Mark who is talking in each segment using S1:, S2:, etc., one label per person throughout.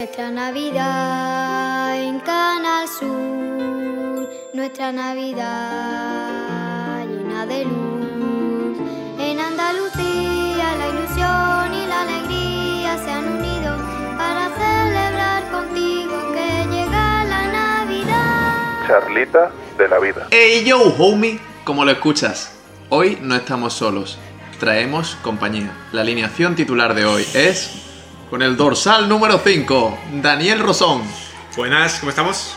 S1: Nuestra Navidad en Canal Sur, nuestra Navidad llena de luz. En Andalucía la ilusión y la alegría se han unido para celebrar contigo que llega la Navidad.
S2: Charlita de la vida.
S3: ¡Hey yo, homie! Como lo escuchas, hoy no estamos solos, traemos compañía. La alineación titular de hoy es con el dorsal número 5, Daniel Rosón,
S4: Buenas, ¿cómo estamos?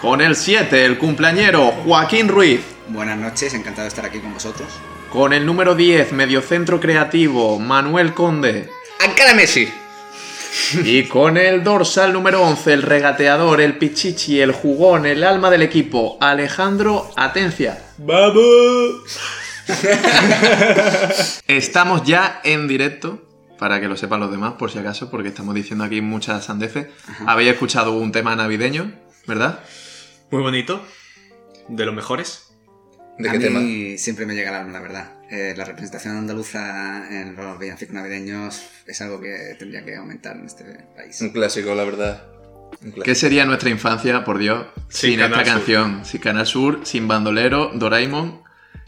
S3: con el 7, el cumpleañero Joaquín Ruiz,
S5: Buenas noches, encantado de estar aquí con vosotros.
S3: con el número 10, mediocentro creativo Manuel Conde
S5: ¡Ankara Messi!
S3: y con el dorsal número 11, el regateador, el pichichi, el jugón, el alma del equipo, Alejandro Atencia.
S4: ¡Vamos!
S3: Estamos ya en directo, para que lo sepan los demás, por si acaso, porque estamos diciendo aquí muchas sandeces. Habéis escuchado un tema navideño, ¿verdad?
S4: Muy bonito. De los mejores.
S6: ¿De
S5: a
S6: qué
S5: mí
S6: tema?
S5: siempre me llega la, la verdad. Eh, la representación andaluza en los villancicos navideños es algo que tendría que aumentar en este país.
S6: Un clásico, la verdad. Un clásico.
S3: ¿Qué sería nuestra infancia, por Dios, sin,
S4: Sin
S3: esta
S4: Canal Sur.
S3: canción? Sin Canal Sur, sin Bandolero, Doraemon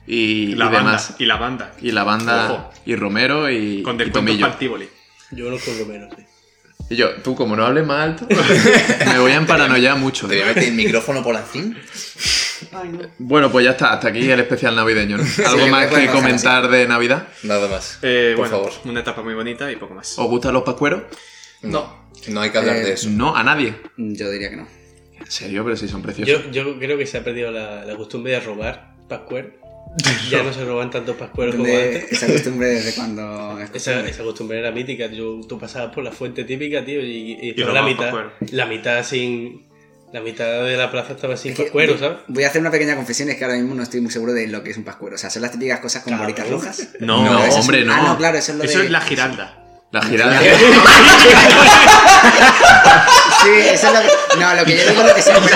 S3: y,
S4: la
S3: y
S4: banda.
S3: demás.
S4: Y la banda.
S3: Y la banda,
S4: Ojo.
S3: y Romero y,
S4: Con
S3: y
S4: descuento
S3: Tomillo.
S4: para el Tivoli.
S7: Yo no con Romero, sí.
S3: Y yo, tú, como no hables más alto, me voy a emparanoiar mucho.
S6: ¿Te voy a meter el micrófono por encima?
S3: Bueno, pues ya está, hasta aquí el especial navideño. ¿no? ¿Algo
S6: me
S3: más
S6: puede
S3: que
S6: pasar
S3: comentar de Navidad?
S6: Nada más.
S4: Eh,
S6: por
S4: bueno,
S6: favor.
S4: una etapa muy bonita y poco más.
S5: Oh.
S3: ¿Os gustan los pascueros?
S6: No. No hay que hablar
S5: Eh,
S6: de eso.
S3: No, a nadie.
S5: Yo diría que no.
S3: En serio, pero sí son preciosos.
S7: Yo, yo creo que se ha perdido la, la costumbre de robar pascuer. Ya no se roban tantos pascueros como
S5: De
S7: antes.
S5: esa costumbre desde cuando... es
S7: Esa,
S5: costumbre.
S7: esa costumbre era mítica, tío. Tú pasabas por la fuente típica, tío, y, y estaba la
S4: robabas
S7: mitad,
S4: pascuero.
S7: la mitad sin. La mitad de la plaza estaba sin
S5: Es que
S7: pascueros,
S5: yo-
S7: ¿sabes?
S5: Voy a hacer una pequeña confesión, es que ahora mismo no estoy muy seguro de lo que es un pascuero. O sea, son las típicas cosas con
S7: Claro.
S5: bolitas rojas.
S3: No,
S5: Pero eso es-
S3: hombre, no.
S5: Ah, no, claro, eso es lo
S4: Eso
S5: de...
S4: es la giralda.
S3: La girada.
S5: Sí, eso es lo que... No, lo que yo digo es lo que se llama-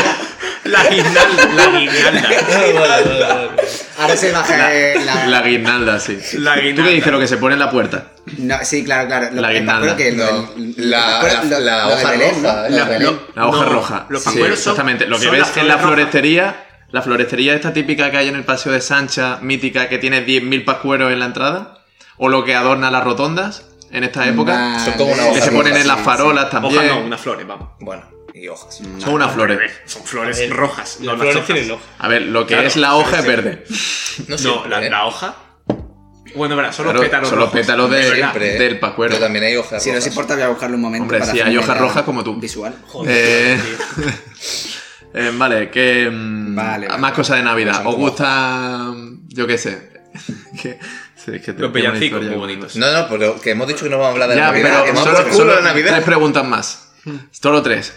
S4: La guirnalda. La guirnalda.
S7: Ah, vale, vale, vale.
S5: Ahora se baja eh, la...
S3: La guirnalda, sí.
S4: La
S3: ¿Tú
S4: guirnalda.
S3: qué dices? Lo que se pone en la puerta.
S5: No, sí, claro, claro. Lo,
S3: La
S5: el
S3: guirnalda.
S5: pascuero que lo
S6: No,
S5: del- el
S6: la-
S5: pascuero-
S6: la- la
S5: del
S6: hoja
S5: Belén, ¿no?
S6: roja,
S5: Lo
S6: la-
S5: del Belén.
S3: La hoja
S4: No,
S3: roja.
S4: los
S3: Sí,
S4: pascueros son-
S3: exactamente. Lo que
S4: son
S3: ves
S4: las
S3: en la
S4: flores rojas.
S3: florestería, la florestería esta típica que hay en el Paseo de Sancha, mítica, que tiene 10.000 pascueros en la entrada, o lo que adorna las rotondas en esta época,
S6: Son como una
S5: Vale,
S3: que
S6: hoja
S3: se ponen
S6: roja,
S3: en las
S5: sí,
S3: farolas también.
S4: Hojas no, unas flores, vamos. Eh,
S6: Bueno, y hojas.
S3: Son unas flores.
S4: Son
S7: A
S4: flores
S7: ver,
S4: rojas.
S7: Las
S4: no
S7: flores
S4: hojas.
S7: tienen hoja.
S3: A ver, lo que
S4: Claro,
S3: es la hoja
S4: sí,
S3: es
S4: sí.
S3: verde.
S6: No,
S4: No,
S6: siempre,
S4: la,
S6: ¿eh?
S4: la hoja. Bueno, verá, son los
S3: Claro,
S4: pétalos.
S3: son los
S4: rojos.
S3: pétalos de-
S4: Es verdad.
S6: Siempre, ¿eh?
S3: del pascuero.
S6: Pero también hay hojas.
S5: Si no os
S6: rojas.
S5: importa, voy a buscarlo un momento.
S3: Hombre,
S5: para
S3: sí,
S5: hacer
S3: hay
S5: una
S3: hojas
S5: idea
S3: rojas como tú.
S5: Visual.
S3: Eh,
S7: tío.
S3: eh, vale, que. mm,
S5: Vale, vale.
S3: Más cosas de Navidad.
S6: Son
S3: ¿Os
S6: como-
S3: gusta. mm, Yo qué sé? que, sí, es que te-
S4: Los
S3: tiene una
S4: villancicos,
S3: historia
S4: muy
S3: con-
S4: bonitos.
S6: No, no, pero que hemos dicho que no vamos a hablar de
S3: Ya,
S6: Navidad. que
S3: pero
S6: hemos
S3: solo,
S6: puesto culo
S3: solo
S6: de Navidad.
S3: tres preguntas más. Solo tres.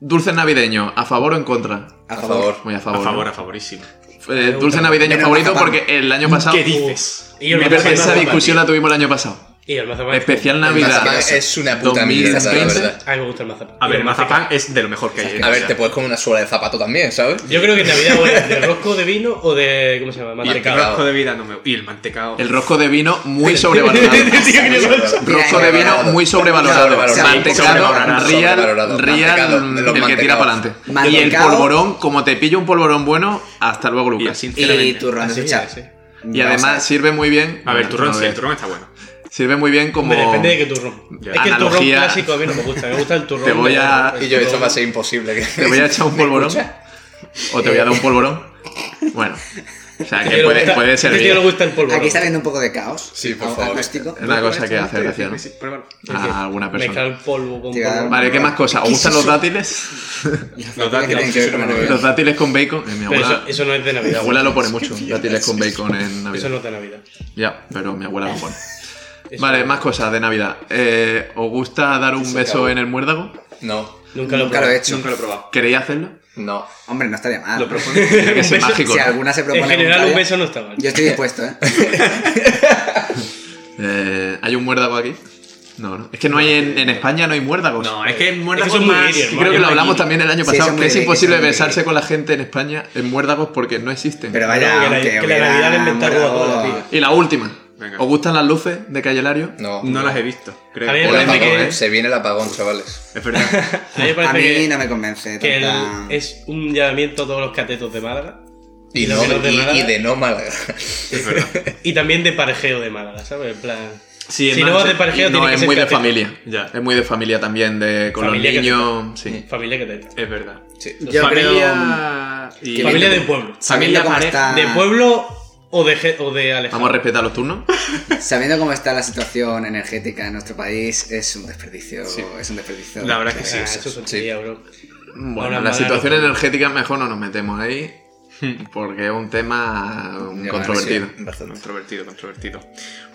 S3: Dulce navideño, ¿a favor o en contra?
S5: A
S6: A
S5: favor.
S6: favor.
S3: Muy a
S4: A
S3: favor.
S4: favor,
S3: ¿no?
S4: a favorísimo.
S3: Eh, dulce navideño
S5: Menos
S3: favorito
S5: mazapán.
S3: porque el año pasado.
S4: ¿Qué dices?
S7: Y el
S3: Me
S7: mazapán
S3: parece esa
S7: mazapán,
S3: discusión
S7: tío.
S3: la tuvimos el año pasado.
S7: Y el mazapán.
S3: Especial
S6: El
S3: Navidad.
S6: mazapán es una puta mierda, la
S3: 2020.
S6: verdad.
S7: A mí me gusta el mazapán.
S4: A
S7: Y
S4: ver,
S7: el
S4: mazapán es de lo mejor que hay.
S6: A ver, te puedes comer una suela de zapato también, ¿sabes?
S7: Yo creo que Navidad o es de rosco de vino o de. ¿Cómo se llama?
S4: El
S7: Mantecado.
S4: rosco de vida no me... Y el mantecado.
S3: El rosco de vino muy sobrevalorado.
S7: Tío, que no-
S3: Rosco de vino muy sobrevalorado.
S6: Sobrevalorado.
S3: Mantecado,
S4: Sobrevalorado.
S3: real,
S6: Sobrevalorado.
S3: real,
S6: Mantecado, de los
S3: el que tira
S6: mantecados.
S3: para adelante. Y el
S5: Mantecado.
S3: polvorón, como te pillo un polvorón bueno, hasta luego,
S4: Y
S3: Lucas.
S4: sinceramente.
S5: Y turrón de
S7: Así,
S5: ducha.
S7: así.
S3: Y además sirve muy bien.
S4: A ver,
S7: Ah,
S4: el turrón
S3: no,
S4: sí, el turrón está bueno.
S3: Sirve muy bien como.
S7: Hombre, Depende de qué turrón.
S4: Ya.
S7: Es que el turrón
S3: Analogía.
S7: clásico a mí no me gusta. Me gusta el turrón.
S3: Te voy a-
S7: de-
S6: Y yo,
S7: el
S6: esto
S7: turrón-
S6: va a ser imposible. que-
S3: ¿Te voy a echar un
S6: ¿Me Eh.
S3: polvorón?
S6: escuchas?
S3: ¿O te voy a dar un polvorón? Bueno. O sea, que
S7: Este tío le
S3: puede,
S7: gusta-
S3: puede
S7: este
S3: servir.
S7: tío le gusta el polvo.
S5: Aquí está viendo un poco de caos.
S6: Sí, por
S5: Algo
S6: favor.
S5: acústico.
S3: Es una cosa que hace gracia, ¿no?
S4: Sí, sí, pruébalo.
S6: Ah,
S3: A alguna
S7: Mezclar
S3: persona.
S7: el polvo con
S5: Te va a dar
S7: polvo.
S5: un-
S3: Vale, ¿qué más cosas? ¿Os gustan los dátiles?
S4: Los dátiles,
S5: Tienen que ver con Navidad.
S3: Los dátiles con bacon. Eh, mi
S7: Pero
S3: abuela.
S7: eso, eso no es de
S3: Mi
S7: Navidad.
S3: abuela lo pone mucho, dátiles con bacon en
S7: Eso
S3: Navidad.
S7: no es de Navidad.
S3: Ya, pero mi abuela lo pone.
S7: Eso-
S3: Vale, más cosas de Navidad. Eh, ¿Os gusta dar un beso en el muérdago?
S6: No,
S7: Nunca lo
S5: Nunca lo
S7: probé.
S5: he hecho.
S4: Nunca lo he probado.
S3: ¿Queréis hacerlo?
S6: no.
S5: Hombre, no estaría
S6: Ah.
S5: mal.
S4: Lo propone.
S3: Tiene que ser
S7: beso-
S3: mágico.
S5: Si
S3: ¿no?
S5: alguna se propone
S7: En general, un
S5: contraria,
S7: beso no está mal.
S5: Yo estoy dispuesto, ¿eh?
S3: Eh, ¿Hay un muérdago aquí? No, no. Es que no hay en, en España no hay muérdagos.
S4: No, es que muerde
S7: Es que son
S4: con
S7: muy
S4: más-
S7: guiris,
S3: Y creo que lo hablamos también el año
S5: Sí,
S3: pasado,
S5: son
S3: que es
S5: muy-
S3: imposible
S5: son muy-
S3: besarse con la gente en España en muérdagos porque no existen.
S5: Pero
S7: Creo
S5: vaya,
S7: que la-
S5: aunque
S7: que la
S5: hubiera
S7: Navidad la inventaron
S5: muerto-
S7: los dos, tío.
S3: Y la última,
S4: Venga.
S3: ¿Os gustan las luces de Cayelario?
S6: No.
S4: No las he visto, creo.
S7: A mí me
S6: El
S3: Hola,
S7: parece
S6: apagón,
S7: que,
S6: ¿eh? Se viene el apagón, chavales.
S4: Es verdad.
S7: a mí me
S5: A
S7: parece
S5: mí
S7: que-
S5: no me convence.
S7: que el-
S5: tanta-
S7: es un llamamiento a todos los catetos de Málaga
S6: Y,
S7: Y lo
S6: no,
S7: que no te
S6: y-
S7: nada.
S6: y de no Málaga.
S4: Es verdad.
S7: y también de parejeo de Málaga, ¿sabes? En plan,
S4: Sí,
S7: Si no
S4: hermano,
S7: vas de
S4: sí.
S7: parejeo,
S3: No,
S7: tiene que
S3: es
S7: ser
S3: muy de
S7: catete.
S3: familia.
S4: Ya.
S3: Es muy de familia también, de con
S7: Familia
S3: los
S7: que
S3: niños. Sí.
S7: Familia cateta.
S4: Es verdad.
S6: Sí.
S7: Yo
S4: familia y...
S7: Familia de pueblo.
S5: Sabiendo
S4: Familia
S5: cómo
S4: pareja.
S5: está-
S7: ¿De pueblo o de, ge- o de Alejandro?
S3: Vamos a respetar los turnos.
S5: Sabiendo cómo está la situación energética en nuestro país, es un desperdicio.
S4: Sí.
S5: Es un desperdicio.
S4: La verdad
S5: O
S4: que
S5: sea,
S7: Ah,
S4: sí.
S7: eso es tontería, bro.
S3: Bueno,
S7: Ahora
S3: en la
S7: Málaga
S3: situación
S7: no-
S3: energética mejor no nos metemos ahí. Porque es un tema um,
S5: Ya,
S3: controvertido.
S6: Sí, bastante.
S4: Controvertido, controvertido.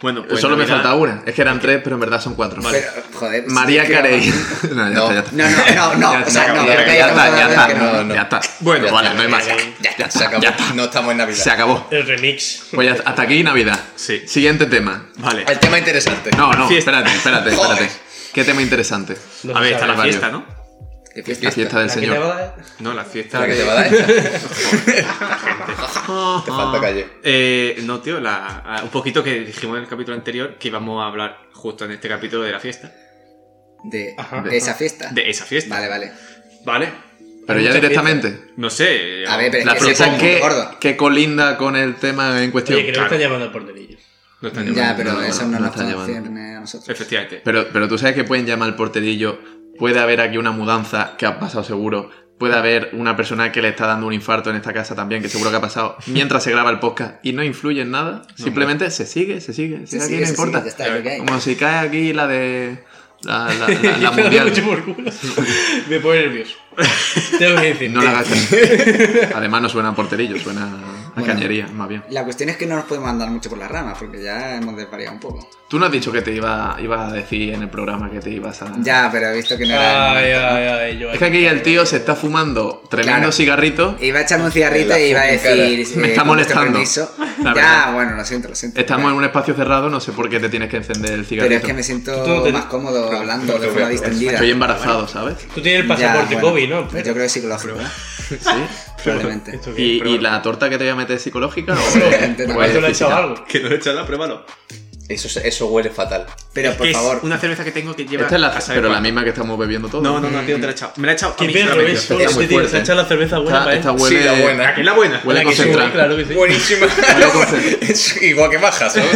S4: Bueno, pues
S3: Solo me
S4: Navidad-
S3: falta una. Es que eran tres, pero en verdad son cuatro.
S5: pero, joder,
S3: María
S5: sí que-
S3: Carey. no, ya
S6: No.
S3: está, ya está.
S5: No, no, no, no.
S3: Ya
S5: o sea,
S3: está,
S5: no,
S3: ya
S5: creo que ya
S3: está, ya está,
S5: que no.
S6: no.
S3: ya está.
S4: Bueno,
S3: vale, no hay más.
S6: Ya está, se acabó. No estamos en Navidad.
S3: Se acabó.
S7: El remix.
S3: Pues ya- hasta aquí Navidad.
S4: Sí.
S3: Siguiente tema.
S4: Vale.
S6: El tema interesante.
S3: No, no,
S4: Fiesta.
S3: espérate, espérate, espérate.
S6: Joder.
S3: ¿Qué tema interesante?
S7: No
S4: A
S7: se
S4: ver, está
S7: sabe.
S4: la
S3: varios.
S4: fiesta, ¿no?
S5: ¿Qué
S3: La
S5: fiesta?
S3: fiesta del
S7: La que te
S3: Señor.
S7: va a dar-
S4: No, la fiesta.
S6: ¿La que
S4: de-
S6: te va a dar esta?
S3: Ah,
S6: Te falta calle.
S4: Eh, no, tío, la, a- un poquito que dijimos en el capítulo anterior que íbamos a hablar justo en este capítulo de la fiesta.
S5: De,
S7: Ajá.
S5: de esa fiesta.
S4: De esa fiesta.
S5: Vale, vale.
S4: Vale.
S3: Pero ya
S7: Mucha
S3: directamente.
S4: No sé.
S5: A ver, pero-
S3: La
S5: Que sepa
S3: pregunta
S5: un
S3: que,
S5: poco gordo.
S3: que colinda con el tema en cuestión.
S7: Oye, que no
S4: claro.
S7: están llamando al porterillo.
S4: no está en-
S5: Ya, pero
S3: no,
S5: eso
S3: no
S5: no, nos
S3: está llevando.
S5: concierne eh, a nosotros.
S4: Efectivamente.
S3: Pero, pero tú sabes que pueden llamar al porterillo, puede haber aquí una mudanza que ha pasado seguro, puede haber una persona que le está dando un infarto en esta casa también, que seguro que ha pasado, mientras se graba el podcast y no influye en nada, simplemente se sigue, se sigue, se sigue,
S5: Sí, sí,
S3: aquí no
S5: sí, sí,
S3: importa.
S5: ya está, es lo que hay.
S3: Como si cae aquí la de... La, la- la- la
S7: Me da
S3: mundial.
S7: mucho por culo. Me pone nervioso. Tengo que decir.
S3: No la hagas. Además no suena a porterillo, suena a
S5: Bueno.
S3: cañería, más bien.
S5: La cuestión es que no nos podemos andar mucho por las ramas, porque ya hemos desvariado un poco.
S3: Tú no has dicho que te iba, ibas a decir en el programa que te ibas a...
S5: Ya, pero he visto que no era.
S7: Ay,
S5: el momento,
S7: ay, ay, yo
S3: Es que aquí el tío se está fumando tremendo
S5: Claro.
S3: cigarrito.
S5: ¿no? Iba a echarme un cigarrito
S6: La
S5: y iba a
S6: fucking
S5: decir.
S3: cara. Me
S5: eh,
S3: está
S5: con vuestro
S3: molestando.
S5: permiso.
S3: La
S5: Ya,
S3: verdad.
S5: bueno, lo siento, lo siento.
S3: Estamos en
S5: Pero-
S3: un espacio cerrado, no sé por qué te tienes que encender el
S5: Pero es
S3: cigarrito.
S5: que me
S7: Tú no
S5: siento
S7: te-
S5: más cómodo hablando
S6: no te
S5: de forma
S6: veo.
S5: distendida.
S3: Estoy embarazado, ¿sabes?
S7: Tú tienes el
S5: Ya,
S7: pasaporte
S5: bueno,
S7: COVID, ¿no?
S5: Yo creo que es psicológico,
S3: Sí.
S5: probablemente.
S7: Esto que-
S3: ¿Y, pues,
S7: pero
S3: y
S7: bueno.
S3: la torta que te voy a meter es psicológica o,
S5: Probablemente
S3: o
S5: no.
S3: es
S7: ¿Eso le ha echado
S3: física?
S7: algo?
S4: Que no he hecho la prueba, no.
S6: Eso, se- eso huele fatal.
S5: Pero por
S4: Que es
S5: favor,
S4: Una cerveza que tengo que llevar.
S3: Esta es la,
S4: a saber
S3: pero la
S4: cuándo.
S3: misma que estamos bebiendo todos.
S4: No, no, no, tío, te la he echado. Me la he echado. a
S7: ¿Qué
S4: mí,
S7: perro
S4: solamente.
S7: es?
S3: Está muy
S7: Este tío se
S3: fuerte.
S7: ha echado la cerveza buena
S3: Esta,
S7: para él.
S3: esta
S4: ¿eh?
S3: huele,
S6: Sí, la buena.
S4: ¿A que es la buena?
S3: huele
S7: La que
S3: concentrado.
S7: sube, Claro que sí.
S6: Buenísima. Es igual que baja, ¿sabes?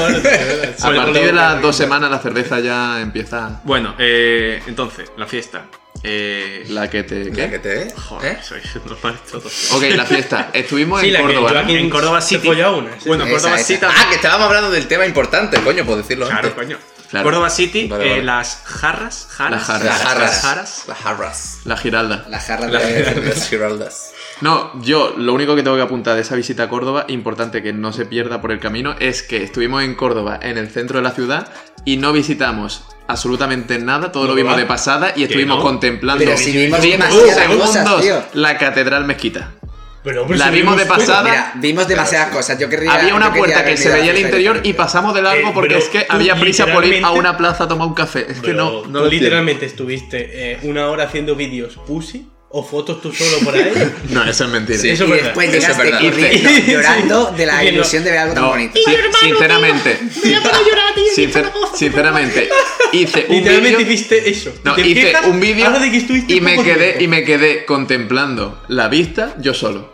S7: Bueno, tío, ¿verdad?
S3: A
S7: Sobre
S3: partir
S7: todo-
S3: de las dos semanas la cerveza ya empieza
S4: Bueno, eh, entonces, la fiesta. Eh,
S3: la que te... ¿qué?
S6: ¿Qué te ¿eh?
S4: Joder,
S6: ¿Eh?
S4: soy normal todo.
S3: Ok, la fiesta. Estuvimos
S7: Sí,
S3: en
S7: la que
S3: Córdoba.
S7: Joaquín
S4: En Córdoba
S7: se
S4: City.
S7: folló una, sí.
S4: Bueno,
S5: Esa,
S4: Córdoba
S5: esa.
S4: City.
S6: Ah, que estábamos hablando del tema importante, coño, por decirlo
S4: Claro,
S6: antes.
S4: coño.
S3: Claro.
S4: Córdoba City,
S6: Vale,
S4: eh,
S6: vale.
S4: las jarras, jarras,
S3: Las jarras.
S6: Las jarras.
S4: las jarras.
S6: Las jarras.
S3: La Giralda.
S5: la jarra
S4: La-
S5: de.
S6: Las giraldas.
S3: No, yo lo único que tengo que apuntar de esa visita a Córdoba, importante que no se pierda por el camino, es que estuvimos en Córdoba, en el centro de la ciudad, y no visitamos absolutamente nada, todo lo vimos de pasada y estuvimos
S4: no.
S3: contemplando
S5: Pero si vimos
S3: cinco
S5: demasiadas
S3: segundos
S5: cosas, tío.
S3: la catedral mezquita.
S7: Pero, hombre,
S3: La
S7: si
S3: vimos de
S7: fuera.
S3: pasada.
S5: Mira, vimos demasiadas cosas. Yo querría.
S3: había
S5: yo
S3: una
S5: quería
S3: puerta
S5: haber
S3: que se
S5: ido a la
S3: veía el
S5: fiesta
S3: interior y
S5: diferente.
S3: pasamos de largo
S7: Eh,
S3: porque
S7: bro,
S3: es que
S7: tú
S3: había prisa por ir a
S7: literalmente-
S3: una plaza a tomar un café. Es que no,
S7: Pero
S3: no
S7: tú
S3: lo entiendo.
S7: literalmente estuviste eh, una hora haciendo vídeos pussy o fotos tú solo por ahí.
S3: No, eso es mentira.
S6: Sí.
S5: Y
S7: Eso es verdad.
S5: después
S6: Eso es
S5: llegaste
S6: verdad.
S5: corriendo,
S7: Sí.
S5: llorando de la
S7: Diciendo,
S5: ilusión de ver algo tan
S3: No,
S5: bonito.
S3: sin- sinceramente. Sincer- sinceramente, hice un
S7: Literalmente
S3: vídeo-
S7: hiciste eso.
S3: No,
S7: Y te
S3: hice
S7: empiezas
S3: un vídeo
S7: ahora de que estuviste
S3: y me
S7: poco
S3: quedé
S7: tiempo.
S3: y me quedé contemplando la vista yo solo.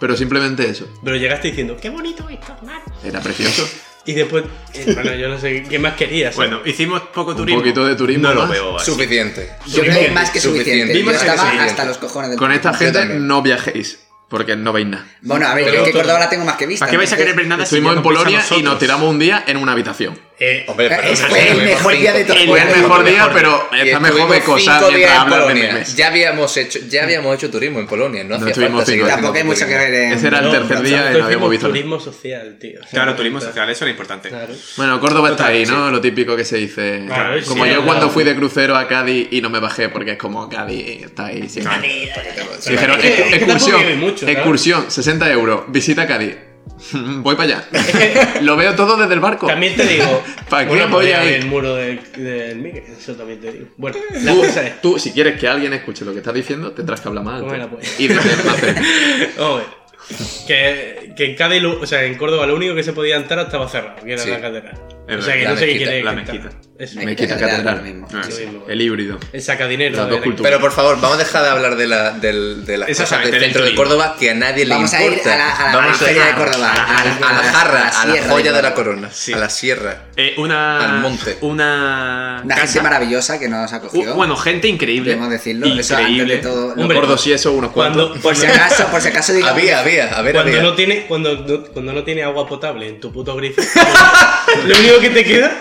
S3: Pero simplemente eso.
S7: Pero llegaste diciendo, qué bonito esto, hermano.
S3: Era precioso.
S7: Y después, hermano, yo no sé qué más querías.
S4: Bueno, hicimos poco turismo.
S3: poquito de turismo
S4: No lo
S3: más.
S4: veo así.
S6: Suficiente.
S5: Yo creo que más que suficiente.
S6: Suficiente.
S5: Yo
S4: Vimos que
S5: estaba
S4: suficiente.
S5: hasta los cojones del
S3: Con esta
S5: público.
S3: gente
S6: también.
S3: no viajéis porque no veis nada.
S5: Bueno, a ver,
S6: Pero
S5: yo es que
S6: todo-
S5: Córdoba la tengo más que vista.
S4: ¿Para qué vais a querer ver
S5: entonces-
S4: nada si
S3: Estuvimos
S4: ya
S3: en
S4: nos veis a
S3: Polonia y nos
S4: nosotros?
S3: tiramos un día en una habitación.
S7: Eh,
S6: Hombre, pero
S5: Es- fue el mejor día de todo el
S3: Fue el
S5: Bueno,
S3: mejor
S5: lo
S3: día, pero
S6: Y
S3: está mejor
S6: estuvimos
S3: de cosas
S6: cinco días
S3: mientras
S6: en
S3: hablas de
S6: Polonia.
S3: memes.
S6: Ya habíamos, hecho, ya habíamos hecho turismo en Polonia, no,
S3: No
S6: hacía
S3: estuvimos
S6: falta seguir
S3: cinco.
S6: haciendo
S5: Tampoco hay mucho que
S6: turismo.
S5: ver en.
S3: Ese era el tercer
S5: Nosotros-
S3: día y
S7: nosotros
S3: no habíamos
S7: hicimos
S3: visto nada.
S7: turismo social, tío.
S4: Claro, turismo social, eso era importante.
S7: Claro.
S3: Bueno, Córdoba está
S4: Total,
S3: ahí,
S4: sí.
S3: ¿no? Lo típico que se dice.
S7: Claro,
S3: como
S7: sí,
S3: yo
S7: claro.
S3: cuando fui de crucero a Cádiz y no me bajé porque es como Cádiz está ahí. sí.
S4: Claro.
S3: Sí, Dijeron,
S7: Es que-
S3: "Eh,
S7: es que tampoco
S3: excursión,
S7: vive mucho, ¿sabes?
S3: excursión, 60 euros, visita Cádiz. Voy para allá. Lo veo todo desde el barco.
S7: También te digo,
S3: ¿Para qué
S7: bueno,
S3: voy
S7: podía
S3: ahí?
S7: ver el muro del, del Miguel, eso también te digo. Bueno, la
S3: Tú,
S7: cosa es,
S3: tú, si quieres que alguien escuche lo que estás diciendo, tendrás que hablar más alto.
S7: Bueno, pues.
S3: Y desde el más cerca.
S7: vamos a ver. Que, que en Cádiz, lo- o sea, en Córdoba lo único que se podía entrar estaba cerrado, que era
S6: Sí.
S7: la catedral.
S4: Es
S7: o sea, que
S6: verdad,
S7: no sé qué
S6: la mezquita,
S7: quiere
S4: la
S7: quitar.
S4: mezquita.
S7: Eso.
S5: Me-
S3: Mezquita catedral.
S5: Lo mismo.
S4: Ah,
S7: Lo
S4: sí.
S7: mismo.
S3: El híbrido.
S7: El eh. sacadinero.
S3: Las dos
S7: de la-
S3: culturas.
S6: Pero por favor, vamos a dejar de hablar de, la, del- de las cosas
S4: Exactamente,
S6: del centro
S4: del
S6: de Córdoba que a nadie le
S5: Vamos a ir
S6: importa.
S5: a la- a la feria de Córdoba,
S6: a, la- a la
S5: a
S6: jarra,
S5: la
S6: a la
S5: sierra
S6: joya
S5: de
S6: de la
S5: Córdoba.
S6: corona,
S4: Sí.
S6: a la sierra.
S4: Eh, una.
S6: Al monte.
S4: Una.
S5: Una gente maravillosa que nos acogió.
S4: U- bueno, gente increíble.
S5: Debemos decirlo. Eso antes de
S4: Increíble.
S5: todo.
S7: Hombre,
S3: Gordo, sí, eso, unos
S7: Cuando,
S3: cuantos.
S5: Por si acaso, por si acaso digo.
S6: Había, había, a ver,
S7: cuando
S6: había.
S7: no tiene, cuando, no, cuando no tiene agua potable en tu puto grifo, lo único que te queda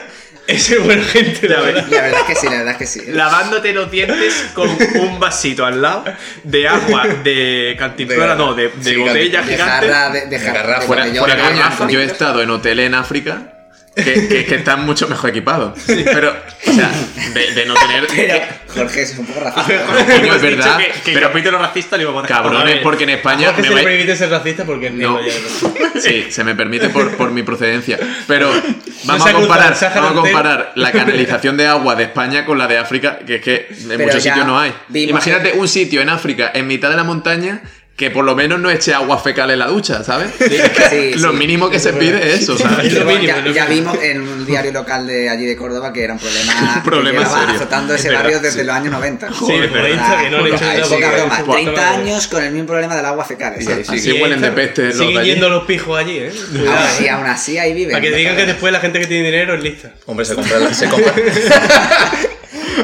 S7: es el buen gente, la verdad.
S5: La verdad es que sí, la verdad es que sí.
S4: Lavándote los dientes con un vasito al lado de agua de cantimplora,
S6: De-
S4: no, de, de
S6: sí,
S4: botella
S5: de
S4: gigante.
S5: jarra, de, de
S6: De
S5: jarra,
S6: garrafa.
S5: de
S3: Fuera,
S5: botellón,
S3: fuera
S5: de
S3: coña,
S5: garrafa.
S3: yo he estado en hoteles en África que, que- que están mucho mejor equipados. Pero, o sea, de, de no tener.
S5: Pero Jorge es un poco racista. ¿no?
S3: Coño,
S4: Hemos
S3: es
S4: dicho
S3: verdad,
S4: Que, que
S3: pero-
S4: el capítulo racista le iba a poner.
S7: A
S3: Cabrones,
S7: ver,
S3: porque en España.
S7: Jorge
S3: me
S7: se le
S3: vais-
S7: permite ser racista porque es negro
S3: No.
S7: ya, ¿no?
S3: Sí, se me permite por, por mi procedencia. Pero vamos
S7: se
S3: a
S7: ha cruzado
S3: comparar,
S7: el Sáhara
S3: vamos a
S7: entero.
S3: comparar la canalización de agua de España con la de África, que es que en
S5: Pero
S3: muchos
S5: ya
S3: sitios no hay.
S5: vimos
S3: Imagínate
S5: que-
S3: un sitio en África, en mitad de la montaña, que por lo menos no eche agua fecal en la ducha, ¿sabes?
S5: sí,
S3: lo
S5: sí.
S3: mínimo que se pide es eso,
S5: Y
S3: ¿sabes?
S7: lo
S5: luego
S7: mínimo,
S5: ya,
S7: lo
S5: ya
S7: mínimo.
S5: vimos en un diario local de allí de Córdoba que era un problema,
S3: Un problema
S5: que llevaba
S3: serio.
S5: azotando ese
S4: Es verdad,
S5: barrio desde los años 90.
S7: Sí,
S4: Joder,
S7: por
S4: pero-
S7: ahí está, que no le
S5: Ah,
S7: echan
S5: es
S7: nada
S5: poca
S7: porque-
S5: broma.
S7: porque-
S5: 30 años con el mismo problema del agua fecal.
S6: Y ahí
S5: exacto.
S6: sí.
S3: Así huelen de peste los de
S7: Siguen
S3: allí.
S7: yendo los pijos allí, ¿eh?
S5: Aún
S7: Cuidado,
S5: así,
S7: ¿eh?
S5: aún así, ahí viven.
S7: Para que digan que después la gente que tiene dinero es lista.
S6: Hombre, se compra, la- se compra.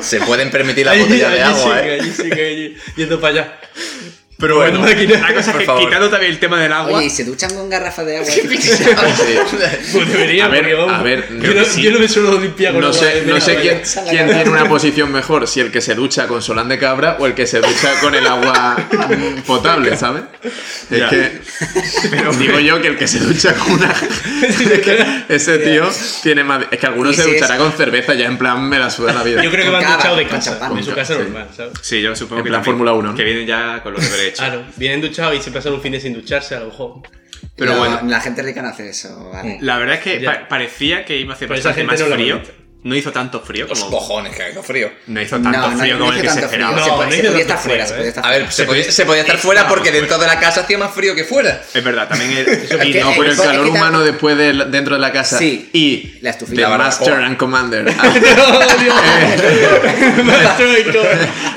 S6: se pueden permitir la
S7: Allí-
S6: botella de
S7: allí
S6: agua,
S7: sí,
S6: eh.
S7: allí sí que allí, yendo para allá.
S4: Pero
S7: bueno,
S4: bueno, la cosa es
S6: por
S4: que
S6: favor.
S4: quitando también el tema del agua.
S5: Oye, ¿y se duchan con garrafas de agua?
S7: Pues debería,
S3: A ver,
S7: porque vamos,
S3: a ver,
S7: yo,
S3: creo
S7: no,
S3: que sí.
S7: yo no me suelo limpiar con
S3: No
S7: agua
S3: sé,
S7: de
S3: no sé
S7: verano,
S3: quién,
S5: Esa es la
S3: quién
S5: cara.
S3: tiene una posición mejor, si el que se ducha con solán de cabra o el que se ducha con el agua mm, potable, ¿sabes? Es
S4: Ya.
S3: que digo yo que el que se ducha con una... es que ese tío tiene más... Es que algunos
S5: Y
S3: se
S5: si
S3: duchará
S5: es-
S3: con cerveza ya en plan me la suda la vida.
S7: Yo creo que
S5: Con
S7: me han
S5: cava,
S7: duchado de
S5: con
S7: casa,
S5: champán.
S7: en su
S3: Con
S7: casa
S3: ca- sí.
S7: normal, ¿sabes?
S4: Sí, yo supongo
S3: En
S4: que
S3: plan
S4: también-
S3: Fórmula uno, ¿no? Ah.
S4: Que vienen ya con los deberes hechos.
S7: Claro, vienen duchados y se pasan un fin de sin ducharse, a lo mejor.
S4: Pero
S5: No,
S4: bueno.
S5: La gente rica no hace eso, ¿vale?
S4: La verdad es que
S7: Ya.
S4: pa- parecía que iba a hacer
S7: Pero esa
S4: bastante
S7: gente
S4: más
S7: no la
S4: frío.
S7: molesta.
S4: No hizo tanto frío
S3: Pues,
S6: Los
S4: como.
S6: cojones, que ha hecho frío.
S4: No hizo tanto
S5: no,
S4: frío
S5: no
S4: como
S5: hizo
S4: el que se
S5: tanto frío.
S4: esperaba. pues,
S7: No,
S5: Se
S7: no
S5: podía- se podía estar fuera, se
S7: hizo tanto frío,
S5: podía
S7: ¿eh?
S5: estar
S6: A ver, se podía, se podía estar fuera porque dentro de la casa hacía más frío que fuera.
S4: Es verdad, también eh, es.
S3: Y
S5: que-
S3: no, pero el
S5: es que
S3: calor
S5: tanto-
S3: humano después de la- dentro de la casa
S5: Sí.
S3: y
S5: La estufita.
S3: de
S5: La
S6: barbacoa.
S3: Master and Commander Ah. Eh.
S7: El maestro de co-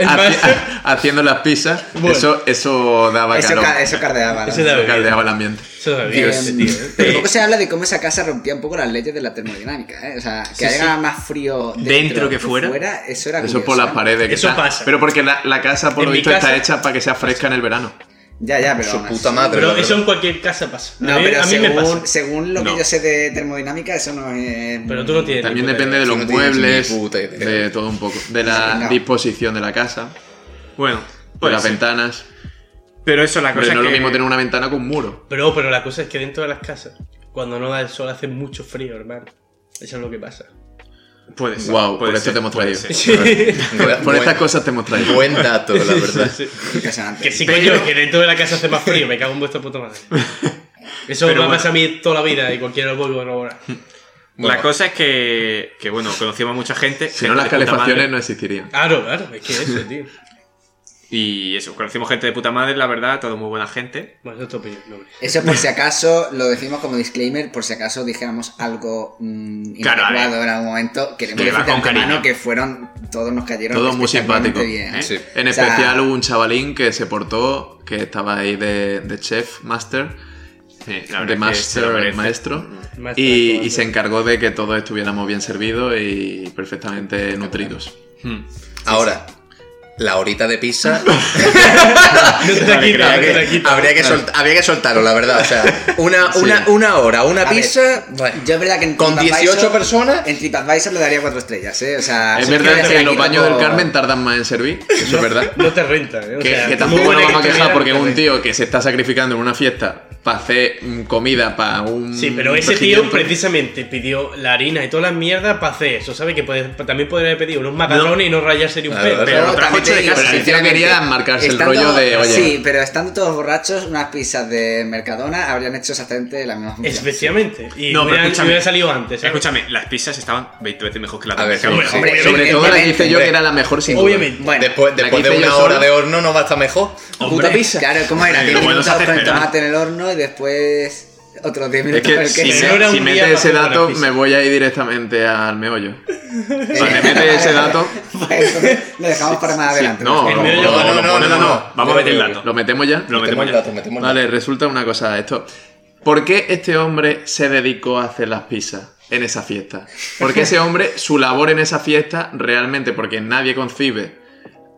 S7: el
S3: haci-
S7: maestro-
S3: haciendo las pizzas,
S7: Bueno.
S3: eso, eso daba
S5: Eso,
S3: calor,
S5: ca- eso cardeaba. ¿no?
S7: Eso da-
S3: eso caldeaba el ambiente.
S7: Eso da bien,
S5: Eh,
S7: ese tío, ¿eh?
S5: Pero poco se habla de cómo esa casa rompía un poco las leyes de la termodinámica, ¿eh? O sea, que haya más frío dentro,
S4: Dentro que fuera.
S5: Eso era
S3: Eso
S5: curioso,
S3: por las
S5: ¿eh?
S3: paredes. Que
S7: Eso
S3: está-
S7: pasa.
S3: Pero porque la, la casa, por
S7: En
S3: lo
S7: mi
S3: visto,
S7: casa-
S3: está hecha para que sea fresca en el verano.
S5: Ya, ya, pero.
S6: Su
S5: aún
S6: puta
S5: así-
S6: madre.
S7: Pero eso en cualquier casa pasa. A
S5: No,
S7: mí-
S5: pero
S7: a mí me
S5: según,
S7: pasa.
S5: según lo que
S4: No.
S5: yo sé de termodinámica, eso no es.
S7: Pero tú no tienes.
S3: También
S7: ni puta
S3: depende de los
S7: idea.
S6: No tienes ni
S3: muebles,
S6: puta idea.
S3: de todo un poco. De la
S5: No.
S3: disposición de la casa,
S4: Bueno,
S3: de
S4: pues.
S3: las ventanas.
S4: Pero eso la
S3: Pero
S4: cosa
S3: no es
S4: es
S3: lo
S4: que.
S3: mismo tener una ventana con un muro.
S7: Pero, pero la cosa es que dentro de las casas, cuando no da el sol, hace mucho frío, hermano. Eso es lo que pasa.
S4: Puede ser.
S3: Guau,
S4: puede
S3: por esto
S4: ser,
S3: te hemos
S4: puede
S3: traído.
S4: ser.
S3: Por, por
S6: Buen-
S3: estas cosas te hemos traído.
S6: Buen dato, la verdad.
S5: Impresionante.
S7: Que sí, coño, que dentro de la casa hace más frío, me cago en vuestra puta madre. Eso
S4: Pero
S7: me
S4: bueno.
S7: pasa a mí toda la vida y cualquier vuelvo a ahora.
S6: Bueno.
S4: La cosa es que, que, bueno, conocimos a mucha gente.
S3: Si
S4: gente
S3: no, las
S4: de puta
S3: calefacciones
S4: madre,
S3: no existirían.
S7: Claro, claro, es que eso, tío.
S4: Y eso, conocimos gente de puta madre, la verdad, todo muy buena gente.
S7: Bueno, eso es tu opinión, no, hombre.
S5: Eso por si acaso lo decimos como disclaimer, por si acaso dijéramos algo mm,
S4: Claro, a ver.
S5: inadecuado en algún momento. Queremos
S4: Que va
S5: decir de
S4: con cariño.
S5: antemano que fueron, todos nos cayeron.
S3: Todos muy
S5: espectacularmente
S3: simpáticos,
S5: bien,
S4: ¿eh?
S5: Sí.
S3: En
S5: O sea-
S3: especial hubo un chavalín que se portó, que estaba ahí de, de chef, master,
S4: Sí, la verdad
S3: de
S4: es que se lo
S3: master,
S4: merece.
S3: maestro,
S7: Maestro,
S3: y,
S7: maestro.
S3: y se encargó de que todos estuviéramos bien servidos y perfectamente nutridos.
S4: Hmm.
S6: Ahora, la horita de pizza
S7: No te la quitas,
S6: habría
S7: no te la
S6: que,
S7: quitas.
S6: habría que solt- habría que soltarlo, la verdad. O sea, una, una, una hora, una
S5: A ver,
S6: pizza. bueno,
S5: Yo es verdad que en
S6: Con
S5: TripAdvisor-
S6: 18 personas.
S5: En TripAdvisor le daría cuatro estrellas, ¿eh? O sea,
S3: Es
S5: sí que
S3: verdad
S5: hacer
S3: que
S5: aquí
S3: los baños
S5: como-
S3: del Carmen tardan más en servir, eso es verdad.
S7: No te renta, ¿eh? O
S3: Que,
S7: sea,
S3: que
S7: tú
S3: tampoco
S7: puedes
S3: nos vamos a quejar
S7: estudiar-
S3: porque es un tío que se está sacrificando en una fiesta para hacer mm, comida para un.
S7: Sí, pero ese tío precisamente pidió la harina y todas las mierdas para hacer eso, ¿sabes? Que puede- también podría haber pedido unos macarrones y no rayarse ni un
S6: Claro,
S7: pelo.
S6: claro.
S3: Pero trajo
S5: también te
S3: hecho de
S5: digo,
S3: casa. El tío
S5: sinceramente,
S3: quería marcarse el
S5: estando-
S3: rollo de, oye.
S5: Sí, pero estando todos borrachos, unas pizzas de Mercadona habrían hecho exactamente la misma función.
S7: Especialmente. Y
S4: No, pero
S7: hubieran-
S4: escúchame. Eh,
S7: hubiera salido antes. ¿sabes?
S4: Escúchame, las pizzas estaban 20 veces mejor que las
S6: A
S4: de
S6: ver,
S4: Mercadona.
S6: sí,
S5: Hombre,
S3: Sobre todo la que hice yo,
S6: hombre.
S3: que era la mejor sin duda.
S7: Obviamente.
S5: Bueno,
S6: Después,
S3: la
S6: después
S3: que
S6: de
S3: hice
S6: una
S3: yo
S6: hora
S3: solo.
S6: de horno no va a estar mejor.
S5: puta pizza. Claro, ¿cómo era?
S4: Pero
S5: 10
S4: bueno,
S5: minutos
S4: se hace
S5: con el
S4: esperar.
S5: tomate en el horno y después otros 10
S3: Es
S5: minutos con
S3: que
S5: el
S3: si,
S5: queso.
S7: sí, no
S3: me-
S7: era
S3: si
S7: un día
S3: metes
S7: para
S3: ese
S7: hacer
S3: dato,
S7: una pizza.
S3: me voy a ir directamente al meollo.
S5: Eh,
S3: Si me metes ese dato,
S5: Pues, entonces, lo dejamos para más
S3: sí,
S5: adelante.
S3: no,
S5: mejor.
S3: no,
S6: no, no, no, no,
S4: Vamos a meter el dato.
S3: ¿lo metemos ya?
S4: Lo metemos
S6: el
S4: ya.
S6: dato, metemos el
S3: Vale, resulta una cosa esto. ¿Por qué este hombre se dedicó a hacer las pizzas en esa fiesta? Porque ese hombre, su labor en esa fiesta, realmente, porque nadie concibe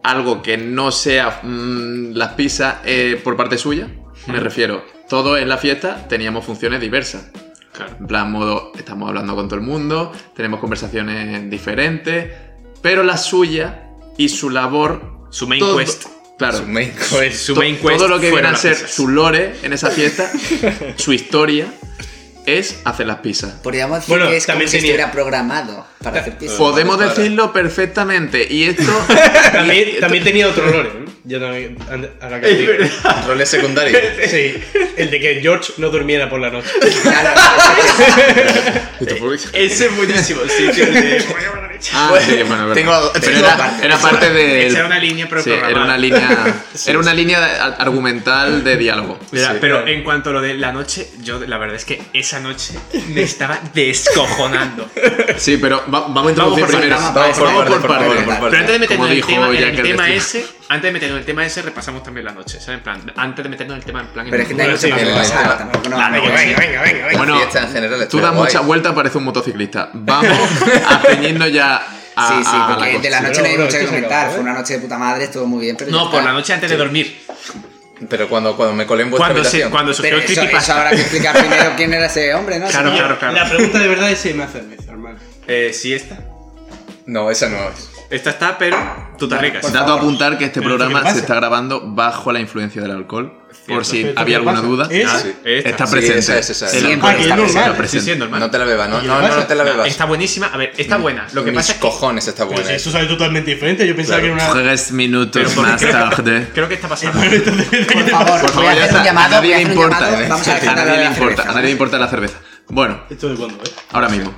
S3: algo que no sea mm, las pizzas eh, por parte suya, me refiero, todos en la fiesta teníamos funciones diversas.
S4: Claro.
S3: En plan, modo, estamos hablando con todo el mundo, tenemos conversaciones diferentes, pero la suya y su labor...
S4: Su main
S3: todo-
S4: quest.
S3: Claro,
S6: Su main course.
S4: Pues su main
S3: To-
S4: quest
S3: todo lo que viene
S4: fueron
S3: a
S4: las
S3: ser
S4: pizzas.
S3: su lore en esa fiesta, su historia, es hacer las pizzas.
S5: Podríamos decir
S7: Bueno,
S5: que es como
S7: también
S5: si
S7: tenía-
S5: estuviera programado para hacer pizza.
S3: Podemos
S6: Vale, vale.
S3: decirlo perfectamente. Y esto.
S7: También, también tenía otro lore. ¿eh? Yo también. Ahora que digo.
S6: Roles secundarios.
S7: Sí, el de que George no durmiera por la noche.
S5: Claro,
S4: Ese es buenísimo. Sí, sí, el de-
S3: Ah, sí, bueno, es verdad.
S6: Tengo algo-
S3: Pero
S6: tengo
S3: era,
S6: parte.
S3: era parte de.
S4: Esa era una línea
S3: Sí,
S4: preprogramada.
S3: era una línea. Era una línea de- ar- argumental de diálogo.
S4: Mira,
S3: Sí.
S4: pero en cuanto a lo de la noche, yo la verdad es que eh, esa noche me estaba descojonando.
S3: Sí, pero va- vamos a introducir
S4: por
S3: primero.
S5: partes,
S6: vamos por partes, por
S3: partes.
S6: favor, por
S4: Pero antes de meternos
S3: Como
S4: en el
S3: dijo
S4: tema, en el
S3: Jack el
S4: tema
S3: Destripador.
S4: ese, antes de meternos en el tema ese, repasamos también la noche, ¿sabes? En plan, antes de meternos en el tema, en plan... en
S5: pero es que
S4: el-
S5: tengo mucho
S7: sí,
S5: más que
S6: venga,
S5: pasar.
S6: venga.
S5: Tampoco nos
S4: La
S5: vamos a-
S4: noche.
S7: venga,
S6: La
S3: Bueno,
S6: fiesta en general
S3: Tú
S6: estuvo
S3: das
S6: guay.
S3: muchas vueltas, parece un motociclista. Vamos a ceñirnos ya a.
S5: Sí, sí,
S3: a Ah, la
S5: porque de la
S3: cosa.
S5: noche no hay
S7: Pero,
S5: mucho que
S7: pero,
S5: comentar.
S7: ¿eh?
S5: Fue una noche de puta madre, estuvo muy bien. Pero ya
S4: No, por
S5: está.
S4: la noche antes de dormir.
S6: Pero cuando, cuando me colé en vuestra
S4: Cuando, se,
S6: habitación.
S4: cuando surgió
S5: Pero
S4: el
S5: eso, eso
S4: creepypasta.
S5: habrá que explicar primero quién era ese hombre, ¿no?
S4: Claro,
S5: Si no-
S4: claro, claro.
S7: La pregunta de verdad es si me hace cerveza, hermano.
S4: Eh, sí, esta.
S6: No, esa no es.
S4: Esta está, pero tú te arriesgas.
S3: Dato a apuntar que este
S4: Pero esto que
S3: programa
S4: pasa.
S3: se está grabando bajo la influencia del alcohol, por si
S7: Esto
S3: había
S7: que
S3: alguna
S7: pasa.
S3: duda.
S7: ¿Es?
S4: Ah, esta.
S3: Está
S6: Sí,
S3: presente.
S6: esa es, esa es.
S3: El
S5: Siempre
S3: alcohol
S7: está
S3: está presente,
S7: normal.
S3: está
S4: Sí,
S3: presente.
S4: sí, es normal.
S6: No te la bebas, no,
S7: ¿Y
S6: no,
S7: el
S6: no,
S7: Barça?
S6: no te la bebas. Mm.
S4: Está buenísima. A ver, está buena. Lo que
S6: Mis
S4: pasa es que
S6: cojones está buena.
S7: Pero si esto Pues sale totalmente diferente, yo pensaba
S6: Claro.
S7: que era una.
S3: Tres minutos
S4: ¿por qué?
S3: más tarde.
S4: creo que está pasando.
S5: Por favor,
S3: Por
S5: voy
S3: favor,
S5: a
S3: ya
S5: hacer
S3: está.
S5: un
S3: A
S5: llamado. voy
S3: nadie
S5: a
S3: le
S5: hacer un
S3: importa. ¿eh?
S5: llamado, Vamos a
S3: A
S5: dejar de
S3: nadie
S5: hablar
S3: le
S5: de la
S3: importa.
S5: cerveza.
S3: A nadie le importa la cerveza. Bueno,
S7: ¿Esto de cuándo, eh?
S3: ahora mismo.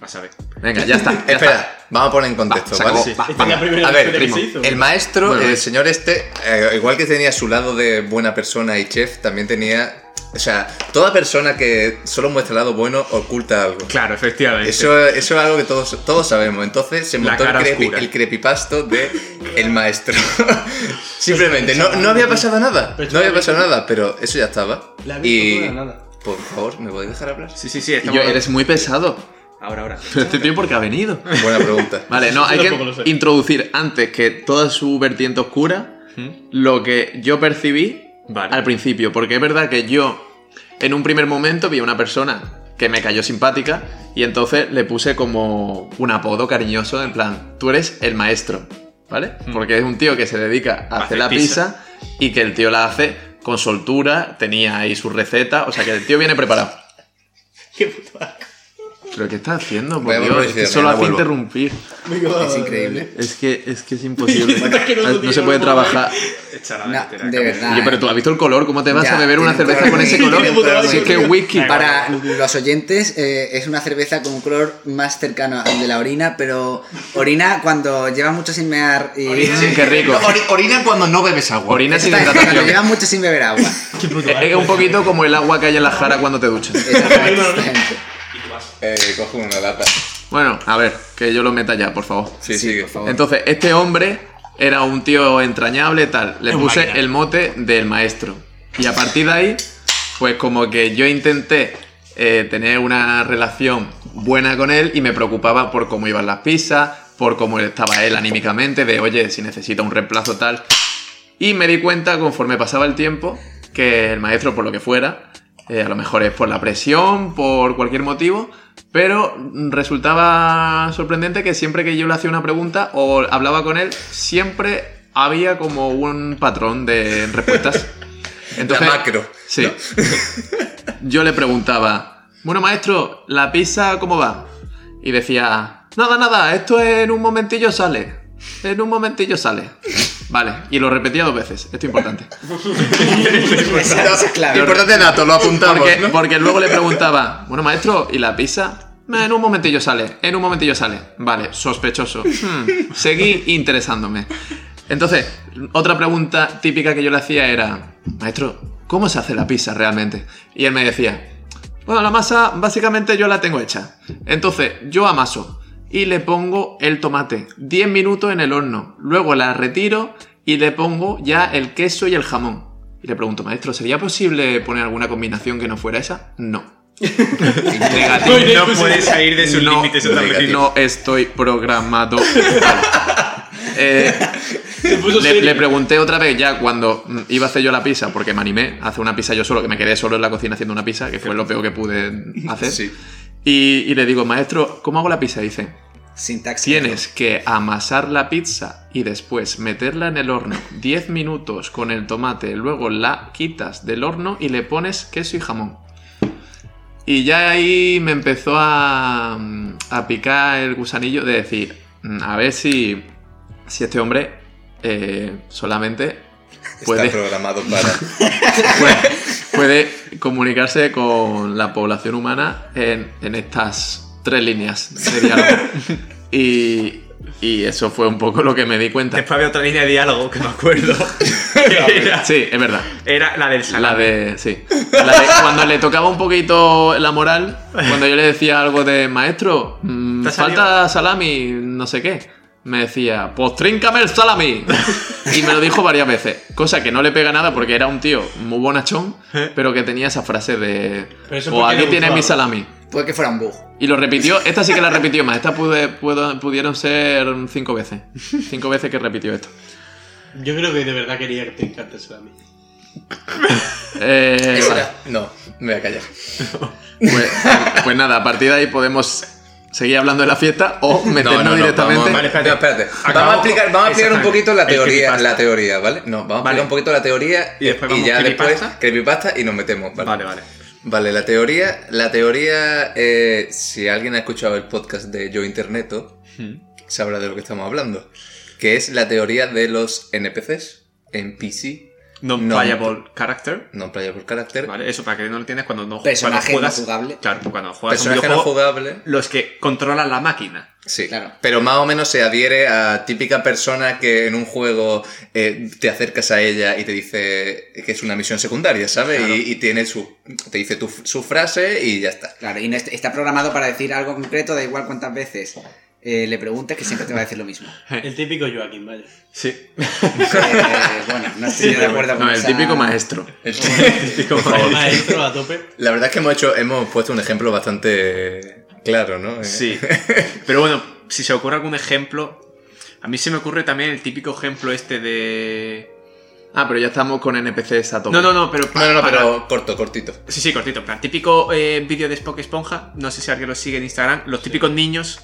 S4: Vas a ver.
S3: Venga, ya está. ya está.
S6: Espera, vamos a poner en
S3: Va,
S6: contexto,
S3: se
S6: ¿vale?
S3: acabó.
S6: Sí.
S3: Va,
S7: Esta es
S3: venga.
S7: la primera
S6: A ver,
S7: vez que
S3: primo,
S7: se hizo.
S6: El maestro,
S3: Bueno,
S6: el
S3: es-
S6: señor este, eh, igual que tenía su lado de buena persona y chef, también tenía. O sea, toda persona que solo muestra el lado bueno oculta algo.
S4: Claro, efectivamente.
S6: Eso, eso es algo que todos, todos sabemos. Entonces se
S4: La
S6: montó el,
S4: cara
S6: creepy-
S4: oscura.
S6: el creepypasto de el maestro. Simplemente, no, no había pasado nada.
S7: Pero
S6: No había
S7: tú-
S6: pasado nada, pero eso ya estaba.
S7: Pues La había
S6: Y.
S7: pasado nada.
S6: Por favor, ¿me podéis dejar hablar?
S4: Sí, sí, sí.
S3: Y
S4: estamos-
S3: Yo, eres muy pesado.
S4: Ahora, ahora.
S3: Pero este tío, ¿por qué ha venido?
S6: Buena pregunta.
S3: Vale, no,
S7: Yo
S3: hay
S7: tampoco lo sé.
S3: que introducir antes que toda su vertiente oscura
S7: Hmm.
S3: lo que yo percibí
S4: Vale.
S3: al principio. Porque es verdad que yo, en un primer momento, vi a una persona que me cayó simpática y entonces le puse como un apodo cariñoso, en plan, tú eres el maestro, ¿vale?
S7: Hmm.
S3: Porque es un tío que se dedica a
S4: Hace
S3: hacer la pizza.
S4: pizza.
S3: y que el tío la hace con soltura, tenía ahí su receta, o sea que el tío viene preparado.
S7: Qué puto asco.
S3: ¿Pero qué está haciendo?
S6: Voy a
S3: Por Dios,
S6: volver,
S3: es que
S6: sí,
S3: solo
S6: mañana
S3: hace
S6: vuelvo.
S3: interrumpir.
S5: Es increíble.
S3: Es que es, que es imposible. Ah,
S7: Es que no
S3: no,
S7: lo
S3: se
S7: digo,
S3: puede
S7: no
S3: trabajar.
S4: Echa la
S5: No,
S4: delantera,
S5: de
S4: cambia.
S5: verdad.
S3: Oye, pero tú has visto el color, ¿cómo te vas
S5: Ya,
S3: a beber una
S5: tiene un
S3: cerveza con ese
S5: color
S3: color?
S5: muy- tiene un color
S3: Si es
S5: muy-
S3: que es whisky.
S5: Para los oyentes, eh, es una cerveza con un color más cercano al de la orina, pero orina cuando llevas mucho sin mear y.
S3: Mm, qué rico.
S6: orina cuando no bebes agua.
S3: Orina sin
S5: Está- cuando
S3: hidratación.
S5: llevas mucho sin beber agua.
S7: Qué puto
S3: Es es
S7: asco.
S3: un poquito como el agua que hay en la jara cuando te duchas.
S5: Exactamente, exactamente.
S6: Eh, cojo una lata.
S3: Bueno, a ver, que yo lo meta ya, por favor.
S6: Sí,
S5: Sí,
S6: sí,
S5: por favor.
S3: Entonces, este hombre era un tío entrañable, tal. Le
S7: Es
S3: puse
S7: máquina.
S3: el mote del maestro. Y a partir de ahí, pues como que yo intenté eh, tener una relación buena con él y me preocupaba por cómo iban las pizzas, por cómo estaba él anímicamente, de oye, si necesita un reemplazo, tal. Y me di cuenta conforme pasaba el tiempo que el maestro, por lo que fuera, eh, a lo mejor es por la presión, por cualquier motivo, pero mm, resultaba sorprendente que siempre que yo le hacía una pregunta o hablaba con él, siempre había como un patrón de respuestas. Entonces,
S6: la macro.
S3: Sí. Yo le preguntaba, bueno, maestro, ¿la pizza cómo va? Y decía, nada, nada, esto en un momentillo sale. En un momentillo sale. Vale, y lo repetía dos veces, esto es importante.
S5: Esa, esa es clave.
S6: Importante dato, lo apuntamos.
S3: Porque,
S6: ¿no?
S3: porque luego le preguntaba, bueno, maestro, ¿y la pizza? "Eh, En un momentillo sale, en un momentillo sale. Vale, sospechoso. Hmm, seguí interesándome. Entonces, otra pregunta típica que yo le hacía era, maestro, ¿cómo se hace la pizza realmente? Y él me decía, bueno, la masa básicamente yo la tengo hecha. Entonces, yo amaso y le pongo el tomate 10 minutos en el horno. Luego la retiro y le pongo ya el queso y el jamón. Y le pregunto, maestro, ¿sería posible poner alguna combinación que no fuera esa? No. Negativo.
S7: Oye,
S4: No
S7: pues,
S4: puede salir de sus
S3: No,
S4: límites otra vez.
S3: No estoy programado. Eh,
S7: Se puso
S3: le,
S7: serio.
S3: le pregunté otra vez ya cuando mm, iba a hacer yo la pizza, porque me animé a hacer una pizza yo solo, que me quedé solo en la cocina haciendo una pizza, que fue lo peor que pude hacer.
S6: Sí.
S3: Y, y le digo, maestro, ¿cómo hago la pizza? Y dice,
S5: Sintaxis.
S3: tienes que amasar la pizza y después meterla en el horno 10 minutos con el tomate, luego la quitas del horno y le pones queso y jamón. Y ya ahí me empezó a, a picar el gusanillo de decir, "Mm, a ver si, si este hombre eh, solamente puede,
S6: Está programado para.
S3: puede, puede comunicarse con la población humana en, en estas tres líneas de diálogo. Y, y eso fue un poco lo que me di cuenta.
S4: Después había otra línea de diálogo que me acuerdo. que era,
S3: Sí, es verdad.
S4: era la del salami.
S3: La de. Sí. La de cuando le tocaba un poquito la moral, cuando yo le decía algo de maestro, mm,
S4: ¿Te ha salido?
S3: falta salami, no sé qué. Me decía, pues tríncame el salami. Y me lo dijo varias veces. Cosa que no le pega nada porque era un tío muy bonachón, pero que tenía esa frase de.
S7: ¿Eh? Pero eso
S3: Pues
S7: porque
S3: aquí
S7: le
S3: tienes
S7: gustaba.
S3: mi salami.
S5: Puede que fuera un bug.
S3: Y lo repitió, esta sí que la repitió más. Esta pude- pudo- pudieron ser cinco veces. Cinco veces que repitió esto.
S7: Yo creo que de verdad quería que te encantes a mí.
S3: Eh, vale.
S6: No, me voy a callar.
S3: Pues, pues nada, a partir de ahí podemos seguir hablando de la fiesta o meternos
S6: no, no,
S3: directamente.
S6: vamos,
S4: Vale, espérate.
S6: No, espérate.
S4: Acabamos
S6: Vamos a explicar, vamos
S4: esa
S6: a explicar un
S4: parte.
S6: poquito la
S4: El
S6: teoría,
S4: creepypasta.
S6: la teoría, ¿vale? No, vamos
S4: Vale.
S6: a explicar un poquito la teoría
S4: Y después vamos
S6: ya después
S4: creepypasta.
S6: creepypasta y nos metemos, ¿vale?
S4: Vale, vale.
S6: Vale, la teoría, la teoría, eh, si alguien ha escuchado el podcast de Yo Interneto, sabrá de lo que estamos hablando, que es la teoría de los NPCs, NPC,
S4: Non-playable character.
S6: non-playable character,
S4: Vale, eso para que no lo entiendas cuando no
S5: Personaje
S4: cuando juegas,
S5: no jugable.
S4: Claro, cuando juegas un
S6: personaje no
S4: videojuego,
S6: jugable.
S4: los que controlan la máquina.
S6: Sí,
S5: Claro.
S6: pero más o menos se adhiere a típica persona que en un juego eh, te acercas a ella y te dice que es una misión secundaria, ¿sabes?
S4: Claro.
S6: Y, y tiene su, te dice tu- su frase y ya está.
S5: Claro, y no est- está programado para decir algo concreto, da igual cuántas veces eh, le preguntes, que siempre te va a decir lo mismo.
S7: El típico Joaquín, vaya.
S4: Sí.
S5: Eh, bueno, no estoy yo de acuerdo con
S3: No, el
S5: esa-
S3: típico maestro.
S7: El maestro a tope.
S6: La verdad es que hemos hecho, hemos puesto un ejemplo bastante claro, ¿no? Eh,
S4: Sí. Pero bueno, si se ocurre algún ejemplo. A mí se me ocurre también el típico ejemplo este de.
S3: Ah, pero ya estamos con NPCs a tope.
S4: No, no, no, pero.
S6: No, no, no,
S4: para-
S6: pero corto, cortito.
S4: Sí, sí, cortito. En plan, típico eh, vídeo de Spock Esponja. No sé si alguien lo sigue en Instagram. Los típicos niños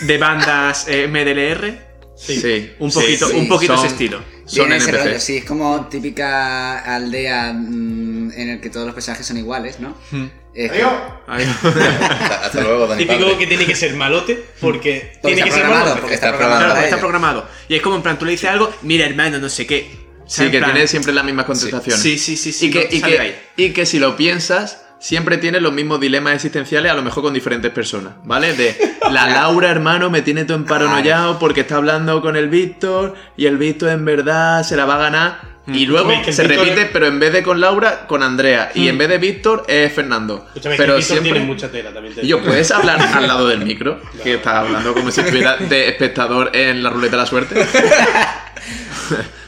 S4: de bandas eh, MDLR.
S3: Sí.
S4: Un poquito,
S5: sí.
S4: un poquito
S3: Son-
S4: ese estilo.
S3: Son
S5: Tiene ese
S3: NPCs.
S5: rollo, sí, es como típica aldea mm, en el que todos los personajes son iguales, ¿no?
S3: Hmm.
S5: Es que-
S4: Ay,
S6: Hasta, hasta luego, Dani.
S7: Típico
S6: Padre.
S7: que tiene que ser malote porque
S5: Porque
S7: tiene
S5: está
S7: que ser
S5: programado,
S7: malote.
S5: porque está
S6: Está
S5: programado.
S4: claro,
S5: para
S4: está
S5: ello.
S4: programado. Y es como, en plan, tú le dices algo, mira, hermano, no sé qué.
S3: Sí, que
S4: tiene
S3: tiene siempre las mismas contestaciones.
S4: Sí, sí, sí, sí.
S3: y, que,
S4: no,
S3: y,
S4: sale ahí.
S3: que, y que si lo piensas, siempre tienes los mismos dilemas existenciales, a lo mejor con diferentes personas, ¿vale? De la Laura, hermano, me tiene todo emparanoyado porque está hablando con el Víctor y el Víctor en verdad se la va a ganar. Y luego
S7: Escúchame, que el
S3: se
S7: Víctor
S3: repite,
S7: es-
S3: pero en vez de con Laura, con Andrea. Y en vez de Víctor, es Fernando.
S7: Escúchame, que
S3: pero
S7: el Víctor
S3: siempre...
S7: tiene mucha tela también. te
S3: Y Yo,
S7: digo.
S3: ¿puedes hablar al lado del micro? Que estás hablando como si estuviera de espectador en la ruleta de la suerte.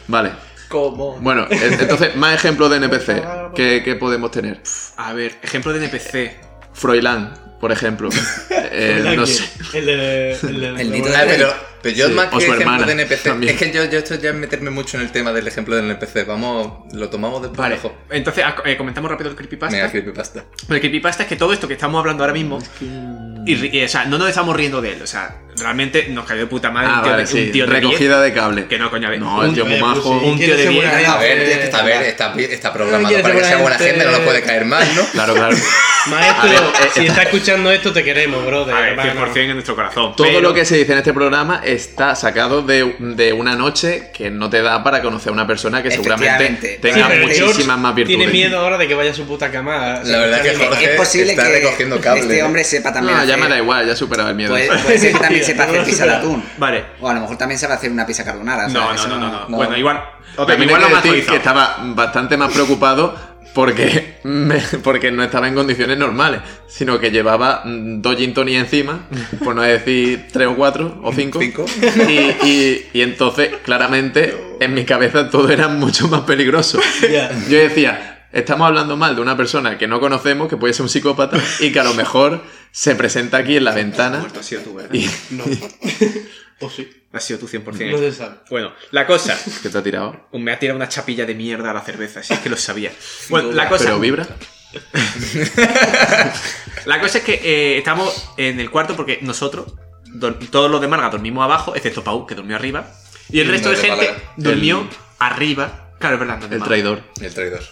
S3: vale. Bueno, e- entonces, más ejemplos de NPC que, que podemos tener.
S4: A ver, ejemplo de NPC.
S3: Froilán, por ejemplo. Eh,
S7: ¿Verdad
S3: no
S7: que
S3: sé.
S7: El de. El de.
S5: El Nito
S6: Ah, pero, pero yo
S3: Sí,
S6: más
S3: o
S6: que
S3: su
S6: ejemplo
S3: hermana,
S6: de NPC.
S3: también.
S6: Es que yo, yo esto ya es meterme mucho en el tema del ejemplo del NPC. Vamos, lo tomamos después.
S4: Vale.
S6: mejor.
S4: Entonces, ah, eh, comentamos rápido el
S6: Venga,
S4: creepypasta.
S6: creepypasta.
S4: El creepypasta es que todo esto que estamos hablando ahora mismo Y, ri- y, o sea, no nos estamos riendo de él. O sea, realmente nos cayó de puta madre
S3: Ah,
S4: un tío,
S3: vale,
S4: de,
S3: sí.
S4: un tío de
S3: Recogida de cable.
S4: diez. Que no, coña, a ver.
S3: No, el tío muy
S7: Oye, pues
S3: majo.
S7: sí,
S4: un tío
S7: ¿quieres
S4: de
S7: ser
S4: bien.
S7: buena
S6: A ver,
S7: gente?
S6: a ver, está, está
S7: Ay,
S6: programado
S7: que
S6: para que sea buena
S7: seguramente-
S6: gente, no nos puede caer mal, ¿no?
S3: Claro, claro.
S7: Maestro,
S3: A ver, eh,
S7: si está escuchando esto, te queremos, brother.
S4: A ver,
S7: hermano.
S4: 100% en nuestro corazón.
S3: Todo
S4: pero-
S3: lo que se dice en este programa está sacado de, de una noche que no te da para conocer a una persona que seguramente
S5: Efectivamente.
S7: Sí,
S3: tenga
S7: pero George
S3: muchísimas más virtudes.
S7: Tiene miedo ahora de que vaya a su puta cama.
S6: La verdad que Jorge
S5: Es posible
S6: está
S5: que
S6: recogiendo cable.
S5: este hombre sepa también. pues,
S3: No, ya
S5: hacer-
S3: me da igual, ya he superado el miedo.
S5: Puede, puede ser que también sepa hacer pizza de atún.
S4: Vale.
S5: O a lo mejor también sabe hacer una pizza carbonara. o sea,
S4: No, no,
S5: eso
S4: no, no, no. Bueno, igual. ok,
S3: También
S4: igual
S3: hay
S4: lo
S3: que decir
S4: más
S3: que estaba bastante más preocupado porque, me- porque no estaba en condiciones normales, sino que llevaba mm, dos gin tonic encima, por no decir tres o cuatro o cinco.
S6: Cinco.
S3: Y, y- y entonces, claramente, en mi cabeza todo era mucho más peligroso.
S7: Ya.
S3: Yo decía, estamos hablando mal de una persona que no conocemos, que puede ser un psicópata, y que a lo mejor se presenta aquí en la ventana.
S4: Ha sido tú, ¿verdad?
S3: Y
S7: No. o sí.
S4: Ha sido tú 100%.
S7: No se sabe.
S4: Bueno, la cosa.
S3: que te ha tirado.
S4: Me ha tirado una chapilla de mierda a la cerveza, si es que lo sabía. Bueno, la cosa.
S3: Pero vibra.
S4: La cosa es que eh, estamos en el cuarto porque nosotros, dor- todos los de Marga dormimos abajo, excepto Pau, que durmió arriba. Y el
S6: Y
S4: resto
S6: no
S4: de
S6: de
S4: gente
S6: Málaga.
S4: durmió
S3: El-
S4: arriba. Claro, es verdad. no de
S3: El
S4: Málaga.
S3: traidor.
S6: El traidor.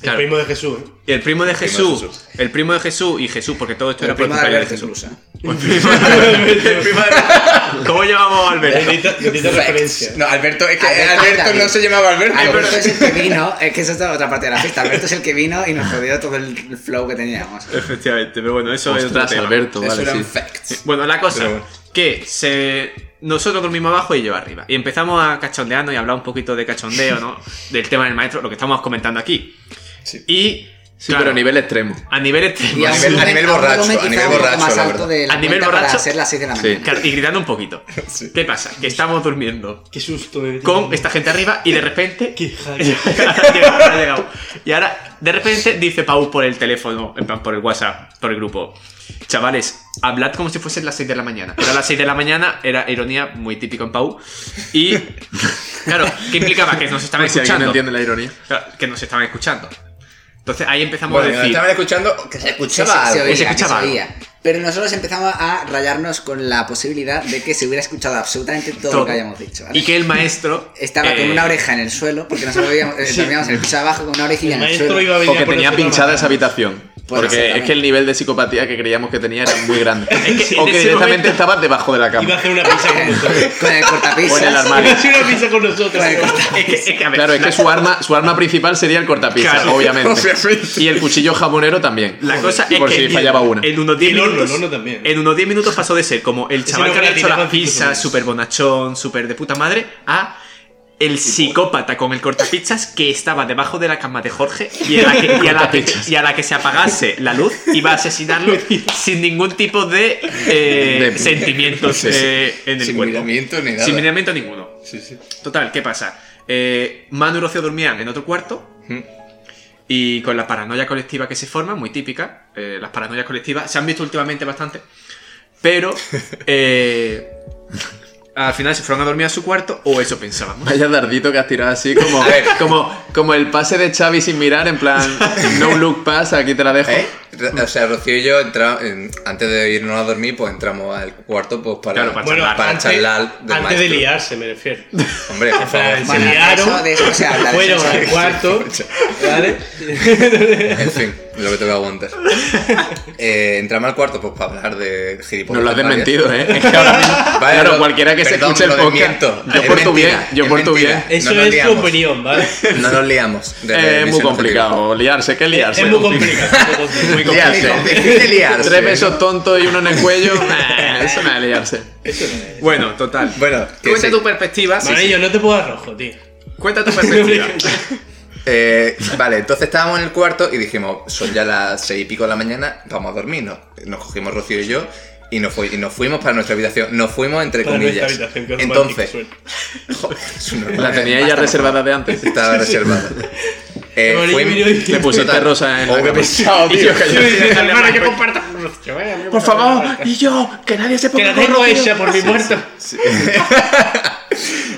S4: Claro.
S7: El primo de Jesús, ¿eh?
S4: Y el primo de
S6: primo de
S4: Jesús.
S6: Jesús.
S4: El primo de Jesús y Jesús, porque todo esto
S5: El
S4: era por
S5: primo de
S4: culpa de
S5: Alberto
S4: Jesús.
S5: Incluso.
S4: El primo de el primo de ¿Cómo llamamos a Alberto?
S7: Necesito, necesito
S6: Facts.
S7: referencia.
S6: No, Alberto, es que
S5: Alberto
S6: Alberto,
S5: también.
S6: no se llamaba Alberto.
S5: Alberto es el que vino, es que esa es la otra parte de la fiesta. Alberto es el que vino y nos jodió todo el flow que teníamos.
S4: Efectivamente, pero bueno, eso es otro
S3: Ostras,
S4: tema.
S3: Alberto,
S6: Eso
S3: vale,
S6: eran
S3: sí.
S4: Sí,
S6: facts.
S4: Bueno, la cosa
S6: Pero bueno.
S4: que se nosotros dormimos abajo y yo arriba. Y empezamos a cachondearnos y a hablar un poquito de cachondeo, ¿no? Del tema del maestro, lo que estamos comentando aquí.
S6: Sí.
S4: Y
S3: Sí,
S4: claro,
S3: pero a nivel extremo.
S4: a nivel extremo.
S5: Y
S6: a nivel- a nivel
S5: un
S6: borracho,
S5: volumen
S6: a
S5: quizá
S6: nivel
S5: un poco
S6: borracho,
S5: más
S6: la
S5: alto
S6: verdad.
S5: de la
S4: A nivel
S5: cuenta
S4: borracho.
S5: para ser las 6 de la
S3: Sí.
S5: mañana.
S4: Claro, y gritando un poquito.
S6: Sí.
S4: ¿Qué pasa? Que estamos durmiendo
S7: Qué susto eh, me metió.
S4: con esta gente arriba y de repente
S7: Qué jaleo.
S4: ha llegado, ha llegado. Y ahora, de repente, dice Pau por el teléfono, en plan, por el WhatsApp, por el grupo. Chavales, hablad como si fuesen las 6 de la mañana. Pero a las 6 de la mañana era ironía muy típico en Pau. Y, claro, ¿qué implicaba? Que nos estaban
S3: Si alguien
S4: escuchando.
S3: entiende la ironía.
S4: Claro, Que nos estaban escuchando. Entonces ahí empezamos
S6: Bueno,
S4: a
S6: que nos
S4: decir...
S6: estaban escuchando que se
S5: Sí,
S6: escuchaba
S5: se
S6: algo.
S5: oía,
S4: se
S5: que
S4: escuchaba
S5: se oía. Pero nosotros empezamos a rayarnos con la posibilidad de que se hubiera escuchado absolutamente todo,
S4: Todo.
S5: lo que habíamos dicho. ¿vale?
S4: Y que el maestro...
S5: Estaba
S4: eh,
S5: con una oreja en el suelo, porque nosotros vivíamos- eh, dormíamos en el piso de abajo con una orejilla
S7: El
S5: en el
S7: maestro
S5: suelo.
S7: iba a venir.
S3: Porque
S7: a por
S3: tenía
S7: nosotros
S3: pinchada
S7: a-
S3: esa habitación.
S5: Pues
S3: Porque es
S5: exactamente.
S3: que el nivel de psicopatía que creíamos que tenía era muy grande.
S4: Es que en
S3: o que
S4: ese
S3: directamente
S4: momento-
S3: estababa debajo de la
S7: Iba a
S3: cama.
S7: hacer una pizza con nosotros.
S5: Con el
S3: O en el
S5: cortapisas.
S7: Iba a
S3: armario.
S7: hacer una pizza con nosotros.
S5: Vale,
S4: Es que, es que, a ver,
S3: Claro, es que su arma, su arma principal sería el cortapisa,
S4: Claro,
S3: obviamente.
S6: obviamente.
S3: Y el cuchillo jabonero también.
S4: La cosa es
S3: por
S4: que
S3: si
S4: en-
S3: fallaba una.
S4: en unos 10
S7: Y el horno,
S4: minutos
S7: el horno también.
S4: en unos 10 minutos pasó de ser como el
S7: Ese
S4: chaval que
S7: hombre
S4: había hecho
S7: tiraba
S4: la
S7: cinco
S4: pizza,
S7: segundos.
S4: súper bonachón, súper de puta madre, a
S3: pues.
S4: el psicópata con el cortapizzas que estaba debajo de la cama de Jorge y a la que, y a la que,
S3: Cortapizzas.
S4: y a la que se apagase la luz iba a asesinarlo sin ningún tipo de, eh,
S3: De-
S4: sentimientos
S3: Sí, sí.
S4: eh, en el
S6: Sin
S4: cuerpo.
S6: miramiento ni nada.
S4: Sin miramiento ninguno.
S6: Sí, sí.
S4: Total, ¿qué pasa? Eh, Manu y Rocío dormían en otro cuarto y con la paranoia colectiva que se forma, muy típica, eh, las paranoias colectivas se han visto últimamente bastante, pero eh, al final se fueron a dormir a su cuarto, o eso pensábamos.
S3: Vaya dardito que has tirado así como,
S6: A ver.
S3: como, como el pase de Xavi sin mirar, en plan, no look pass, aquí te la dejo.
S6: ¿Eh? O sea, Rocío y yo entramos, antes de irnos a dormir, pues entramos al cuarto pues para,
S4: Claro, para
S7: Bueno,
S4: charlar.
S6: para
S7: antes,
S6: charlar del
S7: antes de
S6: maestro.
S7: liarse, me refiero.
S6: Hombre, por
S7: O sea,
S6: favor.
S7: se
S5: Bueno,
S7: liaron,
S5: eso de eso se habla, de eso
S7: fueron
S5: se
S7: al
S5: habla.
S7: cuarto, ¿vale?
S6: En fin, lo que te voy a aguantar. Eh, entramos al cuarto pues para hablar de
S3: Nos
S6: gilipollas.
S3: lo has desmentido, ¿eh? Es que ahora mismo- claro, cualquiera que se escuche el podcast. Yo por tu bien, yo por tu bien.
S7: Eso es tu opinión, ¿vale?
S6: No nos liamos. de la
S3: Eh, es muy
S6: emisión objetiva.
S3: complicado. Liarse, ¿qué liarse?
S7: es muy complicado.
S3: Muy complicado.
S6: Liarse, difícil liarse.
S3: Tres besos tontos y uno en el cuello. nah, eso me va a liarse.
S4: Bueno, total.
S6: Bueno, que
S4: cuenta
S6: sí.
S4: tu perspectiva. sí, sí.
S7: Manillo, no te pongas rojo, tío.
S4: Cuenta tu perspectiva.
S6: Eh, vale, entonces estábamos en el cuarto y dijimos, son ya las seis y pico de la mañana, vamos a dormirnos. Nos cogimos Rocío y yo y nos, fui- y nos fuimos para nuestra habitación. Nos fuimos entre
S7: Para nuestra
S6: comillas.
S7: habitación, qué romántico
S6: entonces,
S7: suena.
S6: joder, es un normal.
S3: La tenía ya
S6: Basta,
S3: reservada de antes.
S6: Estaba reservada. Eh,
S7: Amarillo,
S6: fuimos-
S7: amarillo y-
S3: Le pusiste
S6: Total.
S3: rosa en la
S6: Obvio.
S3: camisa.
S6: Y yo callado.
S7: Hermano,
S6: pues.
S7: yo comparto.
S3: Por favor, y yo, que nadie se
S7: Que
S3: ponga
S7: la tengo
S3: rojo.
S7: hecha por mi muerto.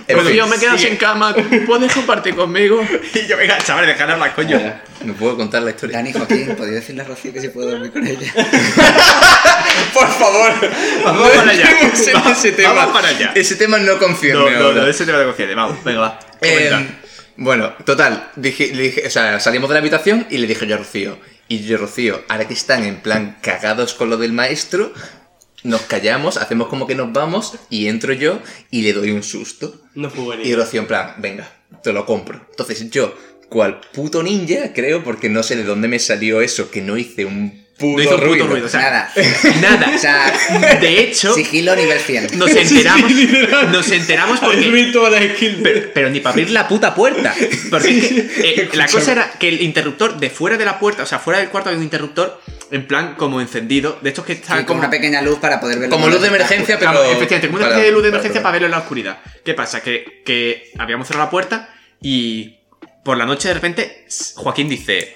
S6: En
S3: Pues
S6: fin,
S3: yo me quedo
S4: sigue.
S3: sin cama, ¿puedes compartir conmigo?
S4: Y yo, venga, chaval, dejad hablar, coño.
S6: no puedo contar la historia.
S5: Dani Joaquín, ¿podría decirle a Rocío que si puedo dormir con ella?
S6: Por favor,
S4: Vamos para allá.
S6: entremos en
S4: Va-
S6: ese tema.
S4: vamos para allá.
S6: Ese tema no
S4: No,
S6: concierne
S4: no,
S6: ahora.
S4: no, ese tema lo confiere. Vamos, venga, va.
S6: Eh,
S4: Comenta.
S6: bueno, total, dije, le dije- o sea, salimos de la habitación y le dije yo a Rocío. Y yo, Rocío, ahora que están en plan cagados con lo del maestro, nos callamos, hacemos como que nos vamos y entro yo y le doy un susto.
S7: No fue buena
S6: Y
S7: idea.
S6: Rocío, en plan, venga, te lo compro. Entonces yo, cual puto ninja, creo, porque no sé de dónde me salió eso, que no hice un puto,
S4: no hizo un puto
S6: ruido.
S4: ruido. o sea,
S5: Nada.
S4: nada.
S5: O sea,
S4: de hecho,
S5: sigilo nivel 100.
S4: nos enteramos, nos enteramos
S7: Habéis
S4: porque...
S7: visto las skills.
S4: Pero, pero ni para abrir la puta puerta. Porque es que, eh, la cosa era que el interruptor de fuera de la puerta, o sea, fuera del cuarto había un interruptor en plan como encendido, de estos que están
S5: Sí, como una pequeña luz para poder verlo.
S6: Como luz de emergencia, pero...
S4: Claro, efectivamente, como una especie de luz de emergencia para
S6: ver.
S4: verlo en la oscuridad. ¿Qué pasa? Que, que habíamos cerrado la puerta y por la noche de repente s- Joaquín dice,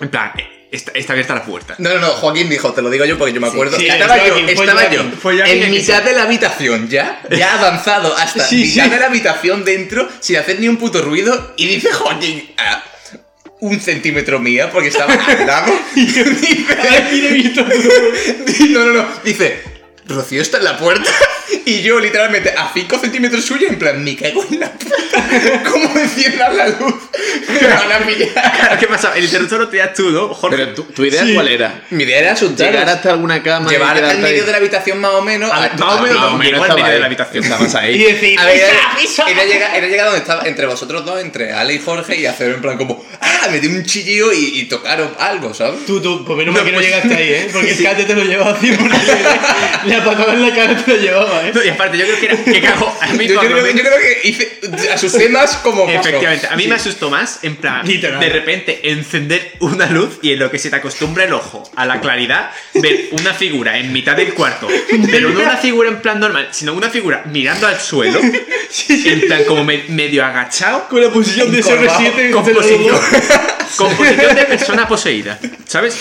S4: en plan, eh, está, está abierta la puerta.
S6: No, no, no, Joaquín dijo, te lo digo yo porque yo me
S5: Sí,
S6: acuerdo.
S7: sí,
S6: estaba
S7: fue
S6: yo,
S7: Joaquín, fue
S6: estaba yo.
S7: Joaquín,
S4: fue Joaquín el
S6: en
S4: que
S6: mitad de la habitación ya, ya avanzado hasta
S7: Sí,
S6: mitad
S7: sí.
S6: de la habitación dentro, sin hacer ni un puto ruido, y dice Joaquín, "Ah, un centímetro mía, porque estaba al lado. y dice,
S7: Aquí he visto.
S6: no, no, no, dice, Rocío está en la puerta. Y yo literalmente a 5 centímetros suya, en plan, me cago en la puta. ¿Cómo enciendas la luz? Me van a pillar.
S4: Claro, ¿qué pasa? El interruptor lo tenías tú, ¿no? Jorge,
S3: Pero tu, tu idea cuál era?
S6: Mi idea era
S3: Llegar
S6: asustar.
S3: hasta alguna cama y
S6: Llevar al
S3: quedarte ahí. Ah,
S6: medio de la habitación más o menos.
S4: A-
S6: a-
S4: más o
S6: a-
S4: menos
S6: más
S4: llegó
S6: o menos
S4: al
S6: estaba
S4: medio de
S3: eh.
S6: ahí.
S4: la habitación.
S6: Estabamos ahí.
S7: Y decir,
S6: A ver,
S7: "Pisa,
S6: era-
S7: pisa".
S6: Era, llegar, era llegar donde estaba, entre vosotros dos, entre Ale y Jorge, y hacer en plan como, ah, metí un chillillo y, y tocaron algo, ¿sabes?
S7: Tú, tú, pues menos mal
S4: No,
S7: que no
S4: pues-
S7: llegaste ahí, ¿eh? Porque el Kate te lo llevaba 100%. Le apagaba en la cara, te lo llevaba, ¿eh?
S4: No, y aparte, yo creo que era. Que cago. A mí,
S6: Yo, yo
S4: por lo
S6: creo, yo
S4: menos-
S6: creo que hice, asusté más como. paso.
S4: Efectivamente, a mí me asustó más, en plan,
S7: Literal.
S4: de repente encender una luz y en lo que se te acostumbra el ojo a la claridad, ver una figura en mitad del cuarto, pero no una figura en plan normal, sino una figura mirando al suelo, en plan como me- medio agachado,
S7: Con la posición de
S6: Encorvado,
S7: SR7
S4: con
S7: se lo
S4: posición,
S7: llevó.
S4: con posición de persona poseída, ¿sabes?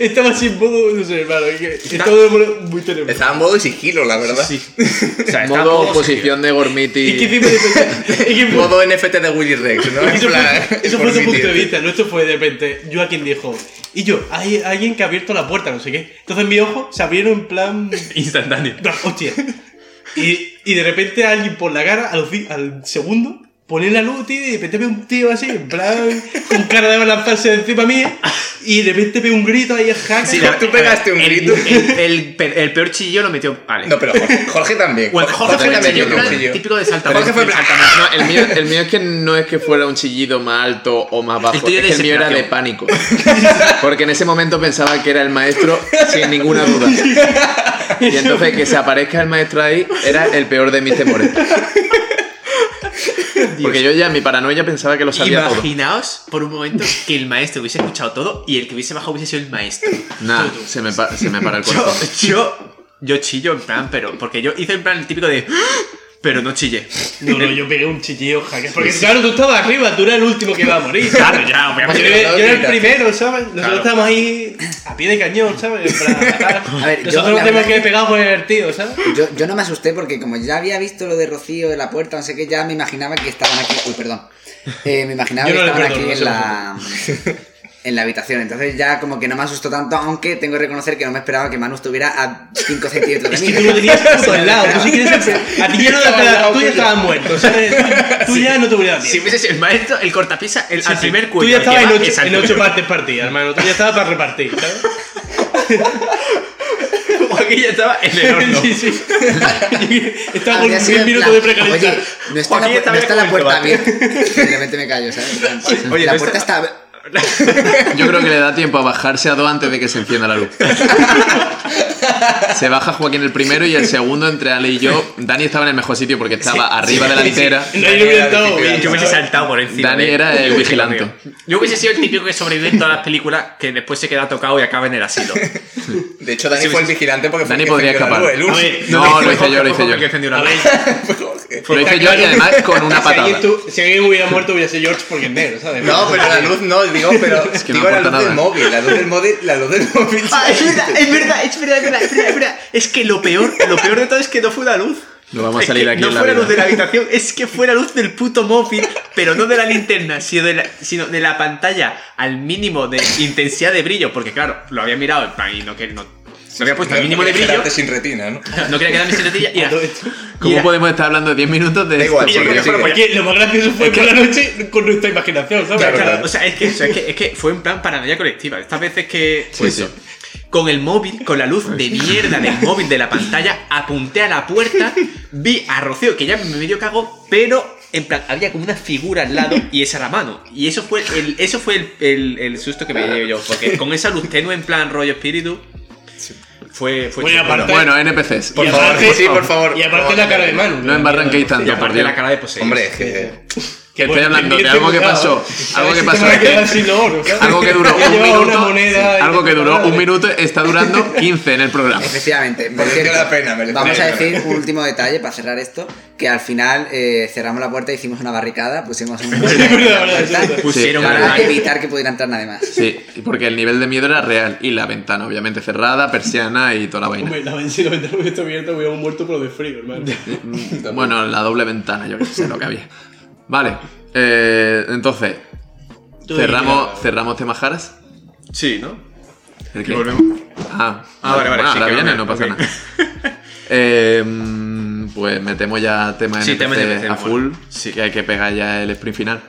S7: Estaba sin modo, no sé, hermano. es que
S4: Está-
S7: Estaba de modo muy tenebroso.
S6: Estaba en modo de sigilo, la verdad.
S4: Sí. O sea, está
S3: Modo
S4: todo-
S3: posición de Gormiti.
S7: Es que encima de repente- es que fue-
S6: Modo NFT de Willy Rex, ¿no? En
S7: Eso
S6: plan,
S7: fue, eso
S6: por
S7: fue su
S6: mi
S7: punto de
S6: tío.
S7: vista, ¿no? Esto fue de repente. Yo a quien dijo, y yo, hay alguien que ha abierto la puerta, no sé qué. Entonces mi ojo se abrieron en plan.
S4: instantáneo.
S7: No, hostia. Y, y de repente alguien por la cara, al, fi- al segundo, pone la luz, tío, y de repente ve un tío así, en plan, con cara de lanzarse encima mía, y de repente ve un grito ahí, jaca.
S4: Sí, la-
S6: Tú pegaste un
S4: el-
S6: grito.
S4: El, el pe- el peor chillo lo metió. Vale.
S6: No, pero Jorge, Jorge también.
S4: Bueno, Jorge, fue el
S6: también
S4: chillo,
S6: tiene un
S4: en plan
S6: chillo.
S4: típico de Salta.
S6: Jorge fue en plan,
S3: No, el mío, el mío es que no es que fuera un chillido más alto o más bajo,
S4: El tuyo
S3: es
S4: de
S3: que el mío era de pánico. Porque en ese momento pensaba que era el maestro sin ninguna duda. Y entonces que se aparezca el maestro ahí era el peor de mis temores. Porque yo ya en mi paranoia pensaba que lo sabía todo.
S4: Imaginaos por un momento que el maestro hubiese escuchado todo y el que hubiese bajado hubiese sido el maestro.
S3: Nah, se me, pa- se me para el
S4: Yo,
S3: corazón.
S4: yo, yo chillo en plan, pero. Porque yo hice en plan el típico de. "Ah", Pero no chillé.
S7: No, no, yo pegué un chillillo, jaca. Porque claro, tú estabas arriba, tú eras el último que iba a morir. ¿sabes?
S4: Claro, ya,
S7: Yo,
S4: obviamente.
S7: era- yo era el primero, ¿sabes? Nosotros
S4: Claro.
S7: estábamos ahí a pie de cañón, ¿sabes? En plan,
S5: A ver, yo-
S7: Nosotros
S5: la
S7: no tenemos
S5: verdad-
S7: que pegar por el tío, ¿sabes?
S5: Yo, yo no me asusté porque como ya había visto lo de Rocío de la puerta, no sé qué, ya me imaginaba que estaban aquí. Uy, perdón. Eh, me imaginaba
S7: Yo no
S5: que
S7: le
S5: estaban aquí
S7: perdono,
S5: en
S7: no
S5: la. En la habitación, entonces ya como que no me asustó tanto, aunque tengo que reconocer que no me esperaba que Manu estuviera a 5 centímetros de
S7: Es
S5: mí.
S7: que tú lo tenías puto al lado. Tú si quieres empe- A ti ya no te
S6: Estaba al lado
S7: Tú ya
S6: tuyo.
S7: estabas muerto, ¿sabes? Tú tú ya no te hubieras dado
S4: Si
S7: tiempo.
S4: hubiese sido el maestro, el cortapisa, el, al primer cuello.
S7: Tú ya
S4: al que
S7: estabas en
S4: va,
S7: ocho,
S4: es al
S7: en
S4: cuello.
S7: ocho partes partidas, hermano. Tú ya estabas para repartir, ¿sabes?
S4: Joaquín ya estaba en el horno.
S7: Sí, sí. Estaba con
S5: Habría sido en
S7: 10 minutos
S5: plan,
S7: de precalentar.
S5: Oye, no está,
S4: Joaquín
S5: la, pu-
S4: estaba
S5: no está
S4: ya
S5: la
S4: con el
S5: puerta
S4: tomate.
S5: abierta. Simplemente me callo, ¿sabes? En plan,
S4: Oye,
S5: la
S4: no
S5: puerta
S4: está-
S5: está...
S3: Yo creo que le da tiempo a bajarse a dos antes de que se encienda la luz. Se baja Joaquín el primero y el segundo entre Ale y yo. Dani estaba en el mejor sitio porque estaba arriba de la litera.
S7: Nadie hubiera estado
S4: Y
S7: bien.
S4: Yo hubiese saltado por encima.
S3: Dani
S4: de-
S3: era el
S4: Yo hubiese
S3: vigilante.
S4: corrido. Yo hubiese sido el típico que sobrevive en todas las películas que después se queda tocado y acaba en el asilo.
S6: De hecho, Dani
S4: Sí,
S6: fue el
S4: sí.
S6: vigilante porque fue
S3: Dani
S6: el que
S3: podría
S6: encendió la
S3: escapar.
S6: luz, el
S7: A
S6: urso.
S7: ver,
S3: No, lo
S4: fue
S3: hice yo, lo
S4: Jorge,
S3: hice
S4: fue
S3: yo.
S4: el que encendió la
S7: A
S4: luz.
S7: ver,
S3: Lo hice yo y además con una
S7: si alguien,
S3: patada.
S7: tú, si alguien hubiera muerto, hubiera sido George porque es negro, ¿sabes?
S6: No, pero la luz no, digo, pero
S3: que no
S6: digo la luz
S3: aporta
S6: del
S3: nada.
S6: móvil, la luz del móvil, la luz del móvil.
S4: Ah, es verdad, es verdad, es verdad, es verdad, es verdad, es verdad. Es que lo peor, lo peor de todo es que no fue una luz.
S3: No vamos a
S4: Es
S3: salir
S4: que
S3: de aquí
S4: no
S3: en la
S4: fue la
S3: vida.
S4: luz de la habitación, es que fue la luz del puto móvil, pero no de la linterna, sino de la, sino de la pantalla al mínimo de intensidad de brillo, porque claro, lo había mirado en plan y no que no, lo había puesto al Pues mínimo de brillo,
S6: Quedarte sin retina, ¿no?
S4: no quería quedarme sin letilla y era,
S7: Todo esto.
S3: ¿Cómo
S4: y era-
S3: podemos estar hablando 10 minutos de
S6: Da igual,
S4: Y
S3: esto?
S4: yo creo
S6: porque
S4: que fuera
S6: sigue.
S4: polla.
S7: Que lo más gracioso fue por la noche con nuestra imaginación, ¿sabes?
S6: Claro,
S4: Claro, o sea, es que, eso, es, que, es que fue en plan paranoia colectiva. Estas veces que.
S3: Sí,
S4: pues
S3: sí.
S4: eso, Con el móvil, con la luz de mierda del móvil de la pantalla, apunté a la puerta, vi a Rocío, que ya me medio cago, pero en plan, había como una figura al lado y esa era la mano. Y eso fue el, eso fue el, el- el susto que me dio yo, porque con esa luz tenue en plan rollo espíritu, fue. fue
S7: Bueno,
S4: chulo.
S7: aparte-
S3: Bueno, NPCs.
S7: Y
S6: Por
S7: aparte-
S6: favor, sí, por favor.
S7: Y aparte la cara de Manu.
S3: No embarranquéis
S4: Y
S3: tanto, por
S4: aparte
S3: Dios.
S4: la cara de poseído.
S6: Hombre, es que.
S3: Que estoy
S7: Bueno,
S3: hablando de
S7: pendiente,
S3: algo que
S7: cuidado.
S3: pasó. Algo
S7: A ver
S3: que
S7: si
S3: pasó.
S7: te vas a quedar sin oro, ¿sabes?
S3: Algo que duró
S7: Te has
S3: un
S7: llevado una
S3: minuto.
S7: moneda y
S3: Algo que
S7: te
S3: duró
S7: vas a-
S3: un minuto está durando 15 en el programa.
S5: Efectivamente, por
S6: Mereció
S5: cierto,
S6: la pena, mereció
S5: vamos
S6: la
S5: a
S6: pena.
S5: decir un último detalle para cerrar esto, que al final eh, cerramos la puerta, hicimos una barricada, pusimos un muro en la
S7: verdad, verdad,
S5: puerta
S4: Pusieron
S3: Sí,
S4: a
S5: para
S4: la-
S5: evitar que pudiera entrar nadie más.
S3: Sí, porque el nivel de miedo era real. Y la ventana, obviamente, cerrada, persiana y toda la vaina.
S7: Hombre, la ventana- si la ventana hubiera estado abierta, hubiéramos muerto pero de frío, hermano.
S3: Mm, Bueno, la doble ventana, yo qué sé lo que había. Vale, eh, entonces,
S7: Tú
S3: cerramos,
S7: dirías,
S3: cerramos tema Jaras.
S4: Sí, ¿no?
S3: ¿El
S4: Y
S3: qué?
S4: volvemos.
S3: Ah,
S4: Ah, vale, vale,
S3: bueno,
S4: sí,
S3: ahora
S4: que
S3: viene,
S4: vale,
S3: no pasa
S4: ok.
S3: nada. Eh, mm, pues metemos ya tema
S4: Sí,
S3: NPC
S4: tema NPC,
S3: a full,
S4: bueno. Sí.
S3: que hay que pegar ya el sprint final.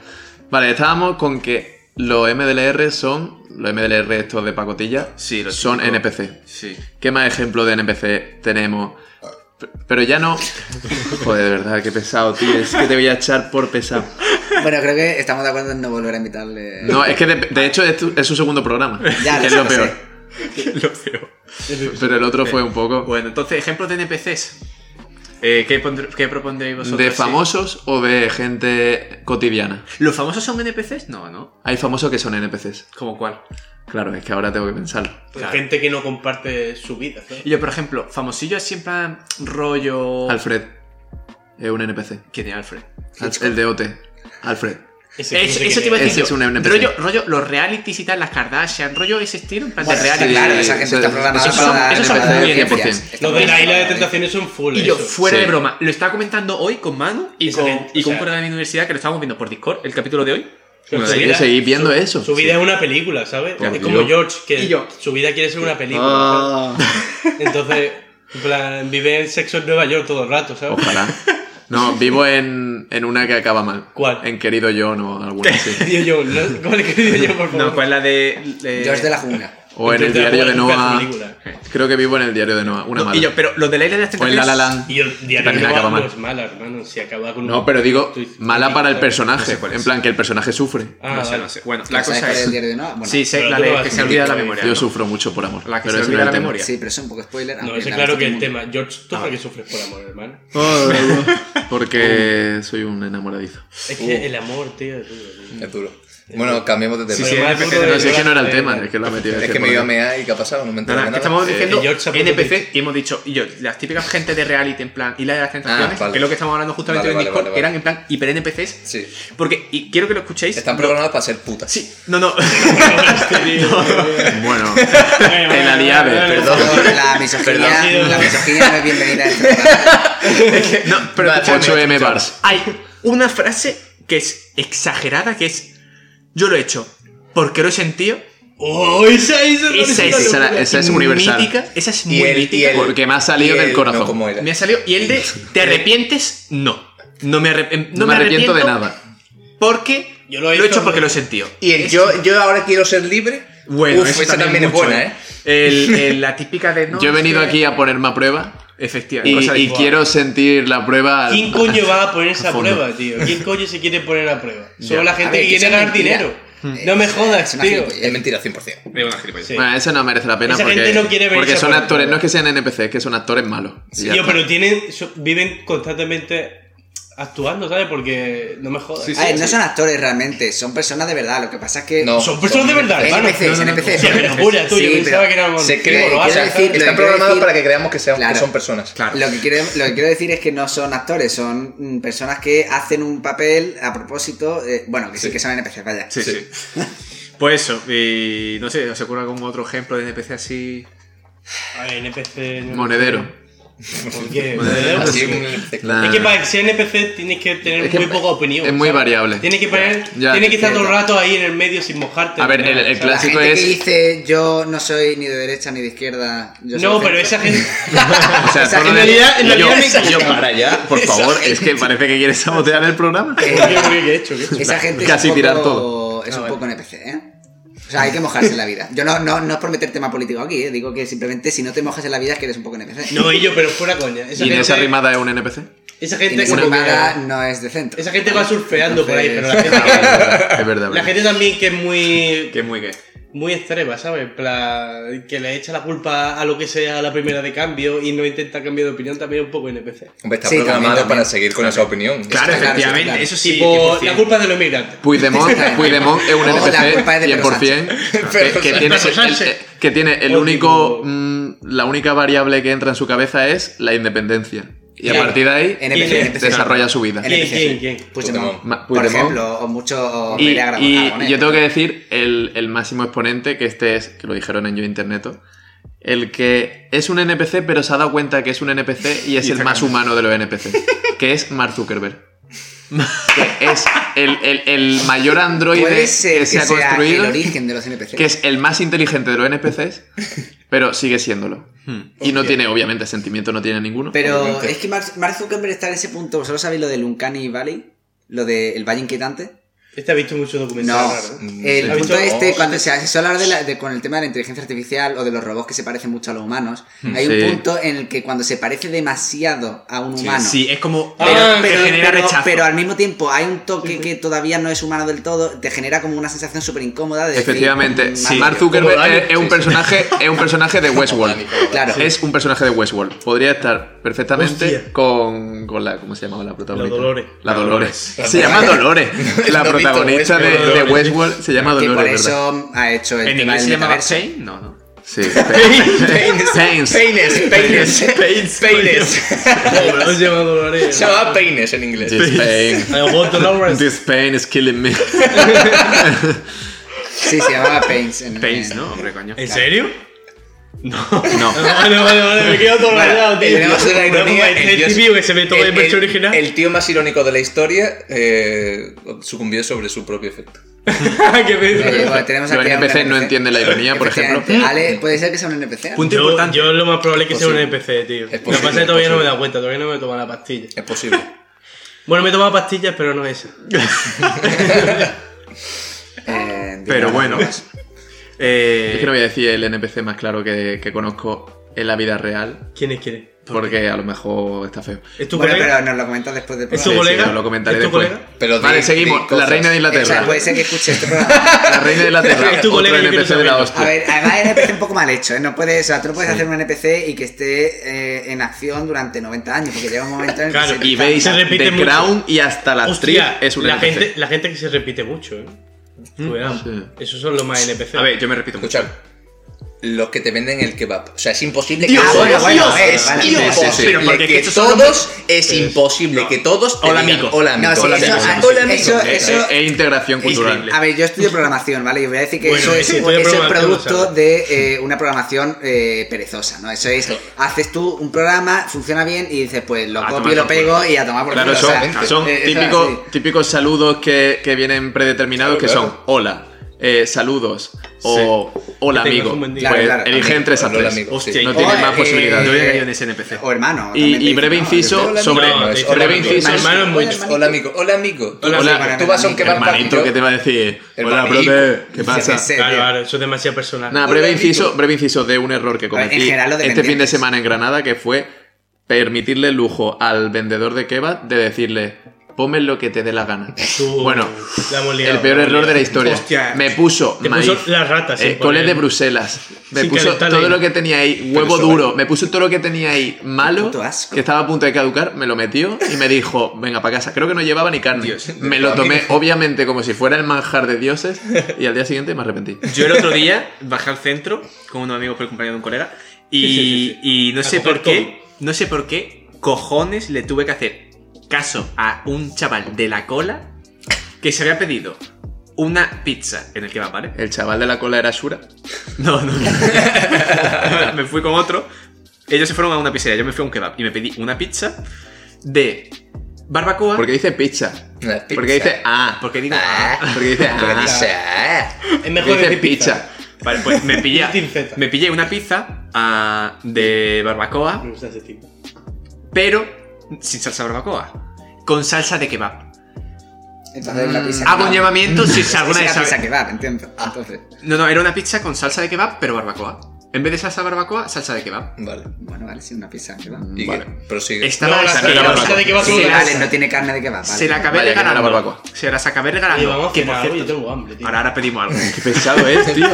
S3: Vale, estábamos con que los MDLR son, los MDLR estos de pacotilla,
S4: Sí, lo
S3: son
S4: típico.
S3: NPC.
S4: Sí.
S3: ¿Qué más ejemplo de NPC tenemos? P- Pero ya no... Joder, de verdad, qué pesado, tío. Es que te voy a echar por pesado.
S5: Bueno, creo que estamos de acuerdo en no volver a invitarle.
S3: No, es que de, de hecho es, tu- es su segundo programa.
S5: Ya,
S3: que
S5: lo
S3: es
S5: sé,
S3: lo
S5: lo sé.
S3: peor.
S4: Lo feo.
S3: Pero el otro fue un poco...
S4: Bueno, entonces, ejemplos de NPCs. Eh, ¿qué, pondr- qué propondréis vosotros?
S3: ¿De
S4: Sí.
S3: famosos o de gente cotidiana?
S4: ¿Los famosos son NPCs? No, ¿no?
S3: Hay famosos que son NPCs.
S4: ¿Como cuál?
S3: Claro, es que ahora tengo que pensarlo.
S7: Pues Gente que no comparte su vida, ¿sabes?
S4: Y yo, por ejemplo, famosillo es siempre rollo.
S3: Alfred es un NPC.
S4: ¿Quién es Alfred?
S3: Al- El de OT. Alfred.
S7: Ese que no
S4: Eso,
S7: sé
S4: eso
S7: quién
S4: te iba a
S7: es.
S4: decir.
S3: Ese
S4: yo.
S3: es un NPC.
S4: Rollo, rollo, los realities y tal, las Kardashian, rollo ese estilo, en plan de
S5: Bueno, está
S4: reality.
S5: claro, esa gente está
S3: eso-
S5: programada
S4: eso son-
S5: para.
S4: eso son
S5: para
S4: muy
S5: ciencias.
S3: NPC.
S5: Está
S7: Los de la
S5: programada,
S7: isla de
S5: ¿eh?
S7: tentaciones son full.
S4: Y yo,
S7: eso.
S4: fuera
S3: Sí.
S4: de broma, lo estaba comentando hoy con Manu y
S7: Esa
S4: con,
S7: gente,
S4: y con
S7: o sea-
S4: un colega de mi universidad que lo estábamos viendo por Discord, el capítulo de hoy.
S7: Su
S3: Bueno, sí,
S7: vida-
S3: seguís viendo
S7: su-
S3: eso.
S7: Su vida es una película, ¿sabes?
S3: Por
S7: es como
S3: Dios.
S7: George, que
S4: Y yo.
S7: su vida quiere ser una película.
S3: Ah,
S7: ¿sabes? Entonces, en plan, vive en sexo en Nueva York todo el rato, ¿sabes?
S3: ojalá. No, vivo en, en una que acaba mal.
S7: ¿Cuál?
S3: En Querido John o alguna así.
S7: Digo yo, ¿no? ¿Cuál es que digo yo, por favor?
S4: No, pues la de. de-
S5: Eh, George de la jungla.
S3: O en el
S7: Intenta
S3: diario de
S7: jugar nunca
S3: Noah.
S7: su película.
S3: Creo que vivo en el diario de Noah. Una
S4: No, y
S3: mala.
S4: yo, pero los de la isla de las
S3: O en La
S4: tentaciones.
S3: La Land.
S7: Y yo, diario de
S3: También acaba
S7: Noah no
S3: mal.
S7: es mala, hermano. Si acaba con un-
S3: No, pero digo,
S7: tú-
S3: mala para el
S7: ¿sabes?
S3: personaje.
S4: cuál es.
S3: en plan, que el personaje sufre.
S7: Ah,
S4: no sé,
S7: vale.
S4: no sé. Bueno,
S5: ¿No
S4: la
S5: sabes
S4: cosa
S5: cuál es
S4: es.
S5: el diario de Noah? Bueno,
S4: Sí, sé,
S7: Pero
S4: la
S7: tú
S4: de
S7: vas
S4: que
S7: a
S4: se olvida la
S7: decir-
S4: memoria.
S3: Yo
S4: ¿no?
S3: sufro mucho por amor.
S4: La que
S3: pero
S4: se
S3: es
S4: olvida la
S3: realmente-
S4: memoria.
S5: Sí, pero eso es un poco spoiler.
S7: No,
S5: aunque
S7: eso
S5: la
S7: claro
S5: visto
S7: que el
S5: mucho.
S7: tema. George,
S3: Ah.
S7: ¿tú por qué sufres por amor, hermano?
S4: Oh.
S3: Porque soy un enamoradizo.
S7: Es
S3: Uh.
S7: que el amor, tío, es duro, tío.
S6: Es duro. Bueno, cambiemos de tema.
S4: Sí,
S7: Pero
S4: sí,
S7: más
S4: NPC,
S7: duro
S4: no,
S7: de-
S3: No, si es que no era el
S7: de-
S3: tema, es que lo ha metido.
S6: Es
S3: ese
S6: que me
S3: por
S6: iba a
S3: ahí.
S6: mear y ¿qué ha pasado? No me entero
S4: Nada,
S6: de
S4: que
S6: nada.
S4: estamos
S6: Eh,
S4: diciendo
S7: y George se ha puesto
S4: NPC y hemos dicho, y yo, las típicas gente de reality en plan, y la de las tentaciones,
S6: Ah, vale.
S4: que es lo que estamos hablando justamente
S6: Vale,
S4: en
S6: vale,
S4: Discord,
S6: vale,
S4: que
S6: vale.
S4: eran en plan hiper NPCs.
S6: Sí.
S4: Porque, y quiero que lo escuchéis.
S6: Están programadas para ser putas.
S4: Sí, no, no.
S3: Bueno,
S7: Bueno,
S3: en la liave,
S7: bueno,
S3: perdón.
S5: Perdón, la misoginia,
S7: Perdón.
S5: la misoginia no es bienvenida a este programa.
S4: no, pero
S6: Vale,
S4: escuchadme,
S3: 8M
S4: escuchadme.
S3: bars.
S4: Hay una frase que es exagerada, que es, yo lo he hecho porque lo he sentido.
S7: ¡Oh, esa, esa,
S4: Esa es,
S3: esa
S7: locura.
S3: era- esa es universal.
S4: mítica, esa es
S6: Y
S4: muy
S6: el, y
S4: mítica.
S6: el-
S3: Porque me ha salido
S6: y
S3: del
S6: el-
S3: corazón.
S6: No, ¿cómo era?
S4: Me ha salido, y el de, ¿te arrepientes? No. No me, arrep- em, no me arrepiento,
S3: de nada.
S4: Porque
S7: Yo lo he
S4: lo he
S7: hecho
S4: hecho porque
S7: por-
S4: lo he sentido.
S6: Y el yo, yo ahora quiero ser libre.
S4: Bueno,
S6: Uf,
S4: eso
S6: esa también, es
S4: mucho,
S6: buena, ¿eh?
S4: El- el- la típica de no,
S3: Yo he venido
S4: es que-
S3: aquí a ponerme a prueba y,
S4: Efectivamente. cosa de-
S3: y quiero sentir la prueba. al-
S7: ¿Quién coño va a poner esa
S3: a fondo.
S7: prueba, tío? ¿Quién coño se quiere poner a prueba? Solo la
S5: A
S7: gente
S5: ver,
S7: que
S5: que eso
S7: quiere
S5: es
S7: ganar
S5: mentira.
S7: dinero.
S5: Eh,
S7: No me jodas,
S5: es una
S7: tío.
S5: gilipollez.
S6: ¿eh? Es mentira 100%.
S4: Es una gilipollez.
S7: Sí.
S3: Bueno, Ah, eso no merece la pena
S7: Esa
S3: porque,
S7: gente no quiere ver
S3: porque
S7: esa
S3: son
S7: prueba.
S3: actores, no es que sean NPCs, que son actores malos. Y ya
S7: Tío,
S3: está.
S7: pero tienen, so- viven constantemente actuando, ¿sabes? Porque no me jodas.
S5: A ver, no son actores realmente, son personas de verdad. Lo que pasa es que.
S6: No.
S7: Son personas de verdad, hermano.
S5: NPCs, NPCs.
S7: Sí, pero pura, tú,
S5: Sí,
S7: yo
S5: pero
S7: pensaba que éramos...
S6: se cree-
S7: tío,
S5: quiero
S7: lo hacen,
S5: decir-
S7: ¿sabes?
S5: lo
S6: Están
S5: que quiero
S6: programadas
S5: decir-
S6: para que creamos que, sean,
S5: Claro.
S6: que son personas.
S4: Claro.
S5: Lo que, quiero, lo que quiero decir es que no son actores, son mm, personas que hacen un papel a propósito. eh, bueno, que sí, que son NPCs, vaya.
S4: Sí, sí. Pues eso, y no sé, ¿os ocurre algún otro ejemplo de NPC así?
S7: A ver, NPC... no-
S3: Monedero.
S7: Porque
S6: Así
S7: es
S6: un-
S3: La-
S7: que para ser NPC tienes que tener
S3: Es que
S7: muy poca opinión.
S3: es muy
S7: ¿sabes?
S3: variable.
S7: Tienes que, poner-
S3: Ya.
S7: tienes que estar todo el rato ahí en el medio sin mojarte.
S3: A ver,
S7: ¿no?
S3: el- el
S7: ¿Sabes?
S5: La
S3: clásico
S5: gente
S3: es-
S5: que dice yo no soy ni de derecha ni de izquierda. yo soy
S7: No,
S5: de
S7: pero
S5: centro".
S7: esa gente.
S3: O sea,
S5: Esa
S3: tú no
S5: gente-
S3: eres-
S7: en realidad me
S3: yo, yo, para allá, por
S5: Esa
S3: favor, es que parece que quieres sabotear el programa.
S7: ¿Qué he hecho? ¿Qué he hecho?
S5: Esa gente
S3: Casi
S5: es un poco,
S3: tirar todo.
S5: Es
S4: Ah,
S5: un
S4: vale.
S5: poco NPC, ¿eh? O sea, hay que mojarse en la vida. Yo no, no, no es por meter tema político aquí, ¿eh? digo que simplemente si no te mojas en la vida es que eres un poco NPC.
S7: No, este y yo, pero fuera coña. Esa
S3: Y en
S7: gente,
S3: esa rimada es un NPC.
S7: esa
S5: Y
S7: gente
S5: esa
S7: como que-
S5: pomada no es de centro.
S7: esa gente va surfeando por ahí, pero la
S3: Ah,
S7: gente,
S3: vale, vale, es verdad.
S7: la
S3: vale.
S7: gente también que es muy
S4: Que es muy gay.
S7: muy extrema, ¿sabes? En plan, que le echa la culpa a lo que sea la primera de cambio y no intenta cambiar de opinión también es un poco NPC.
S6: Hombre, está
S5: Sí, también,
S6: programado
S5: también.
S6: para seguir con esa opinión.
S4: Claro,
S5: claro,
S4: efectivamente,
S5: claro.
S4: eso sí.
S7: tipo,
S4: 100%.
S7: la culpa de los inmigrantes.
S3: Puigdemont, Puigdemont es un
S5: Ojo, la culpa es de
S3: NPC
S5: Pedro
S3: 100%, que, que tiene,
S4: Pedro
S3: el-
S4: Sánchez.
S3: el- que tiene el
S7: Odio.
S3: único, mm, la única variable que entra en su cabeza es la independencia. Y a
S7: Claro.
S3: partir de ahí
S5: NPC,
S7: ¿Quién?
S5: NPC.
S3: desarrolla su vida.
S5: En
S7: ¿Quién,
S5: NPC.
S7: quién, quién?
S5: Puigdemont.
S6: Puigdemont.
S3: Ma-
S5: Por
S3: Puigdemont.
S5: ejemplo, o mucho
S3: Y,
S5: Pere Aragon-
S3: y
S5: Aragonés.
S3: yo tengo que decir el, el máximo exponente, que este es, que lo dijeron en Yo Interneto, el que es un NPC pero se ha dado cuenta que es un NPC y es
S4: Y
S3: el
S4: está
S3: más humano de los NPC, que es Mark Zuckerberg. que es el, el- el mayor androide
S5: Puede ser
S3: que se ha
S5: el
S3: construido,
S5: origen de los NPC.
S3: que es el más inteligente de los NPCs, pero sigue siéndolo. Y no tiene, obviamente, sentimiento, no tiene ninguno.
S5: Pero
S6: Obviamente.
S5: es que Mark, Mark Zuckerberg está en ese punto. ¿Vosotros sabéis lo del Uncanny Valley? ¿Lo del Valle Inquietante?
S7: Este ha visto mucho
S5: No,
S7: documental. raro.
S6: Mm,
S5: el
S7: ¿Ha
S5: punto
S7: visto?
S5: este,
S7: Oh,
S5: cuando se se suele hablar de la- de- con el tema de la inteligencia artificial o de los robots que se parecen mucho a los humanos, hay
S3: Hmm. Sí.
S5: un punto en el que cuando se parece demasiado a un humano,
S4: Sí, es como.
S7: Ah,
S4: Pero,
S7: pero-
S4: pero genera
S5: pero,
S4: rechazo.
S5: pero al mismo tiempo hay un toque que todavía no es humano del todo, te genera como una sensación súper incómoda de... decir,
S3: Efectivamente,
S5: mm,
S3: sí. Mark
S5: madre,
S3: Zuckerberg
S4: Como Dani.
S3: es, es un
S4: Sí, sí.
S3: personaje, es un personaje de Westworld.
S5: Claro.
S3: Es un personaje de Westworld. Podría estar perfectamente
S7: Hostia.
S3: con, con la. ¿Cómo se llamaba la protagonista?
S7: La Dolores.
S3: La
S4: La
S3: Dolores.
S6: Dolores.
S3: Se llama Dolores. La
S6: No he visto
S3: protagonista de,
S6: Westworld.
S3: de Westworld se llama
S5: Que
S3: Dolores,
S5: por
S3: ¿verdad?
S5: eso ha hecho el
S4: En
S5: tema
S4: inglés
S5: del
S4: se llamaba
S5: metaverso.
S4: Pain. No, no.
S3: Sí. Pains. Pains.
S6: Peines, peines,
S4: Pains.
S6: peines.
S7: No se llama Dolores.
S6: Se llama peines en inglés.
S3: This pain.
S7: I want Dolores.
S3: This pain is killing me.
S5: Sí, se llamaba Pains. en-
S4: Pains,
S5: en-
S4: ¿no? Hombre, coño.
S7: ¿En serio?
S3: No.
S7: Vale, vale, vale, me quedo todo rayado, tío.
S6: tenemos una ironía, el
S7: el
S6: dios-
S7: tío que se ve todo en versión original.
S6: el tío más irónico de la historia eh, sucumbió sobre su propio efecto.
S7: Qué
S5: Eh,
S7: pedo.
S5: bueno, tenemos
S3: Los
S5: aquí a un
S3: NPC no entienden la ironía, por ejemplo.
S5: Efectivamente. Ah, Ale, puede ser que sea un NPC.
S4: Punto
S7: Yo-
S4: importante.
S7: Yo lo más probable es que sea un
S6: Posible.
S7: NPC, tío. Lo que
S6: posible,
S7: pasa es que
S6: es
S7: todavía no me
S6: posible.
S7: he dado cuenta, todavía no me he tomado la pastilla.
S6: Es posible.
S7: Bueno, me he tomado pastillas, pero no esa.
S5: Eh,
S4: Pero
S5: digamos,
S4: bueno.
S5: más.
S4: Eh,
S3: Es que no voy a decir el NPC más claro que, que conozco en la vida real,
S7: ¿Quién es quién? es?
S3: porque a lo mejor está feo.
S7: ¿Es tu
S5: Bueno,
S7: colega?
S5: pero nos lo comentas después del
S7: ¿Es
S5: programa.
S7: tu
S3: Sí, sí,
S7: colega?
S3: os lo comentaré
S7: ¿Es tu
S3: después.
S7: colega?
S6: Pero
S3: Vale,
S6: di-
S3: seguimos.
S6: di
S3: La
S6: cosas.
S3: reina de Inglaterra.
S5: O sea, puede ser que escuche este programa.
S3: La reina de la Tierra.
S7: Es tu colega,
S3: otro
S7: yo quiero
S3: NPC de la
S7: saberlo.
S5: A
S3: hostia.
S5: ver, además es un NPC un poco mal hecho, ¿eh? No puedes, o sea, tú no puedes hacer un NPC y que esté eh, en acción durante 90 años, porque llega un momento en el que
S7: Claro,
S5: se
S3: Y veis
S7: Se repite
S3: The
S7: mucho.
S3: Crown y hasta la actriz
S7: Hostia,
S3: es un
S7: la
S3: NPC.
S7: gente, la gente que se repite mucho, ¿eh? Cuidado.
S3: sí.
S7: Esos son los más NPC.
S4: A ver, yo me repito mucho.
S6: Escuchad. Los que te venden el kebab. O sea, es imposible que
S4: Dios,
S6: todos.
S5: Dios,
S6: es
S5: Dios,
S6: imposible
S3: sí, sí.
S4: Pero porque es que
S6: que
S4: estos son los-
S6: todos. Es imposible que todos. te
S4: Hola,
S6: digan,
S4: amigo.
S6: Hola, amigo.
S5: No, sí,
S6: hola,
S5: eso-
S6: amigo.
S5: ah,
S6: Hola,
S5: eso-
S6: amigo.
S5: eso-
S3: Es, es integración cultural.
S4: Increíble.
S5: A ver, yo estudio programación, ¿vale? Y voy a decir que
S7: Bueno,
S5: eso, es,
S7: si estudia
S5: eso es
S7: programación, lo
S5: producto
S7: sabes.
S5: de eh, una programación eh, perezosa, ¿no? Eso es, haces tú un programa, funciona bien y dices, pues lo
S4: A
S5: copio
S4: tomar
S5: y lo
S4: por culo.
S5: pego y a tomar por
S3: Claro,
S5: culo, o
S3: son,
S5: sea,
S3: son
S5: eh, eso es
S3: típicos,
S5: así.
S3: típicos saludos que, que vienen predeterminados,
S6: Claro,
S3: que
S6: claro.
S3: son hola, eh, saludos o hola
S7: Que tengas
S3: amigo.
S7: un buen
S3: Pues
S7: día.
S5: Claro, claro,
S3: elige
S5: amigo,
S3: entre esas
S6: hola,
S3: tres.
S6: amigo.
S4: Hostia,
S3: No
S4: y-
S3: tiene
S5: Oh,
S3: más
S5: eh,
S4: Yo
S3: posibilidades.
S4: había caído en ese NPC.
S5: O hermano.
S3: Y,
S5: también te
S3: y breve
S5: dicen, ¿no?
S3: inciso
S6: hola,
S3: sobre.
S6: amigo.
S7: no, te
S6: es-
S7: dicen
S3: breve
S7: hermano,
S3: inciso.
S7: hermano es muy
S6: Hola, amigo. Hola, amigo. Tú-
S3: Hola,
S6: Tú vas a un kebab
S3: Hermanito,
S6: papi,
S3: ¿qué te va a decir? Hola,
S6: Hermanito.
S3: brother, ¿qué
S5: Yo qué
S3: pasa?
S5: sé,
S7: Claro,
S5: tío.
S7: claro, eso es demasiado personal.
S3: Nada,
S6: Hola,
S3: breve
S6: amigo.
S3: inciso, breve inciso de un error que
S5: ver, en
S3: cometí
S5: general, los
S3: este fin de
S5: dependientes.
S3: semana en Granada, que fue permitirle el lujo al vendedor de kebab de decirle, ponme lo que te dé la gana.
S7: Tú-
S3: bueno,
S7: la hemos liado,
S3: el peor
S7: la hemos
S3: error de la
S7: liado.
S3: historia.
S4: Hostia.
S3: Me puso
S7: Te
S3: maíz,
S7: puso las ratas,
S3: eh,
S7: sin
S3: coles
S7: poner-
S3: de Bruselas, me
S7: sin
S3: puso
S7: calentar la
S3: todo
S7: harina.
S3: lo que tenía ahí, huevo
S6: eso
S3: duro, me puso todo lo que tenía ahí malo,
S5: puto asco.
S3: que estaba a punto de caducar, me lo metió y me dijo, venga para casa. Creo que no llevaba ni carne.
S4: Dios,
S3: me lo tomé, obviamente, como si fuera el manjar de dioses y al día siguiente me arrepentí.
S4: Yo el otro día bajé al centro con unos amigos por el cumpleaños de un colega y,
S7: Sí, sí, sí, sí.
S4: y no
S7: A
S4: sé
S7: coger
S4: por qué, no sé por qué cojones le tuve que hacer caso a un chaval de la cola que se había pedido una pizza en el que va, ¿vale?
S3: El chaval de la cola era Shura.
S4: No, no. Me fui con otro Ellos se fueron a una pizzería, yo me fui a un kebab y me pedí una pizza de barbacoa.
S3: Porque dice pizza.
S6: La
S3: Porque
S6: pizza.
S3: dice ah.
S4: Porque digo,
S6: Ah,
S3: Porque dice
S6: porque
S3: ah.
S6: dice, ah.
S7: Es mejor
S3: dice
S7: decir pizza.
S3: pizza.
S4: Vale, pues me pillé,
S7: Team Z.
S4: me pillé una pizza ah, de barbacoa,
S7: Me gusta ese tipo.
S4: pero sin salsa barbacoa. Con salsa de kebab.
S5: Entonces
S6: Mm.
S5: una
S6: Ah, pues
S5: pizza
S4: Hago un
S5: kebab.
S4: llamamiento si se alguna
S5: Es
S4: vez
S5: una
S4: sabe-
S5: pizza kebab, entiendo. Entonces,
S4: No, no, era una pizza con salsa de kebab, pero barbacoa. En vez de salsa barbacoa, salsa de kebab.
S6: Vale.
S5: bueno, vale, sí, una pizza kebab.
S6: Y
S3: Vale.
S6: que prosigue.
S4: Estaba
S7: No, la
S4: esa
S7: salsa-
S4: mierda
S7: la salsa
S4: barbacoa.
S7: de kebab
S4: Se
S7: con
S5: Sí,
S4: las-
S5: vale, no tiene carne de kebab. vale.
S4: Se la acabé
S3: Vale,
S4: de
S3: que no era
S4: ganar.
S3: barbacoa.
S4: Se las acabé de
S7: Oye, vamos
S4: ganar.
S7: a
S4: Ah, Que por
S7: cenar, oye,
S4: cierto,
S7: tengo hambre, tío.
S4: ahora, ahora pedimos algo.
S3: Qué pesado es, tío.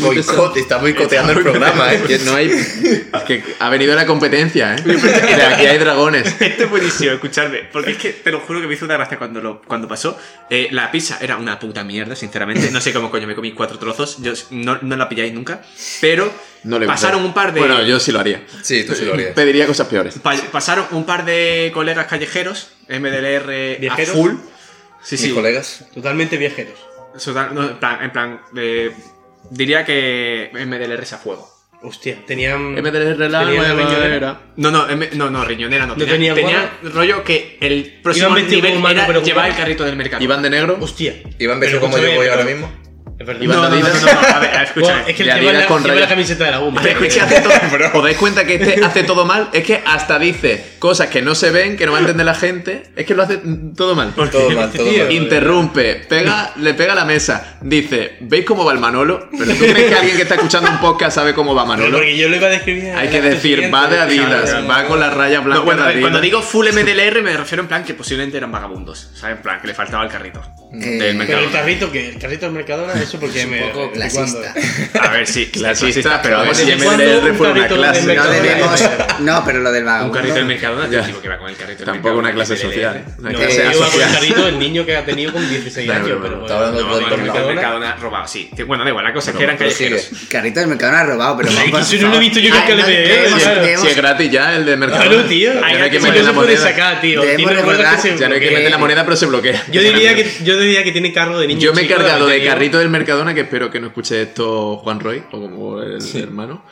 S6: Boicote, está boicoteando el programa, eh.
S3: Que no hay. es que ha venido la competencia, ¿eh? De aquí hay dragones.
S4: Esto es buenísimo, escuchadme. Porque es que te lo juro que me hizo una gracia cuando, lo, cuando pasó. Eh, la pizza era una puta mierda, sinceramente. No sé cómo coño me comí cuatro trozos. Yo, no, no la pilláis nunca. Pero
S3: No le gusta.
S4: pasaron un par de.
S3: Bueno, yo sí lo haría.
S6: Sí, tú sí lo harías.
S3: Pediría cosas peores.
S4: pa- pasaron un par de colegas callejeros, MDLR
S7: ¿Viajeros?
S4: a full. Sí,
S6: Mis
S4: sí.
S6: colegas.
S7: Totalmente viajeros.
S4: Total- no, en plan, en plan, eh, diría que MDLR es a fuego.
S7: Hostia, tenían.
S3: MDR
S7: la nueva era.
S4: No, no, em- no, no, riñonera no.
S7: ¿No
S4: tenía,
S7: tenía
S4: tenía rollo que el próximo
S7: vestidos
S4: nivel
S7: como humano,
S4: era
S7: pero
S4: llevar
S7: cubano.
S4: el carrito del mercado.
S3: Iván de negro.
S7: Hostia.
S6: Iván, ves
S7: Pero
S6: como yo
S7: escúchame,
S6: voy ahora
S7: pero-
S6: mismo.
S7: Es verdad.
S3: Iván
S4: no, no, no, no,
S3: Adidas.
S4: no, a ver, escúchame.
S7: Bueno, es que el
S3: de
S7: lleva
S3: Adidas
S7: la,
S3: con
S7: lleva la
S3: rayas.
S7: camiseta de la UMA.
S4: A ver, escucha, hace todo-
S3: ¿Os dais cuenta que este hace todo mal? Es que hasta dice cosas que no se ven, que no va a entender la gente. Es que lo hace todo mal.
S6: Todo mal, todo
S7: tío?
S6: mal.
S3: Interrumpe, pega, le pega a la mesa, dice, ¿veis cómo va el Manolo? Pero tú crees que alguien que está escuchando un podcast sabe cómo va
S7: Pero
S3: Manolo.
S7: porque yo lo iba a describir. a
S3: Hay
S7: la
S3: que
S7: gente
S3: decir,
S7: siguiente.
S3: va de Adidas,
S7: Claro,
S3: va con la raya blanca.
S4: No, bueno, a
S3: de
S4: ver, cuando
S3: Adidas.
S4: digo full MDLR me refiero en plan que posiblemente eran vagabundos, ¿sabes? En plan que le faltaba el carrito.
S5: Eh,
S4: del
S7: Pero el
S4: mercado.
S7: carrito que el carrito del Mercadona, eso porque
S5: Es un
S7: me.
S5: poco
S7: de cuando-
S5: clasista.
S4: A ver, sí,
S3: Clasista, pero a ver
S4: ver,
S3: si
S7: ¿Desde cuándo
S3: MDR fue
S7: un
S3: una
S7: carrito de
S3: clase.
S5: No
S7: Mercadona
S5: debemos.
S7: es-
S5: No, pero lo del vago.
S4: Un carrito del Mercadona,
S3: Ya.
S4: te digo que va con el carrito del
S3: Tampoco
S4: Mercadona,
S3: una clase
S4: MDLR.
S3: social. Una
S7: No,
S3: clase
S5: eh,
S7: yo iba con el
S3: asociada.
S7: carrito el niño que ha tenido con 16
S3: Da
S7: años,
S3: igual,
S7: pero
S6: está
S7: bueno.
S6: hablando
S4: No,
S6: de
S4: el carrito del
S6: Mercadona.
S4: Mercadona robado, sí. Bueno, da igual, la cosa es que eran
S6: Prosigue.
S4: callejeros.
S5: Pues Carrito del Mercadona robado, pero
S7: Ay,
S5: vamos,
S7: que si
S5: por
S7: no lo he
S5: favor.
S7: visto yo nunca
S5: Ay,
S7: le
S5: no,
S7: veo,
S5: debemos-
S7: claro.
S5: debemos-
S3: Si es gratis ya, el de mercado.
S7: Claro, tío.
S3: Ya
S4: Ahí
S3: no hay que
S4: sí,
S3: meter
S4: yo
S3: la
S4: se
S7: puede
S3: moneda.
S7: sacar, tío.
S5: Debemos
S7: Tiene recuerdo
S5: recordar-
S7: que se
S3: Ya no hay que
S7: bloquee.
S3: meter la moneda, pero se bloquea.
S7: Yo diría que yo diría que tiene cargo de niño.
S3: Yo me he
S7: chico,
S3: encargado de
S7: digo.
S3: carrito del Mercadona, que espero que no escuche esto Juan Roy, o como el hermano.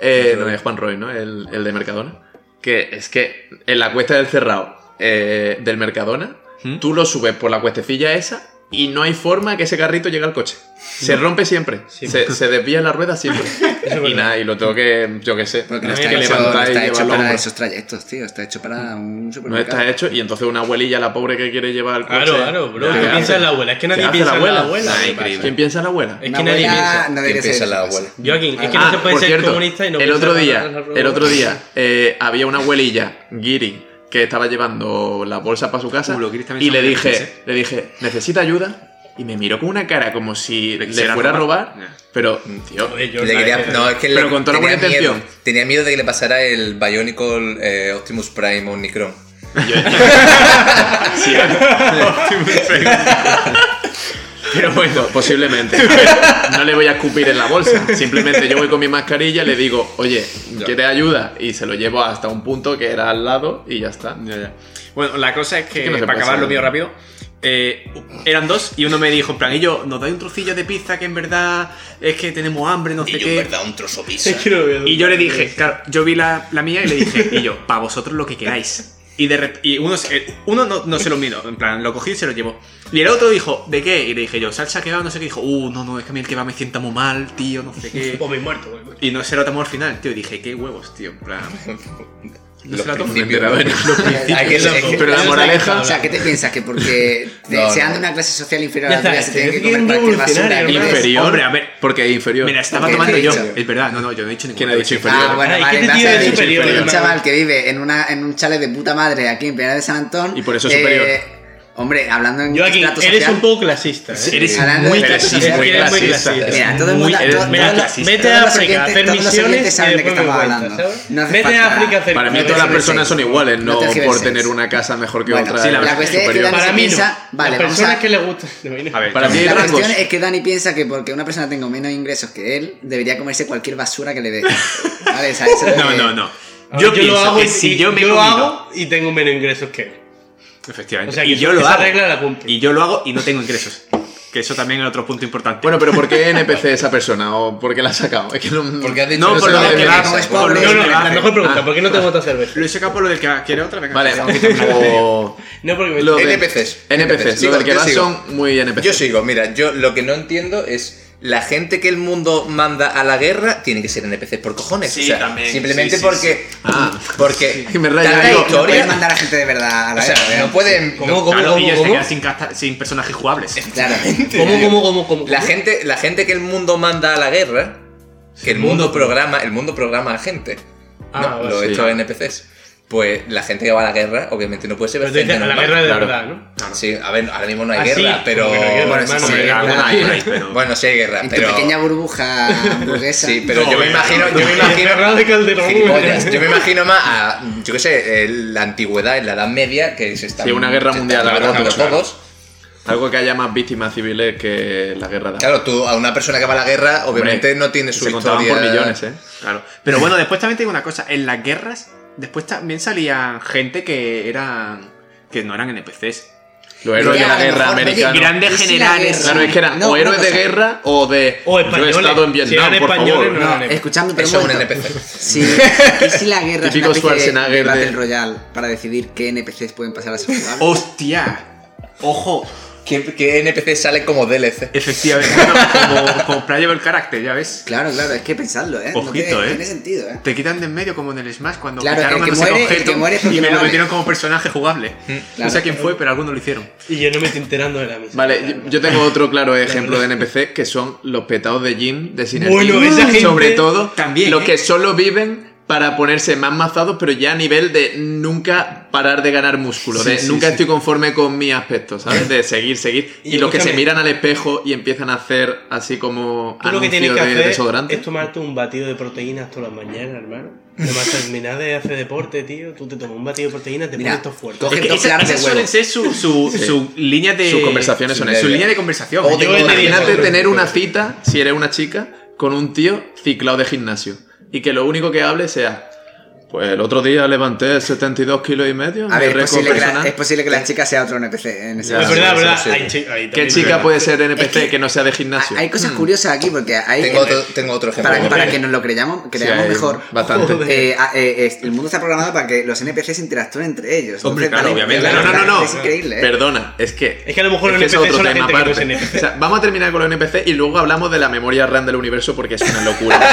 S3: Eh, no es Juan Roy, ¿no? El, el de Mercadona. Que es que en la cuesta del cerrado eh, del Mercadona,
S4: ¿Mm?
S3: tú lo subes por la cuestecilla esa y no hay forma que ese carrito llegue al coche. Se rompe siempre,
S7: Sí.
S3: se, se desvía la rueda siempre.
S7: es
S3: y
S7: verdad.
S3: nada, y lo tengo que, yo qué sé,
S5: Porque no
S3: hay
S5: está
S3: que
S5: hecho, no
S3: levantar y
S5: está hecho
S3: llevarlo a
S5: para
S3: hombros.
S5: esos trayectos, tío. Está hecho para un
S3: No
S5: supermercado.
S3: está hecho, y entonces una abuelilla, la pobre que quiere llevar el coche.
S7: Claro, claro,
S3: ¿qué
S7: bro. ¿Qué
S3: hace?
S7: piensa en la abuela? Es
S3: ¿Qué
S7: que nadie
S3: hace
S7: piensa en la abuela.
S4: Nada,
S7: ¿Qué
S4: increíble.
S7: pasa?
S3: ¿Quién piensa en la abuela?
S7: Es
S5: Una
S7: que nadie
S5: abuela
S7: piensa.
S5: no debería
S6: Empieza
S5: ser
S6: la
S5: eso.
S6: abuela.
S7: Joaquín, es que
S3: Ah,
S7: no se puede
S3: por
S7: ser
S3: cierto,
S7: comunista y no
S3: el
S7: pensar
S3: otro
S7: en
S3: día,
S7: la- la- la-
S3: el otro día eh, había una abuelilla, Giri, que estaba llevando la bolsa para su casa
S4: Uh, los guiris
S3: y
S4: también son
S3: le
S4: muy
S3: dije,
S4: difíciles,
S3: le dije, necesita ayuda y me miró con una cara como si le
S4: quisiera
S3: fuera
S4: robar.
S3: a robar,
S4: Ya.
S3: pero mm, tío,
S7: Joder, yo-
S6: Le quería- no, es que
S3: Pero
S6: le-
S3: con toda la buena
S6: tenía miedo-
S3: intención.
S6: Tenía miedo de que le pasara el Bionicle eh, Optimus Prime Omnicron.
S3: pero bueno, posiblemente. No le voy a escupir en la bolsa, simplemente yo voy con mi mascarilla, le digo, "Oye, ¿quieres ayuda?" y se lo llevo hasta un punto que era al lado y ya está.
S4: Ya, ya. Bueno, la cosa es que,
S3: Es que no se
S4: para
S3: puede
S4: acabar lo
S3: saber.
S4: mío rápido, eh, eran dos y uno me dijo, en plan, y yo, nos dais un trocillo de pizza que en verdad es que tenemos hambre, no sé
S6: Y yo,
S4: qué.
S6: en verdad, un trozo pizza.
S7: Es que no veo.
S4: Y yo le dije, claro, yo vi la, la mía y le dije, y yo, para vosotros lo que queráis. Y, de rep- y uno, se- eh, uno no, no se lo miró, en plan, lo cogí y se lo llevó. Y el otro dijo, ¿de qué? Y le dije yo, salsa kebab, no sé qué. Y dijo, uh, no, no, es que a mí el kebab me sienta muy mal, tío, no sé qué.
S7: O me he muerto, güey.
S4: Y no se lo tomó al final, tío. Y dije, qué huevos, tío, en plan. No
S6: Los
S4: se la tomó.
S6: principios.
S3: Pero bueno,
S6: Hay que- hay que-
S3: Pero la moraleja,
S5: O sea, ¿qué te piensas? Que porque te-
S6: No,
S5: sean
S6: no.
S5: de una clase social inferior
S7: Ya
S5: a la tuya
S7: está,
S5: se tienen que
S7: es que es
S5: comer
S7: un
S5: cualquier basura.
S7: revolucionario,
S5: ¿no?
S7: ¿no?
S3: inferior,
S4: Hombre, a ver.
S3: porque es inferior.
S4: Mira, estaba
S5: ¿Qué
S4: tomando
S5: te he
S4: yo.
S5: dicho?
S4: Es verdad, no, no, yo no he dicho ninguna
S3: ¿Quién ha dicho
S4: vez.
S3: inferior?
S5: Ah, bueno,
S7: Ay,
S5: vale,
S7: ¿qué te
S5: vas
S7: tiene
S5: a
S7: de
S5: decir,
S7: superior,
S5: pero Un
S7: hermano?
S5: chaval que vive en, una, en un chalet de puta madre aquí en Piedra de San Antón. Eh,
S3: Y por eso es superior.
S5: Hombre, hablando en
S7: Joaquín,
S5: estrato
S7: eres
S5: social,
S7: un poco clasista. ¿eh?
S4: Sí, eres
S5: hablando
S4: muy
S5: de estrato
S4: clasista,
S5: social,
S7: eres muy
S5: eres muy
S7: clasista.
S5: Mira, todo el mundo.
S7: Muy-
S5: todo-
S4: eres-
S5: todo-
S7: Mira,
S4: Mira,
S7: la-
S4: clasista.
S7: vete
S5: Todos
S7: a
S5: los
S7: África a
S5: oyentes- todos
S7: hacer
S5: los oyentes
S7: misiones y
S5: saben de qué
S7: después me
S5: estamos
S7: cuentas,
S5: hablando.
S7: ¿sabes?
S5: No hace
S7: Vete
S5: falta-
S7: a África a hacer
S3: Para mí
S5: No
S3: todas las
S5: tergiverséis.
S3: personas son iguales,
S5: No
S3: no, por
S5: tergiverséis.
S3: tener una casa mejor que
S5: Bueno,
S3: otra.
S5: sí,
S4: la
S3: es
S4: verdad
S5: es que
S3: superior.
S5: Dani
S7: Para mí no.
S5: piensa- vale,
S7: Las
S5: vamos a-
S7: personas que le gustan.
S4: A ver,
S3: Para mí hay
S5: La
S3: rangos.
S5: cuestión es que Dani piensa que porque una persona tenga menos ingresos que él, debería comerse cualquier basura que le dé. ¿Vale? O sea, eso es lo
S4: No,
S5: que-
S4: no, no. Yo, pienso
S7: lo hago
S4: que
S7: y-
S4: si yo me he
S7: yo lo
S4: comido-
S7: hago y tengo menos ingresos que él.
S4: Efectivamente.
S7: O sea,
S4: y
S7: que
S4: yo
S7: esa
S4: lo hago.
S7: regla la cumplo.
S4: Y yo lo hago y no tengo ingresos. Que eso también es otro punto importante.
S3: Bueno, pero ¿por qué NPC esa persona? ¿O por qué la has sacado? Es que no...
S6: Porque has dicho
S4: No, por
S6: se
S4: lo
S6: la
S4: que
S6: bebe
S4: da,
S6: esa,
S4: no es
S6: por
S4: por
S6: lo
S4: lo que
S6: que-
S7: No, no,
S4: que
S7: la
S4: hace.
S7: mejor pregunta, ¿por qué no te gusta cerveza?
S4: lo he sacado por lo del que va. ¿Quiere otra? Venga,
S3: Vale,
S4: vamos.
S3: o...
S7: No porque me
S3: Lo de-
S6: NPCs.
S3: NPCs.
S6: Sigo,
S3: Lo del que
S6: yo
S3: va
S6: sigo.
S3: son muy NPCs.
S6: Yo sigo, mira, yo lo que no entiendo es la gente que el mundo manda a la guerra tiene que ser NPCs por cojones.
S4: Sí,
S6: o sea,
S4: también,
S6: Simplemente
S4: sí, sí,
S6: porque.
S3: Ah.
S6: Porque.
S3: Sí, me raya,
S6: tanta
S3: digo,
S5: No puedes
S6: historia.
S5: mandar a gente de verdad a la
S6: O sea,
S5: guerra,
S6: no
S5: ¿eh?
S6: pueden.
S7: ¿Cómo,
S6: no-
S7: cómo,
S4: Claro, y
S7: cómo,
S4: se
S7: cómo?
S4: queda sin, casta- sin personajes jugables.
S5: Claro.
S7: ¿Cómo, cómo, cómo, cómo?
S6: La
S7: cómo?
S6: gente, la gente que el mundo manda a la guerra, que el mundo programa, el mundo programa a gente.
S7: Ah,
S6: no,
S7: vale,
S6: lo
S3: sí.
S6: hecho NPCs. Pues la gente que va a la guerra, obviamente no puede ser
S7: Pero tú
S6: gente
S7: dices, a la
S6: normal.
S7: guerra de
S3: claro.
S7: verdad, ¿no?
S6: Sí, a ver, ahora mismo no hay
S7: Ah, sí,
S6: guerra, pero.
S7: como que no hay guerra,
S6: bueno, sí,
S7: hermano,
S6: sí,
S7: hombre,
S6: hay guerra.
S4: Alguna hay, hay, pero...
S6: Bueno, sí hay guerra,
S5: En tu
S6: pero.
S5: pequeña burbuja hamburguesa.
S6: Sí, pero
S4: eh,
S6: yo me imagino, yo me
S7: Guerra
S6: imagino.
S7: de Calderón.
S6: gilipollas, yo me imagino más a, yo qué sé, eh, la antigüedad, en la Edad Media, que se está.
S3: Sí, una guerra mundial, la verdad, claro.
S6: todos.
S3: Algo que haya más víctimas civiles que la guerra de...
S6: Claro, tú a una persona que va a la guerra, obviamente
S3: Hombre,
S6: no tiene su
S3: Se
S6: historia.
S3: contaban por millones, ¿eh?
S4: Claro. Pero bueno, después también te digo una cosa. En las guerras, después también salían gente que eran. que no eran NPCs.
S3: Los héroes de
S5: Ya, a
S3: la
S5: lo
S3: guerra
S5: mejor me
S3: americana.
S5: llegan-
S4: Grandes
S5: ¿Y si la
S4: generales.
S5: guerra?
S3: Claro, es que eran
S5: No,
S3: o héroes
S5: no,
S3: de
S5: no.
S3: guerra o de.
S7: O españoles.
S3: Yo he estado en
S7: Si
S3: Vietnam,
S7: eran
S3: por
S7: españoles,
S3: favor.
S4: eh,
S7: no.
S5: No, escuchadme, pero
S6: Eso es
S5: un
S6: un
S5: momento.
S6: NPC.
S5: Sí, ¿y si la guerra
S3: Típico
S5: es una especie de- de
S3: Schwarzenegger
S5: Battle
S3: de-
S5: Royale para decidir qué NPCs pueden pasar a ser jugables?
S4: Oh. ¡Hostia! Ojo,
S6: ¿Qué, qué NPC sale como DLC?
S4: efectivamente, bueno, como, como Player el carácter, ya ves.
S5: Claro, claro, es que pensadlo, ¿eh? No
S4: Ojito,
S5: tiene-
S4: ¿eh?
S5: Tiene sentido, ¿eh?
S4: Te quitan de en medio como en el Smash cuando
S5: Claro,
S4: quitaron
S5: el que
S4: a no sé qué
S5: muere- el
S4: objeto
S5: que muere es porque
S4: y me
S5: no
S4: lo
S5: vale.
S4: metieron como personaje jugable. No
S5: claro.
S4: sé quién fue, pero algunos lo hicieron.
S7: Y yo no me estoy enterando de la misa.
S3: Vale, yo- yo tengo otro claro ejemplo de NPC que son los petados de gym de Sinergy.
S7: Bueno, esa gente
S3: Sobre todo,
S4: también,
S3: los
S4: ¿eh?
S3: que solo viven para ponerse más mazados, pero ya a nivel de nunca parar de ganar músculo, de nunca estoy conforme con mi aspecto, ¿sabes? De seguir, seguir.
S7: Y
S3: Y, los que se
S7: escúchame.
S3: miran al espejo y empiezan a hacer así como
S7: Tú lo que tienes
S3: anuncios
S7: que
S3: de
S7: hacer
S3: desodorante.
S7: es tomarte un batido de proteínas todas las mañanas, hermano. Además, terminar de hacer deporte, tío. Tú te tomas un batido de proteínas, te
S5: Mira,
S7: pones todo fuerte.
S5: coge-
S4: Es que
S5: Objeto
S4: esas,
S5: claro
S4: esas
S5: de
S4: suelen
S5: huevo.
S4: ser su, su,
S3: Sí.
S4: su línea de.
S3: Sus conversaciones son
S4: su,
S3: esas.
S4: su línea de conversación.
S6: O
S7: Yo he tenido-
S3: Imagínate
S7: Pero-
S3: tener una cita, si eres una chica, con un tío ciclado de gimnasio. Y que lo único que hable sea. Pues el otro día levanté 72 kilos y medio. mi
S5: A ver, es
S3: récord
S5: posible, que la,
S3: personal.
S5: es posible que la chica sea otro NPC en ese
S3: Ya.
S7: es
S5: caso.
S7: verdad,
S6: sí,
S7: verdad.
S6: sí, sí.
S7: Hay chi- hay
S3: ¿Qué
S7: también-
S3: chica pues, puede ser NPC
S5: Es que-
S3: que, no sea de gimnasio?
S5: Ah, Hay- Hay cosas curiosas aquí porque hay. eh,
S6: Tengo otro, tengo otro ejemplo.
S5: para, para que nos lo creyamos,
S3: Sí,
S5: creamos
S3: hay
S5: mejor.
S3: Bastante.
S7: Joder.
S5: Eh, a- eh, es- el mundo está programado para que los NPCs interactúen entre ellos.
S4: Hombre,
S5: Entonces,
S4: claro, obviamente.
S5: claro,
S3: No, no, no,
S5: claro,
S3: no.
S5: Es increíble, ¿eh?
S3: Perdona, es que.
S7: Es que a lo mejor
S3: es
S7: los NPC
S3: otro
S7: son la
S3: tema
S7: gente que no
S3: aparte.
S7: es NPC.
S3: O sea, vamos a terminar con los NPC y luego hablamos de la memoria RAM del universo porque es una locura.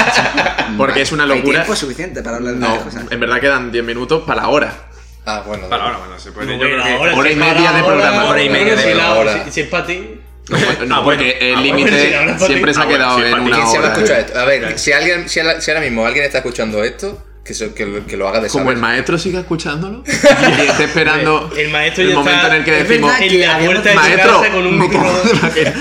S3: porque es una
S5: Hay
S3: locura.
S5: tiempo suficiente para hablar de
S3: No,
S5: las cosas.
S3: en verdad quedan 10 minutos para la hora.
S6: Ah, bueno.
S4: Vale, ahora, bueno, se puede.
S7: No,
S4: yo creo que-
S7: ahora sí,
S3: hora y
S7: para
S3: media de
S7: ahora,
S3: programa,
S6: hora y media
S7: bueno,
S6: de
S7: si la-
S6: hora.
S7: si- Si es para ti.
S3: No, no,
S4: Ah,
S3: porque el
S4: bueno. Ah, bueno,
S7: sí, la
S3: límite
S7: verdad,
S3: siempre se ha
S4: Pati. Ah,
S3: quedado
S4: bueno,
S3: en
S4: sí, Pati,
S3: una
S6: ¿Quién se va a
S3: hora.
S6: escuchar esto? A ver, si, alguien, si, ala- si ahora mismo alguien está escuchando esto, que, eso- que, lo- que lo haga de
S3: Como el
S6: saber.
S3: maestro siga escuchándolo y esté esperando
S7: El maestro
S3: el
S7: ya
S3: momento
S7: está-
S3: en el que
S5: Es
S3: decimos
S5: verdad
S7: En la
S5: habíamos-
S7: vuelta de tu
S3: maestro
S7: casa con un
S3: me
S7: micro.
S3: pongo de vaquera".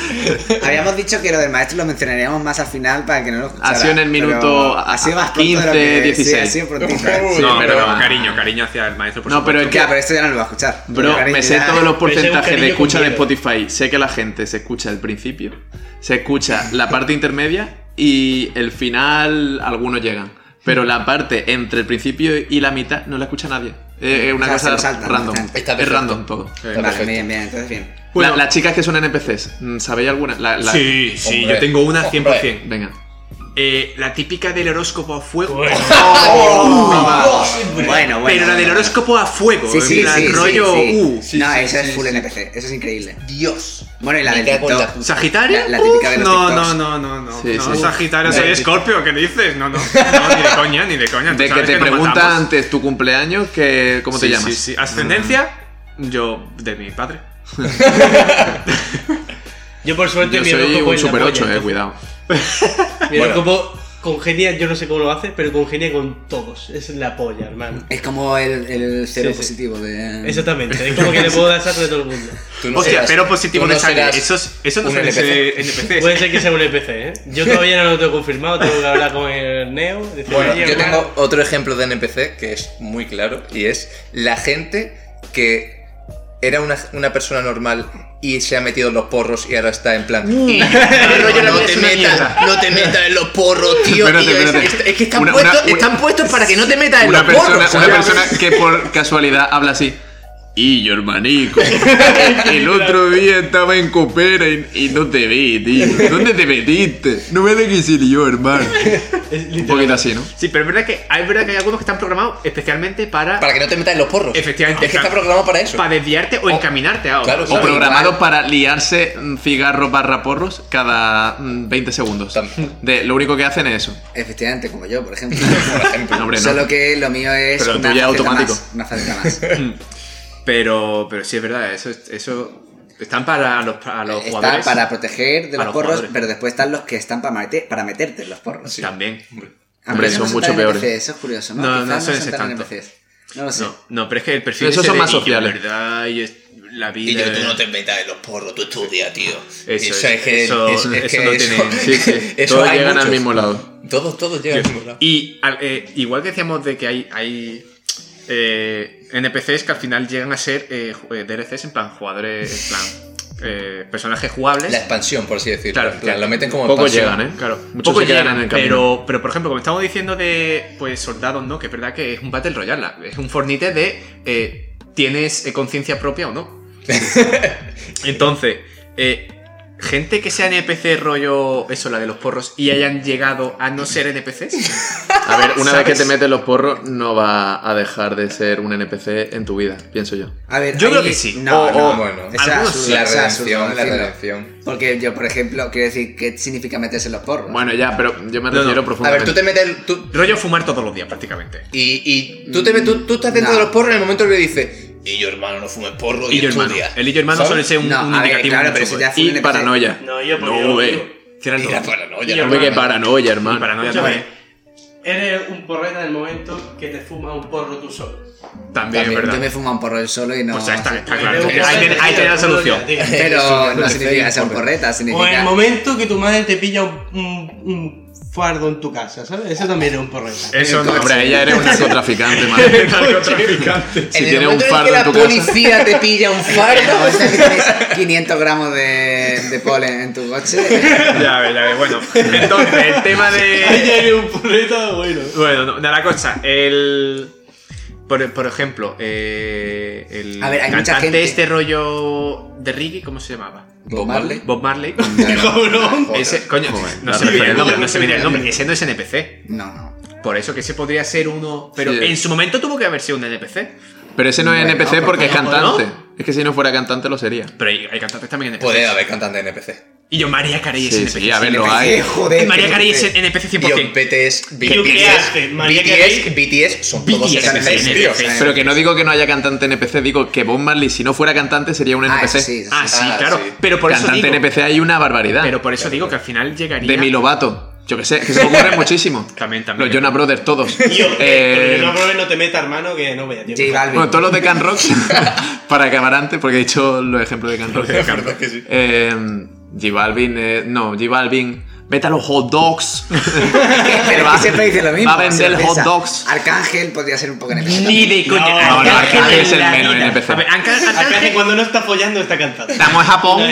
S5: Habíamos dicho que lo del maestro lo mencionaríamos más al final para que no lo escuchara.
S3: Ha sido en el minuto
S5: pero ha sido más pronto de
S3: 15,
S5: lo que- Sí,
S3: 16.
S5: ha sido prontito, ¿eh?
S3: Sí,
S4: no,
S3: pero-
S4: pero, cariño, cariño hacia el maestro. Por
S3: No, pero
S4: supuesto.
S3: es que
S5: Ya, pero esto ya no lo va a escuchar.
S3: Bro,
S5: Porque
S3: me sé
S5: ya-
S3: todos los
S7: Pero ese es un
S3: porcentajes de
S7: cariño con
S3: escucha de
S7: miedo.
S3: Spotify. Sé que la gente se escucha el principio, se escucha la parte intermedia y el final algunos llegan. Pero la parte entre el principio y la mitad no la escucha nadie. Eh, Es una
S5: O sea, se
S3: cosa
S5: lo saltan,
S3: random.
S5: está
S3: Es
S6: perfecto.
S3: random todo.
S6: Está
S5: Vale,
S6: perfecto.
S5: bien, bien, entonces bien.
S3: La-
S4: Bueno.
S3: las chicas que son NPCs, mm, ¿sabéis alguna? La- la-
S4: Sí, sí,
S6: Hombre.
S4: yo tengo una 100%.
S3: Venga.
S4: Eh, la típica del horóscopo a fuego.
S5: Bueno,
S7: Bueno.
S5: bueno.
S4: pero la del
S5: bueno.
S4: horóscopo a fuego.
S5: Sí, sí,
S4: en plan,
S5: sí, sí,
S4: rollo
S5: sí.
S4: uh,
S5: no, esa es full NPC, eso es increíble.
S6: Dios.
S5: Bueno, y la
S6: Me
S5: del
S6: cago en la
S5: TikTok.
S4: ¿Sagitario?
S5: La- la típica de los
S4: no, no,
S5: TikToks.
S4: no, no, no.
S3: Sí,
S4: no
S3: sí.
S4: Sagitario,
S6: La
S4: soy
S6: de-
S4: Escorpio, ¿qué dices? No, no, no, ni de coña, ni de coña. Tú
S3: De que
S4: sabes
S3: te
S4: nos
S3: preguntan
S4: matamos.
S3: antes tu cumpleaños, que, ¿cómo te
S4: Sí,
S3: llamas? Mm.
S4: Sí, sí. ¿Ascendencia? Yo, de mi padre.
S7: Yo por suerte
S3: Mm. Yo
S7: mi
S3: soy
S7: horóscopo
S3: un
S7: es la
S3: super
S7: polla,
S3: 8, eh,
S7: entonces.
S3: cuidado.
S7: Mi
S6: Bueno.
S7: horóscopo congenia, yo no sé cómo lo hace, pero congenia con todos. Es la polla, hermano.
S5: Es como el, el cero
S7: Sí, sí.
S5: positivo
S3: Mm.
S5: de.
S7: Exactamente, es como que le puedo dar sangre a todo el mundo.
S6: Tú
S4: Hostia,
S6: serás-
S4: pero
S6: tú
S4: positivo
S6: no
S4: de sangre.
S6: serás
S4: Eso, es- eso no
S6: un
S4: suele ser NPCs.
S7: Puede ser que sea un NPC, ¿eh? Yo todavía no lo tengo confirmado, tengo que hablar con el Neo. decirle,
S6: Bueno,
S7: "Oye,
S6: yo
S7: hermano,
S6: tengo otro ejemplo de NPC que es muy claro y es la gente que era una, una persona normal y se ha metido en los porros y ahora está en plan. "No,
S4: rollo, la
S6: no,
S4: vida
S6: te
S4: es una
S6: metas,
S4: mierda".
S6: no te metas en los porros, tío.
S3: Espérate,
S6: tío, es-
S3: espérate.
S6: es, es que están,
S3: Una-
S6: puestos,
S3: una-
S6: están puestos para que no te metas en
S3: una
S6: Eh, los
S3: persona,
S6: porros.
S3: una
S6: ¿sabes?
S3: persona que por casualidad habla así. Y yo, hermanico, el otro día estaba en Copera y, y no te vi, tío. ¿Dónde te metiste? No me dejes ir yo, hermano.
S7: Es
S3: Un
S7: literal.
S3: poquito así, ¿no?
S4: Sí, pero es verdad que hay, verdad que hay algunos que están programados especialmente para,
S6: Para que no te metas en los porros.
S4: Efectivamente.
S6: Es que está programado para eso. Oh,
S4: para desviarte o encaminarte a otro.
S6: Claro,
S3: O
S6: claro.
S3: programados para liarse mm, cigarros barra porros cada mm, 20 segundos.
S6: También.
S3: De, lo único que hacen es eso.
S5: Efectivamente, como yo, por ejemplo.
S6: Por ejemplo.
S3: No, hombre, no.
S5: Solo que lo mío es
S3: Pero el
S5: una
S3: tuyo es
S5: faceta
S3: automático.
S5: más, una faceta más.
S4: Pero, pero sí es verdad, eso, eso están para los, para los
S5: Está
S4: jugadores.
S5: para proteger
S4: A
S5: de los,
S4: los
S5: porros,
S4: jugadores.
S5: pero después están los que están para, mete- para meterte en los porros.
S4: También.
S5: A
S3: Hombre,
S5: mí no
S3: son
S5: me
S3: mucho
S5: sentan en
S3: peores.
S5: NPCs, eso es curioso, ¿no?
S4: No,
S5: Quizás
S4: no suelen ser
S5: sentan en
S4: tanto.
S5: NPCs. No lo sé.
S4: No, no, pero es que el perfil
S3: Esos
S4: ese
S3: son
S4: de,
S3: más
S4: "Y yo,
S3: sociales".
S4: verdad, y es- la vida.
S6: Y yo, tú
S3: Eh,
S6: no te metas en los porros, tú estudia, tío.
S4: Eso
S6: O
S4: es,
S6: sea, es que
S4: eso-
S6: es- es
S4: eso
S6: que
S4: no
S6: eso-
S4: tiene-
S3: Sí, sí.
S6: eso
S3: Todos
S6: hay
S3: llegan al
S6: muchos.
S3: mismo lado.
S6: Todos, todos llegan al mismo lado.
S4: Y al- eh, igual que decíamos de que hay, hay eh, NPCs que al final llegan a ser eh, ju- eh, DLCs en plan jugadores, en plan eh, personajes jugables.
S6: La expansión, por así decirlo.
S4: Claro,
S6: En plan,
S4: claro.
S6: lo meten como
S3: Pocos
S6: expansión.
S3: llegan, ¿eh?
S4: Claro,
S3: Muchos
S4: poco
S3: se quedan
S4: llegan,
S3: en el camino.
S4: pero, pero por ejemplo, como estamos diciendo de pues soldados, ¿no? Que es verdad que es un Battle Royale, la- es un fornite de eh, tienes eh, conciencia propia o no. Entonces, eh, gente que sea NPC rollo, eso, la de los porros, y hayan llegado a no ser NPCs,
S3: A ver, una vez que
S4: ¿Sabes?
S3: te metes los porros, no va a dejar de ser un NPC en tu vida, pienso yo.
S5: A ver,
S4: Yo creo
S5: ahí-
S4: que sí.
S5: No,
S6: O-
S5: no,
S6: o- bueno,
S5: es
S4: algunos
S5: absurdo,
S4: sí,
S6: La
S5: es absurdo
S6: redención, la
S5: decirlo.
S6: redención.
S5: Porque yo, por ejemplo, quiero decir, ¿qué significa meterse en los porros?
S3: Bueno, ya, pero yo me
S4: No, no.
S3: refiero
S6: A ver,
S3: profundamente.
S6: tú te metes. Tú,
S4: rollo fumar todos los días prácticamente.
S6: y, y tú, te, metes- tú, tú estás dentro
S5: No.
S6: de los porros en el momento que dices. Y yo, hermano, no fumes porro y,
S4: Y yo hermano,
S6: estudia.
S4: el y yo hermano
S6: ¿Sabes?
S4: suele ser un,
S5: No,
S4: un
S5: a ver,
S4: indicativo
S5: claro,
S4: mucho,
S5: pero eso
S4: pues.
S3: Y
S5: ya- NPC.
S3: paranoia.
S8: No, yo porque
S3: No,
S8: yo
S3: ve.
S8: digo,
S4: Tira el
S6: Mira,
S4: todo.
S6: para no,
S8: Y
S6: ya no.
S8: hermano.
S3: Hombre, qué paranoia, hermano.
S4: Y paranoia
S8: escúchame,
S7: eh.
S4: también.
S8: eres un porreta en el momento que te fumas un porro tú solo.
S4: También,
S5: También, yo
S4: ¿verdad?
S5: me fumo un porro yo solo y no.
S4: O sea, está, está claro.
S8: Eres un
S4: Pues Ahí
S8: porreta
S4: tiene- ahí
S8: que
S4: tiene la
S8: te fumas
S4: solución.
S8: todo el día, tío.
S5: Pero no significa que sea un
S6: porreta.
S5: porreta,
S8: O en el
S5: significa.
S8: momento que tu madre te pilla un, un- un fardo en tu casa, ¿sabes? Eso también es un porreta.
S4: Eso no.
S3: Hombre, ella eres un narcotraficante, madre.
S4: Narcotraficante.
S3: Si
S6: en el
S3: tienes un
S6: momento en el
S3: fardo
S6: que
S3: en
S6: la
S3: tu casa.
S6: policía te pilla un
S5: No,
S6: fardo.
S5: o sea, que tienes 500 gramos de, de polen en tu coche.
S4: Ya ves, ya ves. Bueno, entonces, el tema
S8: Ahí
S4: de.
S8: ya eres un porreta, bueno.
S4: Bueno, no, nada, la cosa. El. Por, por ejemplo, eh, el
S5: A ver, hay mucha
S4: cantante
S5: gente.
S4: este rollo de Riggy, ¿cómo se llamaba?
S5: Bob Marley.
S4: Bob Marley.
S8: Cabrón.
S5: Joder.
S4: Ese, coño,
S3: Joder,
S4: no
S3: la
S4: se me viene
S3: referencia.
S4: el nombre, no se me viene el nombre. Ese no es NPC.
S5: No, no.
S4: Por eso que ese podría ser uno. Pero
S3: Sí.
S4: en su momento tuvo que haber sido un NPC.
S3: Pero ese no es
S5: Bueno,
S3: NPC
S5: pero
S3: porque es
S4: bueno,
S3: cantante. Es que si no fuera cantante lo sería.
S4: Pero hay, hay cantantes también NPC.
S6: Puede haber cantante NPC.
S4: Y yo, María Carey es
S3: Sí,
S4: NPC.
S3: sí, a ver, lo hay.
S5: eh, Joder.
S4: María Carey es
S5: el.
S4: NPC
S6: Y
S4: 100%.
S6: un BTS,
S8: ¿Y yo qué
S6: BTS,
S8: hace? María Carey.
S6: BTS, BTS son todos
S4: BTS,
S6: NPCs, tío.
S4: NPCs.
S3: Pero que no digo que no haya cantante NPC, digo que Bob Marley, si no fuera cantante, sería un
S5: Ah,
S3: NPC.
S5: eso sí, eso sí.
S4: Ah, sí,
S6: Ah,
S4: claro.
S6: sí.
S4: Pero por eso
S3: cantante
S4: digo,
S3: NPC hay una barbaridad.
S4: Pero por eso digo que al final llegaría.
S3: de Milovato. Yo que sé, que se me ocurren muchísimo.
S4: También, también.
S3: Los Jonah Brothers, todos.
S8: Tío,
S3: Eh,
S8: pero no apruebes, no te meta, hermano, que no vea, tío.
S5: J Balvin.
S3: bueno, todos los de Can Rock, para acabar antes, porque he dicho los ejemplos de Can Rock.
S6: Claro que sí.
S3: Eh, J Balvin, eh, no, J Balvin, vete a los hot dogs.
S5: Pero
S3: Va-
S5: que siempre dice lo mismo.
S3: va a vender
S5: si lo
S3: hot
S5: piensas.
S3: dogs.
S5: Arcángel podría ser un poco NPC.
S4: Ni de coña.
S8: No,
S3: no,
S4: Arcángel
S3: Arcángel es
S4: en
S3: el
S4: la
S3: menos
S4: vida.
S3: NPC.
S4: A ver, Arcángel-
S8: Acá que
S4: Arcángel,
S8: cuando no está follando está cantando.
S3: Estamos en Japón.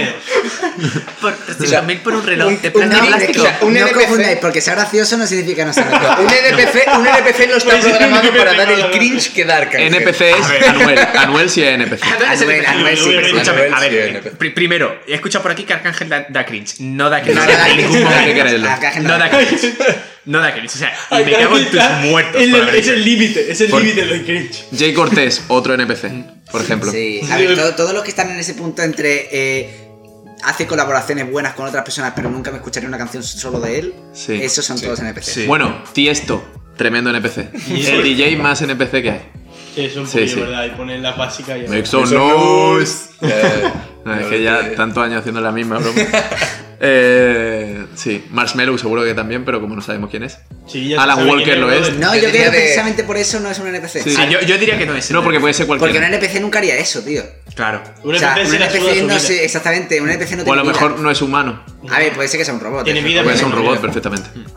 S4: por 60.000 por un reloj de
S6: un
S4: plata
S6: nivel
S4: plástico.
S6: o sea, un
S5: no
S6: NPC.
S5: confundáis, porque sea gracioso no significa no ser gracioso.
S6: Un NPC, un NPC no está
S8: Pues sí,
S6: programado
S8: NPC
S6: para dar
S8: no,
S6: el
S8: no.
S6: cringe que da Arcángel.
S3: NPC es Anuel. Anuel sí es NPC.
S4: Arcángel es el
S5: Anuel,
S4: NPC.
S5: Anuel sí, pero-
S4: Escúchame, a
S6: Anuel sí es
S4: ver,
S6: NPC.
S4: pri- primero, he escuchado por aquí que Arcángel da, da cringe. No da cringe.
S5: No,
S3: da
S4: en ningún
S3: cringe,
S4: momento.
S3: hay que creerlo.
S5: Arcángel
S4: No
S5: no
S4: da
S5: da
S4: cringe. No da cringe. O sea, y me cago en tus muertos.
S8: Es,
S4: por
S8: la-
S4: haber
S8: es
S4: hecho
S8: el
S4: eso.
S8: límite, es el
S3: Por-
S8: límite del cringe.
S3: Jay Cortés, otro NPC, por ejemplo.
S5: Sí, a ver, todo- todos los que están en ese punto entre eh, hace colaboraciones buenas con otras personas, pero nunca me escucharé una canción solo de él,
S3: Sí.
S5: esos son todos NPC.
S4: Sí.
S3: Bueno, Tiesto, tremendo NPC. El DJ más NPC que hay.
S8: Sí, es un
S3: Sí,
S8: poquillo,
S3: sí.
S8: ¿verdad? Y ponen las básicas y...
S3: Make
S6: Eso
S3: some noise.
S6: no Eh,
S3: No, es
S6: no,
S3: que
S6: eh,
S3: ya tantos años haciendo la misma broma. Eh, sí, Marshmallow seguro que también, pero como no sabemos quién es.
S8: Sí, ya se
S3: Alan
S8: sabe
S3: Walker
S8: quién
S3: lo
S8: ¿no?
S3: es.
S5: No,
S6: Yo
S5: yo creo
S6: diría
S5: que
S6: de-
S5: precisamente por eso no es un NPC.
S3: Sí.
S4: Ah, yo, yo diría que no es.
S3: No, porque puede ser
S5: Porque un
S3: cualquiera.
S5: NPC nunca haría eso, tío.
S4: Claro.
S8: Un
S5: o sea,
S8: NPC
S5: un
S8: se la suda
S5: NPC
S8: su
S5: no
S8: vida.
S5: sé, exactamente, un NPC no
S3: O a lo
S5: tiene
S3: mejor
S5: vida.
S3: no es humano.
S5: A ver, puede ser que sea un robot. ¿eh?
S8: Tiene
S5: eso,
S8: vida,
S3: Puede ser un
S8: Obviamente,
S3: robot perfectamente.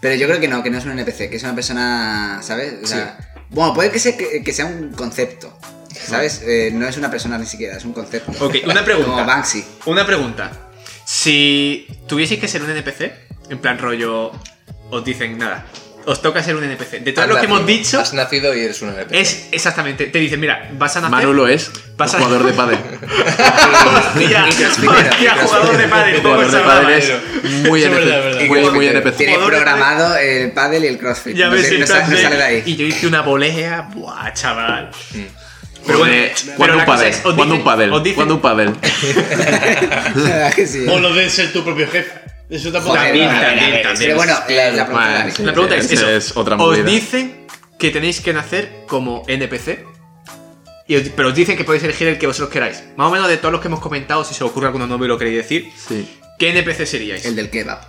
S5: Pero yo creo que no, que no es un NPC, que es una persona, ¿sabes? O sea, Bueno, puede que sea, que, que sea un concepto, ¿sabes? Eh, no es una persona ni siquiera, es un concepto.
S4: Ok, una pregunta.
S5: Como Banksy.
S4: Una pregunta. Si tuvieseis que ser un NPC, en plan rollo, os dicen nada, Os toca ser un NPC. De todo lo
S6: Has
S4: que hemos
S6: nacido-
S4: dicho,
S6: Has nacido y eres un NPC.
S4: es exactamente. Te dicen, mira, vas a nacer.
S3: Manu lo es,
S4: Pasa-
S3: un jugador de pádel.
S4: Hostia,
S6: Y caspinera, y
S4: hostia,
S6: caspinera.
S4: jugador de pádel, poco
S3: jugador de
S4: sabrá.
S3: pádel es muy
S7: Eso es
S3: NPC,
S7: verdad, verdad.
S3: muy,
S6: Y
S3: muy
S6: que-
S3: NPC.
S5: Tienes
S4: Jugador de-
S5: programado el paddle y el crossfit.
S4: Ya
S5: no,
S4: ves,
S5: sé-
S4: en
S5: no sa-
S4: plan
S5: no
S4: de-
S5: sale de ahí. Mm.
S4: Y yo hice una bolea, buah, chaval.
S3: Pero bueno, ¿cuándo un pádel? ¿Cuándo un pádel? ¿Cuándo un pádel?
S5: La verdad que sí.
S7: O lo de ser tu propio jefe. Eso tampoco
S5: Joder,
S4: también,
S5: a ver, a ver,
S4: también,
S5: a ver.
S4: también.
S5: Pero bueno, eh, la, la pregunta
S3: Bueno,
S5: era-
S3: sí.
S4: La pregunta es,
S3: Esa
S4: eso.
S3: es otra movida.
S4: Os dicen que tenéis que nacer como NPC, y os- pero os dicen que podéis elegir el que vosotros queráis. Más o menos de todos los que hemos comentado, si se os ocurre alguno nuevo y lo queréis decir,
S3: Sí.
S4: ¿qué NPC seríais?
S5: el del kebab.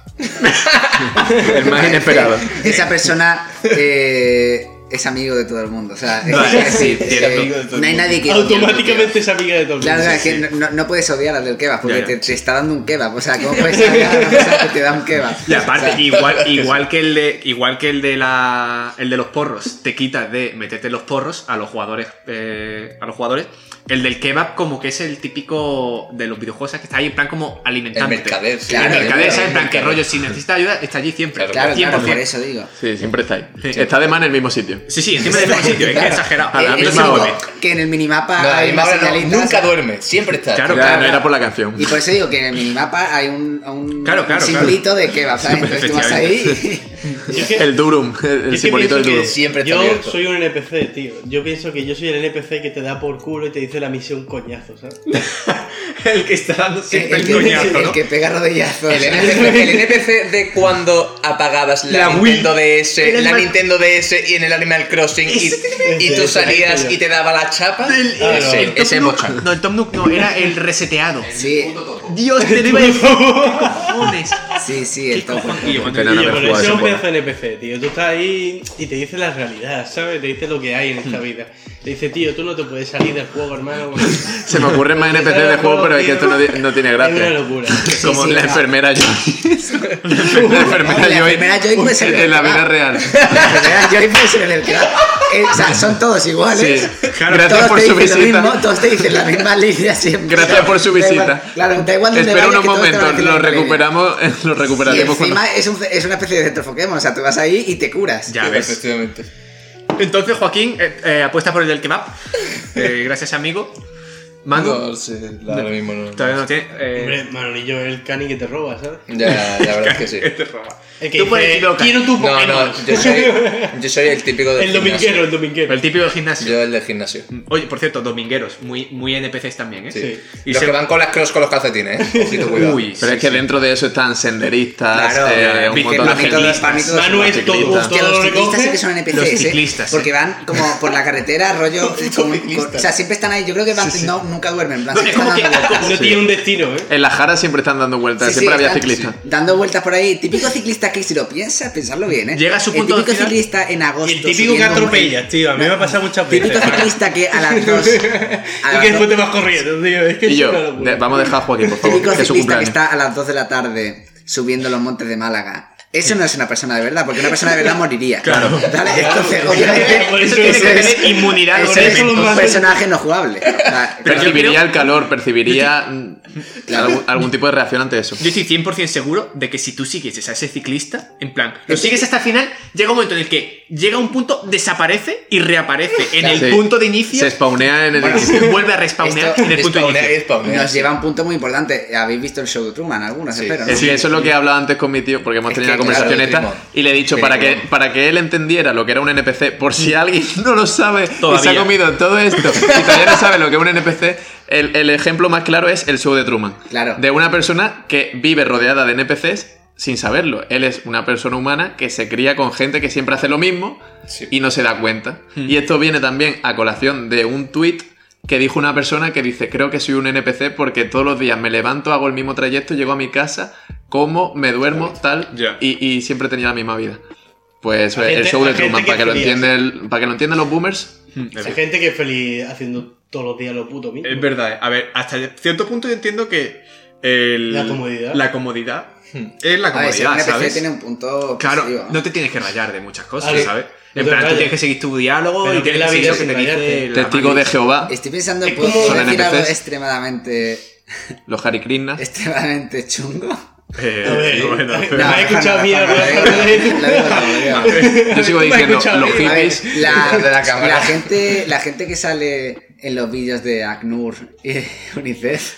S3: El más inesperado.
S5: Esa persona eh, es amigo de todo el mundo. O sea, es-
S4: Vale,
S5: es-
S4: sí,
S5: eh,
S4: cierto.
S5: no hay nadie que. odie al del
S7: Automáticamente es amiga de todo
S5: kebab.
S7: el
S5: La
S7: mundo.
S5: verdad es que no, no puedes odiar al del kebab porque
S4: Ya, ya.
S5: Te, te está dando un kebab. O sea, ¿cómo puedes odiar a una persona que te da un kebab?
S4: Y
S5: O
S4: aparte,
S5: sea,
S4: igual, igual que el de, igual que el de la, el de los porros, te quitas de meterte los porros a los jugadores, eh, a los jugadores. El del kebab como que es el típico de los videojuegos que está ahí en plan como
S6: El
S4: alimentándote.
S6: mercader. sí,
S5: Claro,
S4: el mercader,
S5: claro,
S4: ¿sabes? En plan que
S6: mercader.
S4: rollo, si necesitas ayuda, está allí siempre.
S5: Claro, claro,
S4: 100%.
S5: por eso digo.
S3: Sí, siempre está ahí.
S4: Sí.
S3: Está además en el mismo sitio.
S4: Sí, sí, encima del mismo sitio, es que es exagerado.
S3: A la
S5: Eh, es
S3: misma
S5: algo
S3: hora.
S5: Que en el minimapa
S6: No, la
S5: hay
S6: misma
S5: unas
S6: hora no,
S5: señalitas.
S6: nunca duerme, siempre está.
S4: Claro,
S3: Ya,
S4: claro.
S3: no era por la canción.
S5: Y por eso digo que en el minimapa hay un, un,
S4: Claro, claro,
S5: un simbolito de kebab, ¿sabes? Entonces tú vas ahí
S7: Es que-
S3: El Durum, el, el
S7: es que
S3: simbolito del
S7: pienso
S3: Durum.
S7: que
S6: Siempre está
S7: Yo
S6: abierto.
S7: soy un NPC, tío. Yo pienso que yo soy el NPC que te da por culo y te dice la misión coñazo, ¿sabes?
S4: El que está dando
S5: y
S4: siempre
S5: el,
S4: el,
S5: que,
S4: coñazo,
S5: el
S4: ¿no?
S5: que pega rodillazos.
S6: El NPC, el NPC de cuando apagabas la,
S4: La Wii.
S6: Nintendo DS,
S4: Era el
S6: la
S4: ma-
S6: Nintendo DS y en el Animal Crossing y, y
S7: Ese,
S6: tú
S7: ese,
S6: salías
S7: ese,
S6: y te daba la chapa.
S4: El- el-
S6: ese,
S4: el Tom
S6: ese
S4: Nook.
S6: mocha.
S4: No, el Tom Nook no, era el reseteado.
S5: Sí,
S4: Dios, te lo iba a decir. ¿Qué cojones?
S5: sí, sí, el
S4: ¿Qué
S5: topo.
S4: cojones? Y yo, cuando-
S3: Pena no
S7: Y yo,
S3: haber
S7: pero
S3: jugado
S7: ese
S3: ese
S7: es un
S3: juego.
S7: pedazo de NPC, tío. Tú estás ahí y te dice la realidad, ¿sabes? Te dice lo que hay en
S3: Hmm.
S7: esta vida. Te dice, tío, tú no te puedes salir del juego, hermano.
S3: Se me ocurren más NPC de juego, pero es que esto no, di- no tiene
S7: Es una
S3: gracia.
S7: locura.
S3: Como
S5: Sí, sí,
S3: la
S5: no.
S3: enfermera Joy. La enfermera
S5: La
S3: Joy.
S5: enfermera Joy puede ser
S3: En la vida
S5: verdad.
S3: real.
S5: Yo ahí puedo ser el que da. Eh, o sea, son todos iguales.
S3: Sí. Gracias
S5: todos
S3: por
S5: te
S3: su
S5: dicen lo
S3: visita.
S5: mismo, todos te dicen la misma línea siempre.
S3: Gracias por su
S5: Da igual-
S3: visita.
S5: claro, da igual donde
S3: Espera
S5: vayas
S3: unos
S5: que este todos
S3: momentos,
S5: te van a decir la
S3: lo
S5: misma línea.
S3: recuperamos, eh, lo
S5: Y
S3: recuperaremos cuando.
S5: encima es, un- es una especie de centro Pokémon, o sea, tú vas ahí y te curas.
S4: Ya ves.
S6: Efectivamente.
S4: Entonces, Joaquín, eh, eh, apuesta por el del kebab. Eh, gracias, amigo. Mando,
S6: No, sí, la- ahora mismo no.
S4: todavía no tiene.
S7: Hombre,
S4: Eh,
S7: Manolillo es el cani que te roba, ¿sabes?
S6: Ya, la verdad es que sí.
S4: este roba.
S7: El que
S4: Tú
S7: dice,
S4: puedes, loca.
S7: quiero tu
S6: No,
S7: Pokémon.
S6: no, yo soy, yo soy el típico del
S7: el dominguero,
S6: gimnasio.
S7: el dominguero.
S4: El típico del gimnasio.
S6: Yo el del gimnasio.
S4: Oye, por cierto, domingueros, muy, muy NPCs también, ¿eh?
S6: Sí.
S4: Y
S6: Los
S4: se-
S6: que van con las cross con los calcetines, ¿eh? Ojito, cuidado.
S4: Uy,
S3: Pero
S4: sí,
S3: es que
S4: sí.
S3: dentro de eso están senderistas,
S5: Claro,
S3: eh,
S4: claro.
S3: un
S4: Viste,
S3: montón de
S5: Para mí
S3: gente.
S5: todos- para mí todos
S7: Manu
S5: son
S7: es
S3: ciclistas.
S7: todo,
S5: Hostia,
S7: todo lo
S5: los ciclistas sí que
S7: recoge.
S5: son NPCs,
S4: Los
S5: ¿eh?
S4: ciclistas, sí.
S5: Porque van como por la carretera, rollo. con- con-
S6: ciclistas.
S5: o sea, siempre están ahí. Yo creo que van, No, nunca duermen. en plan,
S7: No, es
S5: siempre
S7: como que
S5: están dando vueltas.
S7: no tiene un destino, ¿eh?
S3: En la Jara siempre están dando vueltas,
S5: Sí, sí,
S3: siempre había
S5: están
S3: ciclistas.
S5: Dando vueltas por ahí. Típico ciclista que, si lo piensas, pensarlo bien, ¿eh?
S4: Llega a su punto
S5: El típico
S4: final.
S5: ciclista en agosto.
S7: Y el típico que
S5: subiendo un-
S7: atropellas, tío. A mí me ha pasado muchas veces.
S5: Típico ciclista que a las dos. a
S7: Y
S5: las
S7: que después
S5: dos-
S7: te vas corriendo, tío. Es que
S3: Y
S7: es
S3: yo,
S7: una locura.
S3: de- vamos a dejar a Joaquín, por favor,
S5: Típico
S3: que Oh, es su
S5: ciclista que
S3: cumpleaños.
S5: está a las 2 de la tarde subiendo los montes de Málaga. Eso no es una persona de verdad, porque una persona de verdad moriría. Claro. Entonces, obviamente,
S7: Por
S5: ese
S7: eso tiene que
S5: es-
S4: tener inmunidad
S5: ese
S4: con
S5: es
S7: elementos.
S5: un personaje no jugable. O sea,
S4: Pero yo
S3: percibiría
S4: creo-
S3: el calor, percibiría mm, algún, algún tipo de reacción ante eso.
S4: Yo estoy 100% seguro de que si tú sigues a ese ciclista, en plan, lo sigues hasta el final, llega un momento en el que llega a un punto, desaparece y reaparece en el
S3: Sí.
S4: punto de inicio,
S3: Se spawnea en el
S5: Bueno,
S3: edificio.
S4: vuelve a respawnear
S5: Esto-
S4: en el punto de
S6: Spawnea y
S4: inicio.
S6: spawnea,
S5: nos
S6: sí.
S5: lleva a un punto muy importante. Habéis visto el show de Truman, algunos,
S6: Sí.
S5: espero. ¿no?
S3: Es que eso es lo que he hablado antes con mi tío, porque hemos
S6: Es
S3: tenido
S6: que,
S3: la conversación
S6: claro,
S3: esta,
S6: primo.
S3: y le he dicho para que,
S6: Primo.
S3: para que él entendiera lo que era un NPC, por si alguien no lo sabe y se ha
S4: Todavía.
S3: comido todo esto y todavía no sabe lo que es un NPC, el, el ejemplo más claro es el show de Truman.
S5: Claro.
S3: De una persona que vive rodeada de NPCs sin saberlo. Él es una persona humana que se cría con gente que siempre hace lo mismo
S6: Sí.
S3: y no se da cuenta.
S7: Hmm.
S3: Y esto viene también a colación de un tuit que dijo una persona que dice, creo que soy un NPC porque todos los días me levanto, hago el mismo trayecto, llego a mi casa, como, me duermo, tal,
S4: Ya.
S3: y, y siempre tenía la misma vida. Pues eso es el
S7: gente-
S3: show de
S7: hay gente
S3: Truman,
S7: que
S3: para que, lo
S7: flipas.
S3: entiende el- para que lo entiendan los boomers.
S7: Hay gente que es feliz haciendo todos los días lo puto mismo.
S4: Mm, Es verdad, eh. a ver, hasta cierto punto yo entiendo que el-
S7: La comodidad. Hmm.
S4: la comodidad es la
S5: A ver, ser
S4: comodidad,
S5: un NPC
S4: ¿sabes?
S5: tiene un punto
S4: Claro,
S5: positivo,
S4: no te tienes que rayar de muchas cosas,
S7: Ah, sí.
S4: ¿sabes?
S7: No
S4: En
S7: te
S4: plan, tú
S7: rayes.
S4: tienes que seguir tu diálogo
S7: Pero
S4: y
S7: que es
S4: tienes
S7: la
S4: que seguir
S7: vida
S4: lo que te
S7: sin rayarte.
S4: dice la
S3: Testigo de
S4: Matrix.
S3: Jehová,
S5: Estoy pensando,
S7: Es
S5: ¿puedo
S7: como-
S5: decir
S3: Son
S5: algo
S3: NPCs.
S5: extremadamente,
S3: los Hare Krishna.
S5: extremadamente chungo?
S4: Eh,
S7: A ver,
S4: bueno.
S7: no, has escuchado
S5: no,
S7: mierda.
S5: no, la digo, la digo, la digo.
S4: A ver,
S3: Yo sigo
S7: Tú me
S3: diciendo,
S7: has escuchado
S3: los
S7: bien.
S5: A ver,
S3: hippies.
S5: la,
S6: de la cámara.
S5: la gente, la gente que sale en los vídeos de ACNUR y de UNICEF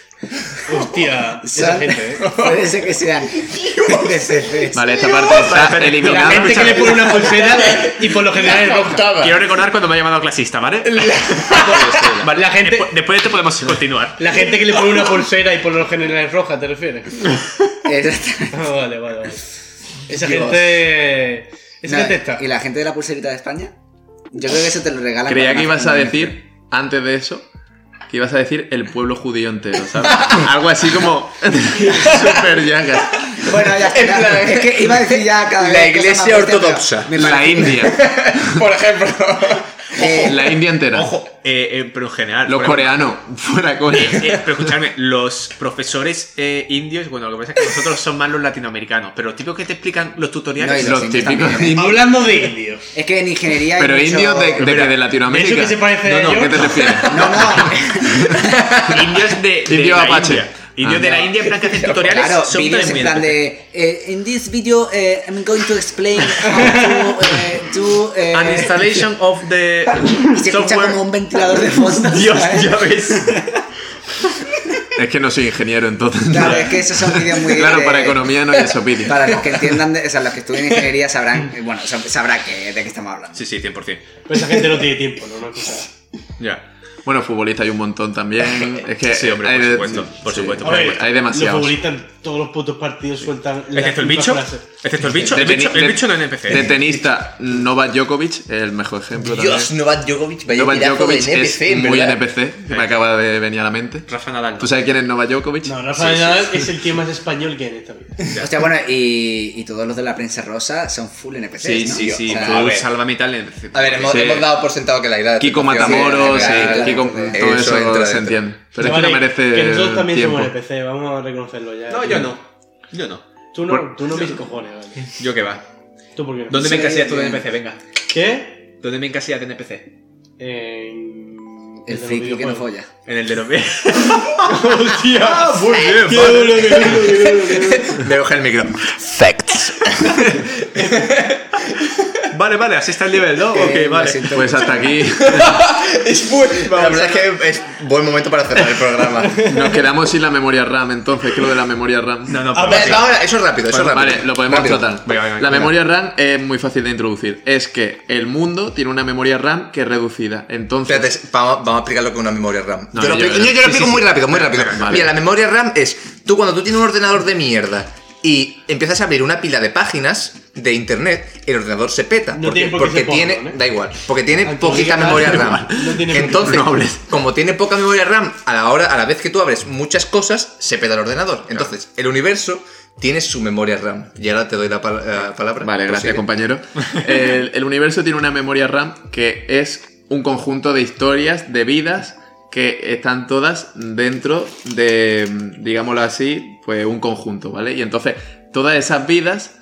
S7: Hostia, esa
S5: son-
S7: gente, ¿eh?
S5: puede ser que sean NPCs.
S3: Vale, esta parte está
S7: La
S3: eliminada.
S7: gente que le pone una pulsera y por lo general es roja.
S4: Quiero recordar cuando me ha llamado clasista, ¿vale? Vale,
S7: La gente-
S4: después, después de esto podemos continuar.
S7: La gente que le pone una pulsera y por lo general es roja, ¿te refieres?
S5: Exactamente.
S7: Ah, vale, vale, vale. Esa
S5: Dios.
S7: gente.
S5: No,
S7: Esa gente está.
S5: ¿Y la gente de la pulserita de España? Yo creo que eso te lo regalan.
S3: Creía
S5: cuando
S3: que ibas
S5: naces
S3: a
S5: en un
S3: decir, antes de eso, que ibas a decir el pueblo judío entero, ¿sabes? Algo así como. Super llagas.
S5: mes. Bueno, ya está. es que iba a decir ya cada vez
S6: La
S5: cosas más
S6: iglesia
S5: fuertes,
S6: ortodoxa.
S5: pero me
S3: La
S5: parece-
S3: India.
S6: Por ejemplo.
S5: Eh,
S3: La India entera.
S4: Ojo, eh, eh, pero en general.
S3: Los
S4: por ejemplo,
S3: coreanos. Fuera coña.
S4: Eh, pero escuchadme, los profesores eh, indios, bueno, lo que pasa es que nosotros son más los latinoamericanos, pero los tipos que te explican los
S5: No, y
S4: tutoriales.
S5: los
S3: Los
S5: indios
S3: típicos
S5: también.
S3: indios.
S7: Hablando de indios.
S5: es que en ingeniería. hay
S3: Pero
S5: mucho-
S3: indios de, de, de, de Latinoamérica.
S7: ¿Eso que se parece
S3: no,
S7: a
S3: no,
S7: ellos?
S3: ¿qué te refieres?
S5: No, no.
S4: indios de, de
S3: Indio
S4: la
S3: Apache.
S4: India. Indios
S3: Ah,
S4: de la
S5: no.
S4: India, en plan que hacen tutoriales.
S5: Claro,
S4: son
S5: vídeos en
S4: también
S5: plan
S4: muy
S5: de. eh, in this video, eh, I'm going to explain how to eh, do. eh,
S4: An installation of the
S5: y se escucha
S4: software.
S5: como un ventilador de fondo.
S4: Dios,
S5: ¿sabes?
S4: ya ves.
S3: Es que no soy ingeniero, entonces.
S5: Claro, es que esos son vídeos muy.
S3: Claro,
S5: de-
S3: para economía no hay esos vídeos.
S5: Para los que entiendan, de- o sea, los que estudian ingeniería sabrán, eh, bueno, sab- sabrá que, de qué estamos hablando.
S4: Sí, sí, 100%.
S7: Pero esa gente no tiene tiempo, ¿no? Una cosa.
S4: Ya.
S3: Bueno, futbolistas hay un montón también. Es que
S4: Sí, hombre, por
S3: hay de-
S4: supuesto, por supuesto, por
S7: A ver,
S4: supuesto.
S3: hay
S7: Los
S3: demasiados.
S7: futbolistas en todos los putos partidos sueltan. la
S4: Excepto el
S7: misma
S4: bicho.
S7: frase.
S4: Excepto el bicho.
S3: De
S4: El bicho,
S3: teni-
S4: el
S3: de-
S4: bicho no es
S3: De
S4: NPC.
S3: tenista, Novak Djokovic, el mejor ejemplo
S6: Dios,
S3: también.
S6: Novak Djokovic, vaya
S3: Novak
S6: tirazo de
S3: Djokovic
S6: NPC,
S3: es muy
S6: ¿verdad?
S3: NPC, que me acaba de venir a la mente.
S4: Rafa Nadal.
S5: Pues-
S3: ¿Tú sabes quién es Novak Djokovic?
S7: No, Rafa Nadal es el tío más español que hay en esta vida.
S5: O sea, bueno, y, y todos los de la prensa rosa son full NPCs.
S4: Sí,
S5: ¿no?
S4: sí, sí.
S5: O sea,
S4: Tú
S6: a ver.
S4: sálvame y tal. NPC.
S6: A ver, hemos,
S3: Sí.
S6: hemos dado por sentado que la edad.
S3: Kiko Matamoros,
S5: Sí,
S3: eh,
S5: claro,
S3: Kiko,
S5: claro.
S3: todo eso,
S6: Eso entra
S3: se
S6: dentro.
S3: entiende. Pero es que no
S7: Vale,
S3: merece
S7: Que nosotros también
S3: tiempo.
S7: somos NPC, vamos a reconocerlo ya.
S4: No, yo no. Yo no.
S7: Tú no, tú no mis cojones, vale.
S4: Yo qué va.
S7: ¿Tú por qué no?
S4: ¿Dónde
S5: Sí,
S4: me encasillas tú de
S5: bien.
S4: NPC? Venga.
S7: ¿Qué?
S4: ¿Dónde me encasillas de NPC?
S7: En...
S5: El
S7: de los
S5: friki que no
S7: videojuegos.
S5: folla.
S4: En el de los. ¡Hostia! Ah, ¡Muy bien!
S7: Qué duro, qué duro, qué duro, qué duro.
S6: Dejo el micro. Facts.
S4: Vale, vale, así está el nivel, ¿no?
S5: Eh,
S4: Ok,
S5: lo
S4: vale.
S5: siento
S3: Pues
S5: mucho.
S3: hasta aquí
S6: es la verdad es que es buen momento para cerrar el programa.
S3: nos quedamos sin la memoria RAM, entonces, que lo de la memoria RAM. Pues
S4: No,
S7: Ah,
S4: no,
S6: A
S4: pero
S6: ver,
S4: sí.
S6: ahora, eso es rápido, eso es rápido.
S3: Vale, lo podemos
S6: Rápido.
S3: tratar.
S4: Venga, venga,
S3: la
S4: venga.
S3: memoria RAM es muy fácil de introducir. Es que el mundo tiene una memoria RAM que es reducida. Entonces,
S6: Espérate, vamos, vamos a explicarlo con una memoria RAM.
S3: No,
S6: yo, lo
S3: yo-
S6: explico, yo- yo lo
S3: sí,
S6: explico
S3: sí,
S6: muy
S3: sí.
S6: rápido, muy rápido.
S3: Venga, vale.
S6: Mira, la memoria RAM es, tú cuando tú tienes un ordenador de mierda y empiezas a abrir una pila de páginas de internet, el ordenador se peta.
S7: No
S6: porque
S7: tiene por qué
S6: porque
S7: ser
S6: tiene,
S7: porno, ¿eh?
S6: da igual, porque tiene
S7: Aunque
S6: poquita
S7: diga nada,
S6: memoria
S7: da
S6: RAM.
S7: igual. No tiene por qué.
S6: Entonces,
S3: No hables.
S6: como tiene poca memoria RAM, a la hora, a la vez que tú abres muchas cosas, se peta el ordenador. Entonces, el universo tiene su memoria RAM. Y ahora te doy la pal- eh,
S7: pues
S6: palabra.
S3: Vale, gracias
S6: Prosigue.
S3: compañero. El, el universo tiene una memoria RAM que es un conjunto de historias, de vidas, que están todas dentro de, mm, digámoslo así, pues un conjunto, ¿vale? Y entonces, todas esas vidas,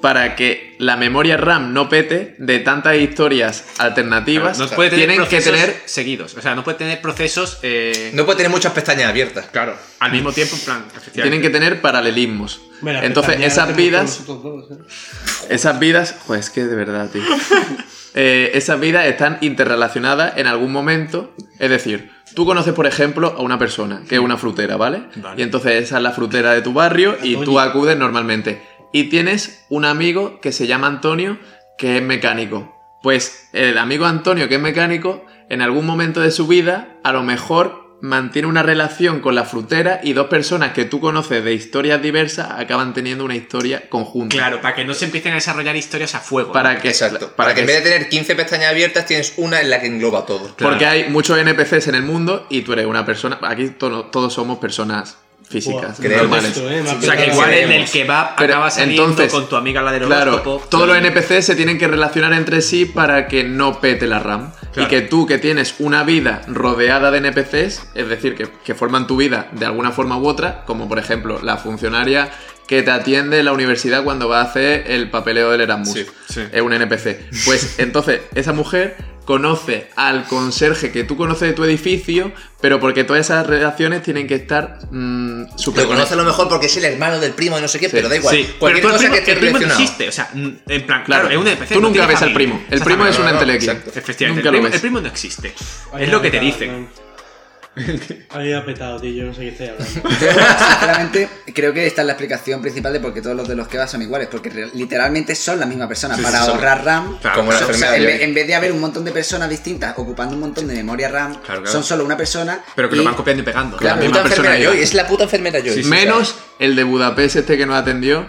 S3: para que la memoria RAM no pete de tantas historias
S4: Claro,
S3: alternativas,
S4: no puede tener
S3: tienen que
S4: procesos
S3: tener...
S4: seguidos. O sea, no puede tener procesos. eh,
S6: No puede tener muchas pestañas abiertas.
S4: Claro, al mismo tiempo, en plan.
S3: Tienen que tener paralelismos.
S7: Bueno,
S3: Entonces,
S7: pestañear
S3: esas
S7: hacemos
S3: vidas
S7: todos nosotros dos, ¿eh?
S3: Esas vidas, joder, es que de verdad, tío. Eh, esas vidas están interrelacionadas en algún momento. Es decir, tú conoces, por ejemplo, a una persona que es una frutera, ¿vale?
S4: Vale.
S3: Y entonces esa es la frutera de tu barrio y tú acudes normalmente. Y tienes un amigo que se llama Antonio, que es mecánico. Pues el amigo Antonio, que es mecánico, en algún momento de su vida, a lo mejor mantiene una relación con la frutera y dos personas que tú conoces de historias diversas acaban teniendo una historia conjunta.
S4: Claro, para que no se empiecen a desarrollar historias a fuego.
S3: Para que,
S6: Exacto.
S3: para
S6: Para, que en
S3: que-
S6: vez de tener 15 pestañas abiertas, tienes una en la que engloba todo.
S4: Claro.
S3: Porque hay muchos NPCs en el mundo y tú eres una persona. Aquí to- todos somos personas físicas,
S7: Buah,
S6: creo
S3: normales.
S7: esto, eh, me ha
S4: O sea, que
S7: petado.
S4: igual en el
S6: Creemos.
S4: que va
S3: Pero,
S4: acaba saliendo
S3: entonces,
S4: con tu amiga la del
S3: Claro,
S4: horóscopo. eh,
S3: todos los NPCs se tienen que relacionar entre sí para que no pete la RAM.
S4: Claro.
S3: Y que tú, que tienes una vida rodeada de NPCs, es decir, que, que forman tu vida de alguna forma u otra, como por ejemplo la funcionaria que te atiende en la universidad cuando va a hacer el papeleo del Erasmus.
S6: Sí,
S4: sí.
S3: Es un NPC. Pues entonces, esa mujer conoce al conserje que tú conoces de tu edificio, pero porque todas esas relaciones tienen que estar mm, super
S6: Lo conoce a lo mejor porque es el hermano del primo y no sé qué,
S3: Sí,
S6: pero da igual.
S3: sí.
S6: Cualquier
S4: pero tú
S6: cosa
S4: el primo,
S6: que esté
S4: el primo no
S6: relacionado.
S4: existe, o sea, mm, en plan, claro,
S3: Claro,
S4: es un NPC.
S3: tú
S4: no
S3: nunca
S4: tiene
S3: ves al
S4: familia.
S3: primo. El primo es
S4: Exactamente.
S3: un
S6: no, no,
S3: entelequia.
S6: exacto.
S4: Efectivamente,
S3: Nunca
S4: el
S3: lo
S4: primo,
S3: ves.
S4: el primo no existe. Es lo que te dicen.
S8: Había petado, tío, yo no sé qué estoy hablando.
S5: Yo, sinceramente, creo que esta es la explicación principal de por qué todos los de los Kebabs son iguales, porque re- literalmente son la misma persona.
S6: Sí, sí,
S5: Para
S6: son-
S5: ahorrar RAM,
S4: Claro,
S6: Como la
S5: o sea,
S6: enfermedad.
S5: en,
S6: de
S5: vez, en
S6: Johnny.
S5: vez de haber un montón de personas distintas ocupando un montón de memoria RAM,
S4: Claro, claro.
S5: son solo una persona.
S4: Pero que lo
S5: y-
S4: van copiando y pegando.
S3: la
S6: La puta
S3: misma
S6: enfermera
S3: personalidad.
S6: Joy, es la puta enfermera Joy.
S3: Menos el de Budapest este que nos atendió,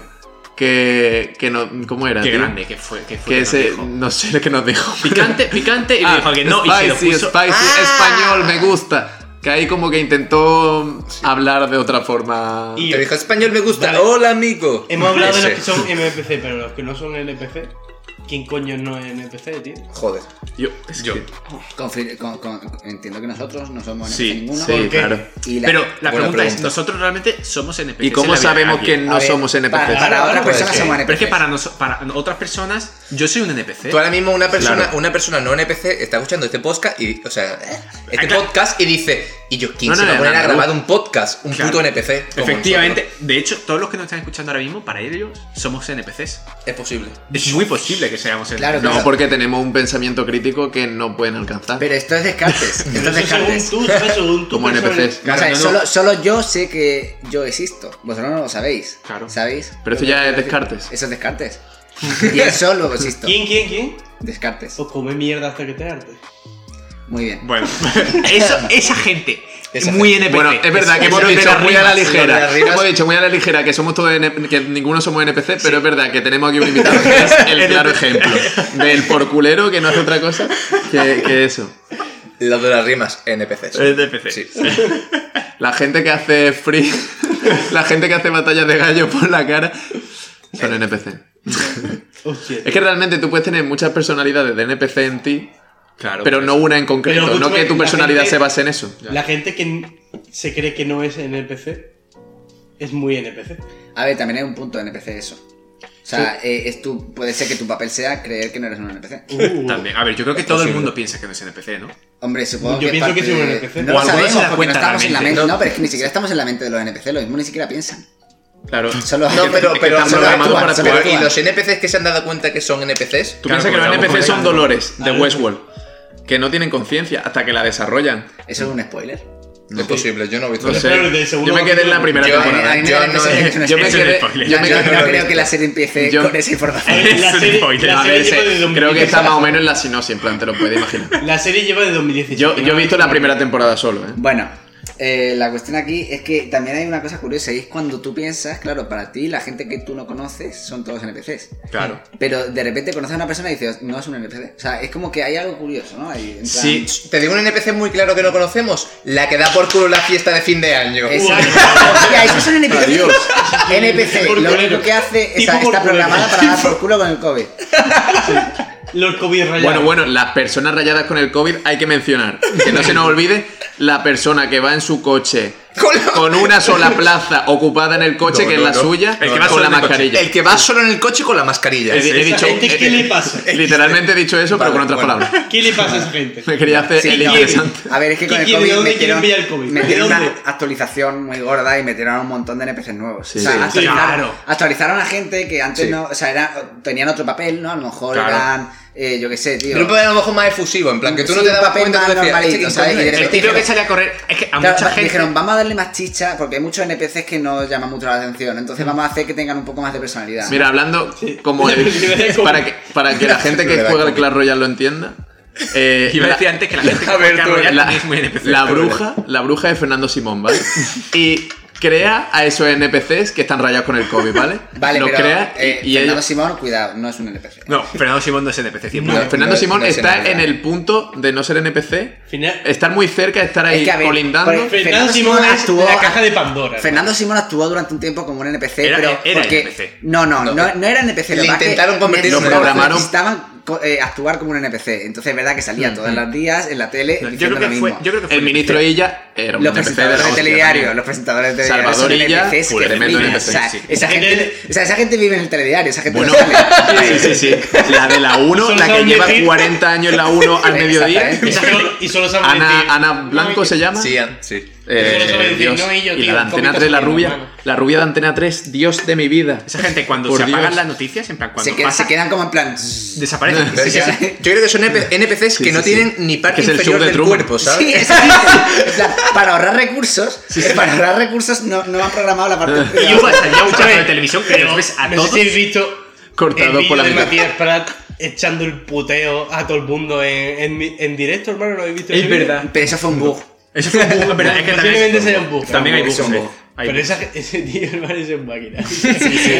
S3: que, que no, ¿cómo era?
S4: Qué
S3: tío?
S4: grande que fue. Que, fue
S3: Que
S4: nos
S3: ese,
S4: dijo.
S3: no sé lo que nos dijo.
S4: Picante, picante, y me
S3: Ah,
S4: dijo que no, y se lo
S3: spicy,
S4: puso. Ah.
S3: spicy, español, me gusta. Que ahí como que intentó hablar de otra forma.
S8: Y-
S6: Te dijo español me gusta.
S8: Dale.
S6: Hola amigo.
S8: Hemos hablado de
S6: Ese.
S8: los que son NPC, pero los que no son NPC. ¿Quién coño no es NPC, tío?
S6: Joder.
S3: Yo, es
S6: Yo.
S3: que-
S5: Confi- con- con- entiendo que nosotros no somos
S4: Sí,
S5: NPC ninguno.
S3: sí,
S8: qué?
S3: claro.
S5: Y la-
S4: Pero
S6: Buena
S4: la pregunta es,
S6: pregunta.
S4: ¿nosotros realmente somos NPCs?
S3: ¿Y cómo
S4: en la vida de
S3: sabemos que
S4: alguien?
S3: no
S5: A ver,
S3: somos NPCs?
S5: Para, para otras
S6: Pues
S5: personas
S6: sí.
S5: somos NPC.
S4: Pero es que para, noso- para otras personas, yo soy un NPC.
S6: Tú ahora mismo una persona,
S4: Claro.
S6: una persona no NPC está escuchando este podcast y, o sea, este
S4: Ah, claro.
S6: podcast y dice, y yo, ¿quién
S3: No,
S6: se
S3: no,
S6: va a
S3: no,
S6: poner
S3: no,
S6: a
S3: no.
S6: grabar un podcast? Un
S4: Claro.
S6: puto NPC. como
S4: Efectivamente. De hecho, todos los que nos están escuchando ahora mismo, para ellos, somos NPCs.
S6: nosotros. Es posible.
S4: Es muy posible que seamos NPCs.
S5: Claro,
S3: No, porque tenemos un pensamiento crítico que no pueden alcanzar.
S5: Pero esto es descartes. Esto
S8: Pero
S5: es
S8: eso según
S5: descartes.
S8: tú, ¿sabes? Según tú.
S3: Como
S8: personal-
S3: NPCs.
S5: O
S4: Claro,
S5: sea,
S4: no, no.
S5: solo, solo yo sé que yo existo. Vosotros no lo sabéis.
S4: Claro.
S5: ¿Sabéis?
S3: Pero esto ya es Descartes.
S5: Eso es descartes. Y eso solo existo.
S8: ¿Quién, quién, quién?
S5: Descartes.
S8: O come mierda hasta que te arte.
S5: Muy bien.
S4: Bueno, eso, esa gente
S6: Esa
S4: muy NPC.
S3: Bueno, es verdad que hemos
S4: Los de
S3: dicho muy a la
S4: arriba,
S6: de
S3: ligera.
S6: arriba.
S3: Hemos dicho muy a la ligera que somos todos N- que ninguno somos NPC, pero es verdad que tenemos aquí un invitado que es el claro ejemplo del porculero que no hace otra cosa que, que eso.
S6: Los de las rimas, NPCs.
S4: NPC.
S6: Sí.
S3: La gente que hace free, la gente que hace batallas de gallo por la cara son NPC.
S8: Hostia.
S3: Es que realmente tú puedes tener muchas personalidades de NPC en ti,
S4: Claro.
S3: pero no una en concreto,
S8: Pero
S3: no
S8: justo
S3: que tu
S8: la
S3: personalidad
S8: gente-
S3: se base en eso.
S8: La gente que n- se cree que no es NPC es muy NPC.
S5: A ver, también hay un punto de NPC eso. O sea, eh, es tu- puede ser que tu papel sea creer que no eres un NPC.
S8: Uh,
S4: También. A ver, yo creo que todo el mundo piensa que no es NPC, ¿no?
S5: Hombre, supongo
S8: Yo
S5: que.
S8: pienso
S5: parte
S8: que soy un
S5: de-
S8: NPC.
S5: No
S4: O
S5: lo
S4: alguno se
S5: sabemos
S4: da
S5: porque no
S4: cuenta
S5: estamos en la
S4: realmente.
S5: mente. No, pero es que ni siquiera estamos en la mente de los NPC. Los mismos ni siquiera piensan.
S3: Claro.
S5: Solo
S6: No, pero,
S3: que
S6: pero,
S3: están
S6: pero
S3: programados
S6: actúan,
S3: para
S6: pero-
S3: actuar.
S6: y
S5: ah.
S6: los NPCs que se han dado cuenta que son
S3: Tú
S6: NPCs,
S4: Claro,
S3: piensas que los
S4: porque
S3: NPC son
S4: estamos
S3: dolores de
S8: Claro.
S3: Westworld, que no tienen conciencia hasta que la desarrollan.
S5: Eso es un spoiler.
S6: no es posible, yo no he visto
S3: No
S6: eso.
S3: sé.
S8: claro, del segundo
S3: Yo me quedé en la primera
S6: Yo-
S3: temporada.
S5: A mí me
S6: yo
S5: da la
S6: no-
S5: impresión de que es un
S3: Yo me
S5: spoiler.
S4: Ese es el
S3: quedé.
S4: spoiler.
S3: Yo me
S5: Yo
S3: quedé-
S5: no creo que la serie empiece
S3: Yo-
S5: con esa información.
S8: Eh,
S4: Es
S8: la,
S4: un
S8: serie,
S4: spoiler.
S8: la
S3: A
S8: serie
S3: ver,
S8: lleva
S3: se-
S8: de 2017.
S3: creo que está más o menos en la sinopsis, en plan, te lo puedes imaginar.
S8: La serie lleva de 2017.
S3: Yo, yo he visto la primera temporada solo, ¿eh?
S5: Bueno, eh, la cuestión aquí es que también hay una cosa curiosa y es cuando tú piensas, claro, para ti la gente que tú no conoces son todos NPCs.
S4: Claro.
S5: Pero de repente conoces a una persona y dices, no es un NPC. O sea, es como que hay algo curioso, ¿no? Ahí, en plan-
S4: Sí.
S6: Te digo un NPC muy claro que no conocemos, la que da por culo la fiesta de fin de año.
S5: Exacto. Hostia, eso es un NPC. NPC, lo único que hace
S8: Tipo
S5: está- está
S8: por culero.
S5: programada para dar por culo con el COVID.
S8: Los COVID rayados.
S3: Bueno, bueno, las personas rayadas con el COVID hay que mencionar. Que no se nos olvide la persona que va en su coche
S6: Con la-
S3: con una sola plaza ocupada en el coche,
S6: No,
S3: que
S6: no,
S3: es la
S6: no.
S3: suya,
S4: El que va
S3: con
S4: solo
S3: la
S4: en el coche.
S3: mascarilla.
S6: El que va solo en el coche con la mascarilla.
S3: He- he
S8: ¿Esa
S3: dicho-
S8: gente qué
S3: eh,
S8: le pasa?
S3: Literalmente he dicho eso, pero
S6: Vale,
S3: con otras
S6: bueno.
S3: palabras.
S8: ¿Qué le pasa a esa gente?
S3: Me quería hacer
S5: Sí,
S3: el
S5: no.
S3: interesante.
S5: A ver, es que
S8: ¿Qué
S5: con el
S8: quiere-
S5: COVID
S8: dónde
S5: metieron,
S8: quieren pillar el COVID?
S5: metieron
S8: ¿De
S5: una
S8: dónde?
S5: actualización muy gorda y metieron un montón de NPCs nuevos.
S3: Sí,
S5: o sea,
S3: sí.
S5: actualizaron,
S4: Claro.
S5: actualizaron a gente que antes
S6: Sí.
S5: no, o sea, era- tenían otro papel, ¿no? A lo mejor
S4: Claro.
S5: eran, eh, yo qué sé, tío.
S6: Pero un papel a lo mejor más efusivo, en plan que tú no
S5: Sí,
S6: te
S5: un
S6: dabas
S5: papel
S6: cuenta
S5: más
S6: tú decías,
S5: normalito,
S6: "Este
S5: ¿sabes? Y de
S6: quién
S4: El
S6: coño es".
S5: repente-
S4: típico que sale a correr. Es que a
S5: Claro,
S4: mucha
S5: va-
S4: gente.
S5: dijeron, vamos a darle más chicha porque hay muchos NPCs que no llaman mucho la atención, entonces vamos a hacer que tengan un poco más de personalidad.
S3: Mira, hablando como
S8: Sí.
S3: para que para que la gente que
S6: Verdad,
S3: juega al
S6: como-
S3: Clash Royale lo entienda. eh,
S4: Iba a
S3: la-
S4: decir antes que la gente que
S6: A ver,
S4: juega
S6: tú,
S4: Royal
S3: la,
S4: también es muy NPC.
S3: la
S4: pero bueno.
S3: bruja, la bruja de Fernando Simón, ¿vale? Y crea a esos NPCs que están rayados con el COVID, ¿vale?
S5: Vale,
S3: Los
S5: pero
S3: crea y-
S5: eh,
S3: y,
S5: Fernando
S3: ellos-
S5: Simón, cuidado, no es un NPC.
S4: No, Fernando Simón no es NPC 100%.
S3: No, Fernando
S6: no es-
S3: Simón
S6: no es
S3: está
S6: nada.
S3: en el punto de no ser NPC,
S8: Final-
S3: estar muy cerca, estar ahí
S5: Es que, a ver,
S3: colindando.
S5: por-
S8: Fernando
S5: Fernando
S8: Simón
S5: Simón
S8: es
S5: actuó-
S8: la caja de Pandora.
S5: Fernando Simón actuó durante un tiempo como un NPC,
S4: Era-
S5: pero
S4: era
S5: porque
S4: NPC.
S5: no, no,
S6: No,
S5: no, no era NPC.
S6: le
S5: lo que pasa es que
S6: intentaron convertir en
S5: necesitaban-
S3: un programaron.
S5: necesitaban co- eh, actuar como un NPC. Entonces es verdad que salía todos los días en la tele
S4: Yo
S5: diciendo
S4: creo, que
S5: lo
S4: fue,
S5: mismo.
S4: yo creo que fue
S3: El ministro Illa era un NPC de
S5: Los
S3: la
S5: presentadores de
S3: hostia
S5: telediario,
S3: también.
S5: los presentadores de telediario
S3: Salvador
S5: son
S3: Illa,
S5: NPCs
S3: pues,
S5: que
S3: tremendo
S5: flipas.
S3: NPC,
S5: o, sea,
S3: sí.
S5: esa gente, o sea, esa gente vive en el telediario, esa gente
S3: Bueno,
S5: no sale.
S3: sí, sí, sí. La de la 1,
S7: Solo
S3: la que
S7: saben
S3: lleva
S7: decir-
S3: 40 años en la 1 al mediodía.
S5: Exactamente.
S7: Y solo- Y solo saben decir-
S3: Ana, Ana Blanco se llama.
S6: Sí, an- sí.
S3: Eh,
S7: Solo sabe decir,
S3: Dios.
S7: "No, y yo,
S3: y
S7: tío,
S3: la de Antena 3, la
S7: cómico,
S3: rubia.
S7: hermano".
S3: La rubia de Antena 3, Dios de mi vida.
S4: Esa gente cuando
S3: Por
S4: se apagan
S3: Dios.
S4: las noticias, en plan, cuando
S5: Se, que-
S4: pasa,
S5: se quedan como en plan.
S4: desaparecen.
S6: Pero es que son- yo creo que son NP- NPCs que
S3: sí,
S6: no
S3: sí.
S6: tienen ni parte
S3: Es que es el
S6: inferior
S3: show de
S6: del
S3: Truman.
S6: cuerpo, ¿sabes?
S5: Sí, eso sí, en plan, para ahorrar recursos, para ahorrar recursos no, no han programado la parte.
S4: Y yo salía un
S7: Escúchame,
S4: programa de televisión que
S7: pero
S4: los ves a
S7: no sé
S4: todos.
S7: si habéis visto
S3: Cortado
S7: el vídeo
S3: por la
S7: de
S3: mitad.
S7: Matías Prat echando el puteo a todo el mundo en, en, mi- en directo, hermano, ¿lo habéis visto? ese vídeo?
S5: Pero eso fue un bug.
S4: Eso fue un bug, pero es que
S7: Posiblemente
S4: también.
S7: sea un bug.
S4: También hay bugs.
S5: Es un
S4: sí.
S5: bug.
S4: Hay
S7: Pero
S4: bugs.
S7: esa, ese tío, hermano, es un máquina.
S5: sí, pero-
S7: Ese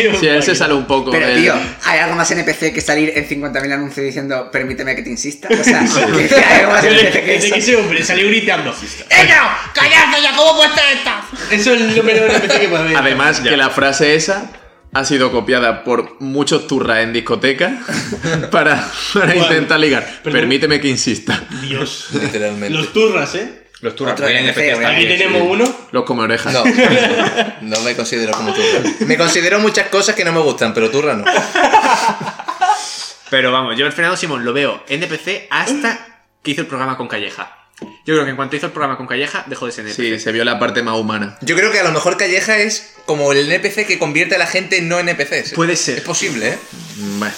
S7: tío es un
S3: Sí, él se
S7: máquina.
S3: sale un poco.
S5: Pero
S3: del-
S5: tío, ¿hay algo más NPC que salir en 50.000 anuncios diciendo permíteme que te insista? O sea, ¿hay algo más
S7: Yo le-
S5: NPC que
S7: Desde
S5: eso?
S7: que ese hombre salió gritando.
S5: ¡Ella! ¡Cállate ya! ¿Cómo puedes estar?
S7: Eso es lo menos repetido que puede haber.
S3: Además, que la frase esa ha sido copiada por muchos turras en discotecas para, para intentar ligar.
S7: Perdón.
S3: Permíteme que insista.
S7: Dios.
S6: Literalmente.
S7: Los turras, ¿eh?
S4: Los turras
S5: Otro
S4: también,
S5: NPC,
S4: NPCs
S7: Aquí
S4: también, sí.
S7: tenemos uno.
S3: Los come orejas.
S6: No, no me considero como turra. Me considero muchas cosas que no me gustan, pero turra no.
S4: Pero vamos, yo el Fernando Simón lo veo NPC hasta que hizo el programa con Calleja. Yo creo que en cuanto hizo el programa con Calleja, dejó de ser NPC.
S3: Sí, se vio la parte más humana.
S6: Yo creo que a lo mejor Calleja es como el NPC que convierte a la gente en no NPCs.
S4: Puede ser.
S6: Es posible, ¿eh?
S3: Bueno.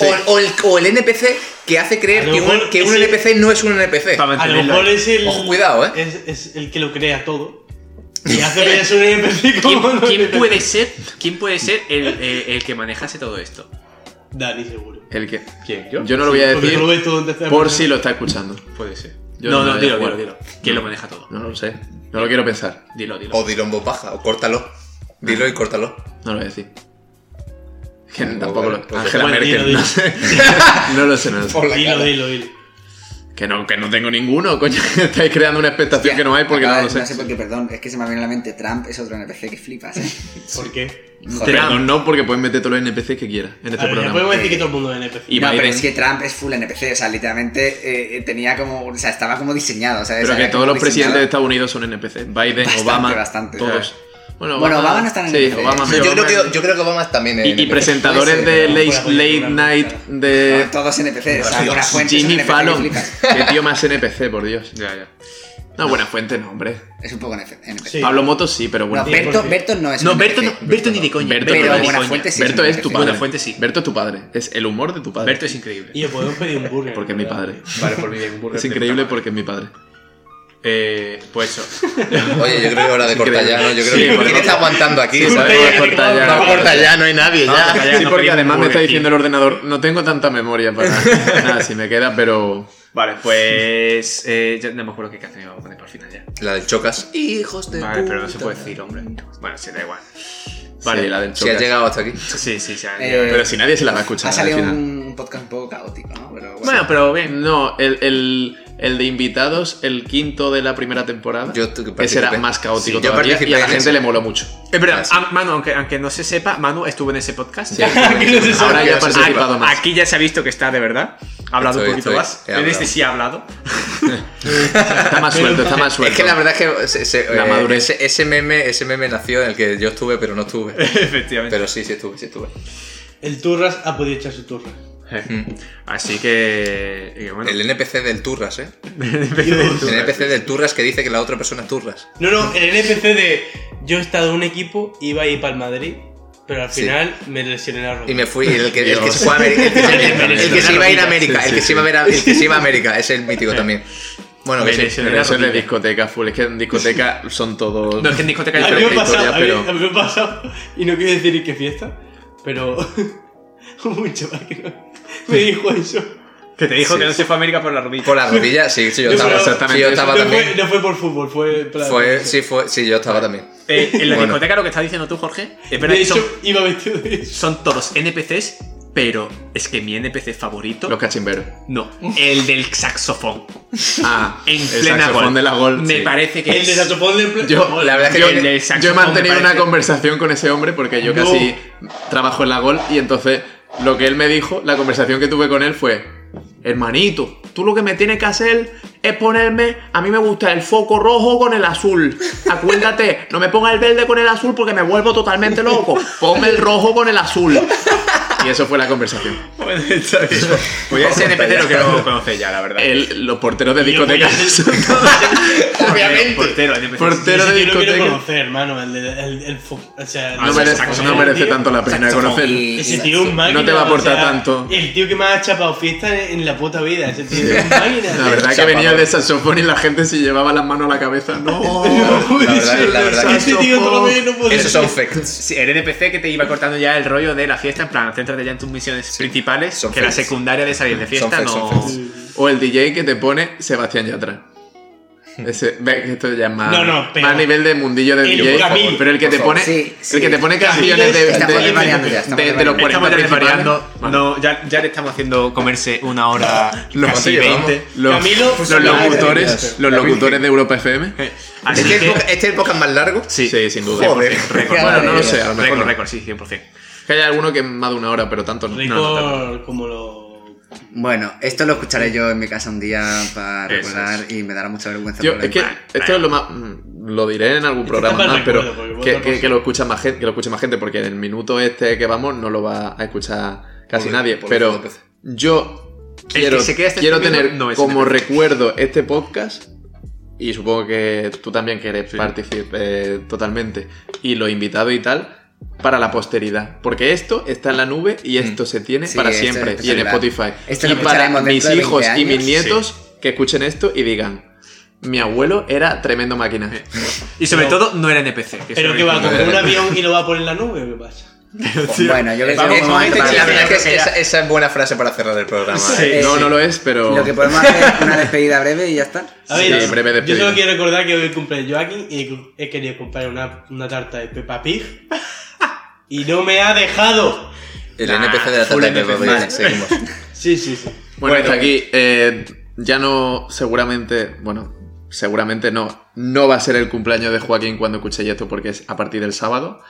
S6: O, o el, o el NPC que hace
S7: A
S6: creer
S7: lo
S6: que un,
S7: mejor
S6: que un
S7: ese-
S6: NPC no es un NPC.
S4: Para
S7: A lo
S4: mantenerlo
S7: mejor
S4: ahí.
S7: es el.
S6: Ojo, cuidado, ¿eh?
S7: Es, es el que lo crea todo. Y hace que es un NPC
S4: ¿Quién,
S7: como no
S4: quién
S7: NPC.
S4: puede ser, quién puede ser el, eh, el- el que manejase todo esto?
S7: Dani, seguro.
S3: El que.
S4: ¿Quién?
S3: Yo no lo voy a
S7: Porque
S3: decir
S7: tú lo ves todo en tercera
S3: por
S7: persona.
S3: si lo está escuchando.
S4: Puede ser.
S3: Yo
S4: no,
S3: no
S4: no,
S3: voy a
S4: dilo,
S3: jugar.
S4: dilo, dilo. ¿Quién lo maneja todo?
S3: No lo sé. No lo quiero pensar.
S4: Dilo, dilo.
S6: O dilo en voz baja, o córtalo. Dilo y córtalo.
S3: No lo voy a decir. Es Que
S6: Bueno,
S3: tampoco
S6: bueno,
S3: lo.
S6: pues-
S3: Ángela
S7: Bueno,
S3: Merkel.
S7: dilo, dilo.
S3: No, sé. No lo sé, no lo sé.
S6: Por la
S7: Dilo,
S6: cara.
S7: dilo, dilo.
S3: Que no, que no tengo ninguno, coño. Estáis creando una expectación que no hay porque
S5: Acaba
S3: no lo
S5: de-
S3: sé.
S5: No sé por qué, perdón. Es que se me viene a la mente. Trump es otro NPC que flipas, ¿eh?
S7: ¿Por qué?
S5: Joder.
S3: Mm, Perdón, no, porque pueden meter todos los NPCs que quieras en este
S7: A ver, ya
S3: programa.
S7: podemos decir que todo el mundo es NPC.
S3: Y
S5: no, pero
S3: Biden.
S5: es que Trump es full NPC, o sea, literalmente eh, eh, tenía como, o sea, estaba como diseñado, ¿sabes?
S3: Pero
S5: Había
S3: que todos
S5: como
S3: los presidentes de
S5: diseñado-
S3: Estados Unidos son NPC. Biden,
S5: Bastante,
S3: Obama,
S5: bastante.
S3: todos.
S5: Bueno, Obama no está en
S3: Sí,
S5: NPC.
S3: Obama
S5: Yo
S3: sí,
S6: Yo creo,
S3: Obama
S6: que,
S3: es-
S6: yo creo que Obama también es
S3: y, y
S6: NPC.
S3: presentadores
S5: Puede
S3: de
S5: ser,
S3: late,
S7: pero-
S3: late Night de
S5: Todos NPC, o sea,
S6: Dios,
S5: Buena Fuente es un
S3: Jimmy
S5: NPC que
S3: Fallon.
S5: flipas.
S3: Qué tío más NPC, por Dios.
S4: Ya, ya.
S3: No, Buena Fuente no, hombre.
S5: Es un poco NPC.
S7: Sí.
S3: Pablo Motos sí, pero
S5: No,
S3: Buena Fuente.
S5: Berto, Berto no es
S4: No,
S5: un
S4: Berto, no,
S5: NPC.
S4: Berto ni de coña.
S3: Berto
S4: Berto
S3: no
S4: ni
S3: es.
S4: de coña.
S5: Buenafuente sí
S3: Berto
S5: es un
S3: es tu
S5: NPC.
S3: padre.
S4: Buenafuente sí.
S3: Berto es tu padre. Es el humor de tu padre.
S4: Berto es increíble.
S7: Y yo podemos pedir un burger.
S3: Porque es mi padre.
S4: Vale, por mi bien,
S3: Es increíble porque es mi padre.
S4: Eh, pues eso.
S6: Oye, yo creo que es hora de cortar ya, ¿no? Yo creo
S3: Sí,
S6: que. ¿Quién
S3: podemos-
S6: está aguantando aquí?
S3: Sí,
S6: ¿sabes?
S3: podemos cortar ya.
S6: Vamos a cortar ya, no hay nadie
S4: Vamos a
S6: ya.
S4: cortar ya,
S3: Sí,
S4: no
S3: porque
S4: pedimos
S3: además me
S4: Burger
S3: está
S4: King.
S3: diciendo el ordenador, no tengo tanta memoria para nada, si me queda, pero
S4: Vale, pues. Eh, ya no me acuerdo qué canción iba a poner para el final ya.
S6: La del Chocas. Hijos de
S4: Vale, pero no
S6: puta.
S4: se puede decir, hombre. Bueno, sí, da igual.
S3: vale,
S4: Vale,
S3: la del
S6: Si
S3: Chocas.
S6: has llegado hasta aquí.
S4: Sí, sí, sí.
S5: Eh,
S3: Pero si nadie se la va a escuchar
S5: Ha
S3: al
S5: salido
S3: final.
S5: un, un podcast un poco caótico, ¿no? Pero bueno.
S4: Bueno, pero bien.
S3: No, el, el, el de invitados, el quinto de la primera temporada,
S6: Yo tu-
S3: ese
S6: participé.
S3: era más caótico
S6: Sí, yo
S3: todavía y
S6: participé
S3: a la
S6: en
S3: gente
S6: ese.
S3: le moló mucho.
S4: Es verdad,
S6: Así.
S4: ah, Manu, aunque, aunque no se sepa, Manu estuvo en ese podcast.
S7: Que no se sabe.
S3: Ahora ya ha
S6: Ahora
S3: participado
S4: Aquí-
S3: más.
S4: Ah, Aquí ya se ha visto que está de verdad. Ha hablado
S6: Estoy-
S4: un poquito
S6: estoy-
S4: más.
S6: he
S4: En este
S6: hablado.
S4: sí ha hablado.
S3: Está más suelto, está más suelto.
S6: Es que la verdad es que se- se-
S3: La
S6: eh,
S3: madurez.
S6: ese, ese meme, ese meme nació en el que yo estuve, pero no estuve.
S4: Efectivamente.
S6: Pero sí, sí estuve, sí estuve.
S7: El turras ha podido echar su turra.
S4: Así que. y bueno.
S6: El NPC del Turras, ¿eh? El
S7: Yo-
S6: NPC del Turras que dice que la otra persona es Turras.
S7: No, no, el NPC de yo he estado en un equipo, iba a ir para el Madrid, pero al
S6: Sí.
S7: final me lesioné la rodilla.
S6: Y me fui, y el que, el que
S3: Dios.
S6: se fue a América. El que se, el que se iba a ir a América,
S3: Sí,
S6: el que
S3: sí,
S6: se iba a,
S3: sí.
S6: ver a- el que se iba a América, es el mítico también. Bueno, que sí.
S3: Pero eso es de discoteca full, es que en discoteca son todos...
S4: No, es que en discoteca hay
S7: A
S3: Pero
S7: mí me ha
S3: qué
S7: pasado,
S3: historia,
S7: a mí-
S3: pero-
S7: a mí me ha pasado, y no quiero decir en qué fiesta, pero hubo un chaval que no- me dijo eso.
S4: Que te dijo
S6: Sí.
S4: que no se fue a América por la rodilla.
S6: Por la rodilla, sí, sí, yo
S7: No,
S6: estaba,
S7: pero-
S6: sí, yo estaba
S7: no,
S6: también.
S7: fue, no fue por fútbol, fue... en plan-
S6: Fue, sí, fue, sí, yo estaba también.
S4: Eh, en la
S6: Bueno.
S4: discoteca lo que estás diciendo tú, Jorge, es verdad
S7: De
S4: que son,
S7: hecho, iba vestido de eso.
S4: son todos NPCs, pero es que mi NPC favorito.
S3: Los cachimberos.
S4: No, el del saxofón.
S3: Ah,
S4: En
S3: el
S4: plena
S3: saxofón
S4: gol.
S3: de la gol.
S4: Me
S3: sí.
S4: parece que
S7: El de
S4: es-
S7: saxofón de... pl-
S3: Yo,
S6: La verdad es que
S3: yo,
S6: el
S4: del
S3: yo
S4: saxofón
S3: he mantenido
S4: me
S3: una
S4: parece-
S3: conversación con ese hombre porque yo
S7: No.
S3: casi trabajo en la Gol y entonces Lo que él me dijo, la conversación que tuve con él fue, hermanito, tú lo que me tienes que hacer es ponerme, a mí me gusta el foco rojo con el azul. Acuérdate, no me pongas el verde con el azul porque me vuelvo totalmente loco. Ponme el rojo con el azul. Y eso fue la conversación.
S4: Bueno, está bien. Pues ya ese NPC lo que no conoce ya, la verdad.
S3: El- los porteros de discotecas son todos-
S4: Obviamente. Portero, NPC.
S3: Portero
S8: Ese
S3: de
S8: tío lo quiero
S3: discoteca.
S8: conocer, hermano. El, de- el, el fo- o sea,
S3: No
S8: el-
S3: merece, no merece tanto la pena
S4: Saxofón.
S3: conocerlo.
S8: Ese tío es un máquina.
S3: No te va a aportar
S8: o sea,
S3: tanto.
S8: El tío que más ha chapado fiesta en, en la puta vida. Ese tío es un máquina.
S3: La verdad que venía de saxofón y la gente se llevaba las manos a la cabeza. No.
S6: La verdad, la verdad que
S8: Ese tío todo lo ve y no puede
S6: Esos son facts.
S4: Sí, el NPC que te iba cortando ya el rollo de la fiesta, en plan, céntrate ya en tus misiones principales,
S6: Son
S4: que la
S6: fakes.
S4: secundaria de salir de fiesta
S6: fakes,
S4: no...
S6: son
S3: O el DJ que te pone Sebastián Yatra. Ese, ve que esto ya es más,
S8: No, no, pero-
S3: más nivel de mundillo de
S8: El
S3: DJ.
S8: Camil,
S3: pero el que
S6: por
S3: te pone,
S5: favor. Sí,
S3: el que
S5: sí.
S3: te pone
S8: Camil
S3: canciones de,
S8: es-
S3: de,
S5: estamos
S3: de-
S5: desvariando ya, estamos
S3: de- de los 40
S5: desvariando.
S4: Estamos ya
S3: principales.
S4: variando, no, ya, ya le estamos haciendo comerse una
S3: Ah,
S4: hora
S6: Lo
S4: casi
S6: que llevamos.
S4: 20.
S3: Los,
S8: Camilo,
S3: los
S8: madre
S3: locutores, los locutores de Europa FM.
S4: Así
S6: Este, es el
S4: que...
S6: podcast- este es el podcast más largo.
S4: Sí,
S3: Sí, sin duda.
S6: Joder.
S4: récord.
S6: Qué
S3: Bueno, no lo sé, a lo mejor.
S4: Récord,
S3: no.
S4: récord, sí, 100%.
S3: Que hay alguno que es más de una hora, pero tanto no.
S8: Rico
S3: No, no, no.
S8: como lo.
S5: Bueno, esto lo escucharé yo en mi casa un día para
S4: Eso
S5: recordar y me dará mucha vergüenza.
S3: Yo,
S5: por
S3: es que
S5: ahí.
S3: esto es lo más. mm, Lo diré en algún programa
S8: está mal
S3: más, pero
S8: recuerdo, porque
S3: que,
S8: otra
S3: que-
S8: cosa.
S3: que lo escucha más gente, que lo escuche más gente, porque en el minuto este que vamos no lo va a escuchar casi
S6: Por-
S3: nadie.
S6: por
S3: pero
S6: los NPC.
S3: yo
S4: que
S3: quiero,
S4: se queda este
S3: quiero
S4: término
S3: tener
S4: no es
S3: como
S4: NPC.
S3: recuerdo este podcast. Y supongo que tú también quieres participar eh, totalmente. Y los invitados y tal. Para la posteridad. Porque esto está en la nube y esto se tiene
S5: Mm. Sí,
S3: para
S5: esto es
S3: siempre. y en
S5: espectacular.
S3: Spotify.
S5: Esto
S3: y
S5: lo
S3: para
S5: escucharemos
S3: mis
S5: dentro de 20
S3: hijos y mis
S5: años.
S3: nietos que escuchen esto y digan. Mi abuelo era tremendo máquina.
S5: Eh,
S4: Y sobre
S8: Pero-
S4: todo, no era NPC. que
S8: Pero
S4: eso
S8: que va a
S4: es-
S8: coger un avión y lo va a poner en la nube, ¿qué pasa?
S5: Bueno, yo creo que
S4: Vamos,
S5: es
S4: vamos,
S5: momento
S4: vamos,
S5: para
S6: La verdad
S5: cerrar.
S6: es que esa, esa es buena frase para cerrar el programa.
S4: Sí.
S5: Eh,
S3: no,
S5: sí.
S3: no lo es, pero.
S5: Lo que podemos hacer es una despedida breve y ya está.
S8: A
S7: Ah,
S3: Sí,
S8: ver,
S3: breve
S8: yo
S3: despedida.
S8: solo quiero recordar que hoy cumple Joaquín y he querido comprar una, una tarta de Peppa Pig y no me ha dejado.
S6: El
S4: Ah,
S6: NPC de la
S4: full
S6: tarde de
S4: NPC.
S6: Peppa Pig. Seguimos.
S8: Sí, sí, sí.
S3: Bueno, hasta aquí. eh, ya no, seguramente. Bueno, seguramente no. No va a ser el cumpleaños de Joaquín cuando escuchéis esto, porque es a partir del sábado.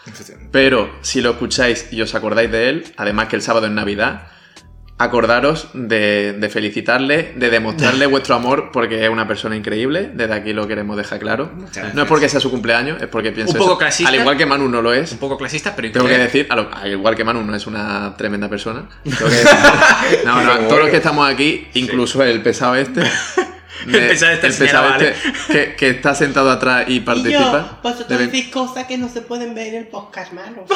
S3: Pero si lo escucháis y os acordáis de él, además que el sábado es Navidad, acordaros de, de felicitarle, de demostrarle vuestro amor, porque es una persona increíble. Desde aquí lo queremos dejar claro. No es porque sea su cumpleaños, es porque pienso.
S4: Un poco
S3: eso.
S4: clasista.
S3: Al igual que Manu no lo es.
S4: Un poco clasista, pero
S3: Tengo que
S4: increíble.
S3: decir, a lo- al igual que Manu no es una tremenda persona, tengo que decir- no, no, todos los que estamos aquí, incluso el pesado este, de-
S4: pesado este señala, vale.
S3: que, que está sentado atrás y participa, debe-
S8: cosas que no se pueden ver en el podcast, malo.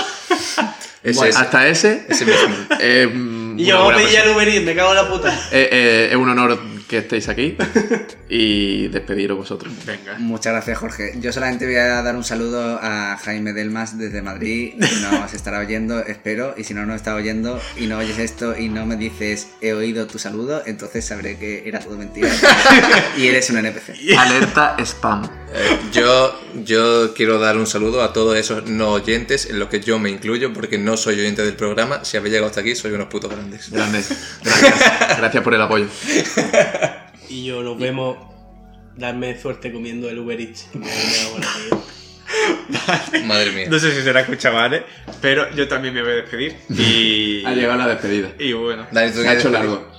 S6: Ese
S3: Bueno,
S6: es.
S3: hasta ese
S6: Ese mismo.
S3: eh, mm,
S8: Y
S3: una
S8: yo vamos a
S3: buena
S8: pedir ya
S3: persona.
S8: el Uber Eats, me cago en la puta.
S3: Eh, eh, es un honor que estéis aquí y despediros vosotros.
S4: Venga.
S5: Muchas gracias, Jorge. Yo solamente voy a dar un saludo a Jaime Delmas desde Madrid. que Nos estará oyendo, espero. Y si no nos está oyendo y no oyes esto y no me dices he oído tu saludo, entonces sabré que era todo mentira. y eres un NPC.
S3: Alerta spam.
S6: Eh, yo, yo quiero dar un saludo a todos esos no oyentes, en los que yo me incluyo, porque no soy oyente del programa. Si habéis llegado hasta aquí, soy unos putos grandes.
S3: Grande. Gracias. Gracias por el apoyo.
S8: Y yo nos vemos. Darme suerte comiendo el Uber Eats. que me ha dado la vida.
S6: Madre mía.
S4: No sé si se la escucha ¿vale? pero yo también me voy a despedir. Y,
S3: Ha llegado la despedida.
S4: y bueno.
S6: Dani, tú
S3: Se ha
S6: quieres-
S3: hecho largo.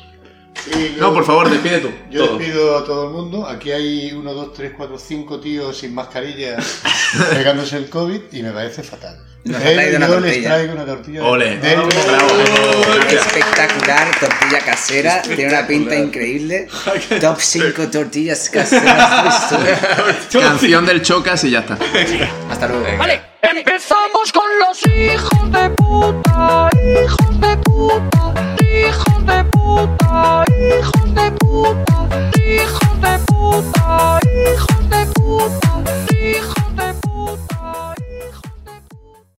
S9: Y
S3: No,
S9: yo-
S3: por favor, despide tú.
S9: Yo
S3: todo.
S9: despido a todo el mundo. Aquí hay uno, dos, tres, cuatro, cinco tíos sin mascarilla pegándose el COVID y me parece fatal.
S5: Nos ha
S9: Pero
S5: traído una
S9: yo les
S5: tortilla.
S9: traigo una tortilla. de-
S3: Ole.
S9: del-
S5: Espectacular, tortilla casera. Tiene una pinta increíble. Top 5 tortillas caseras.
S3: Canción del Chocas y ya está.
S5: Hasta luego.
S6: Venga.
S10: Vale, empezamos con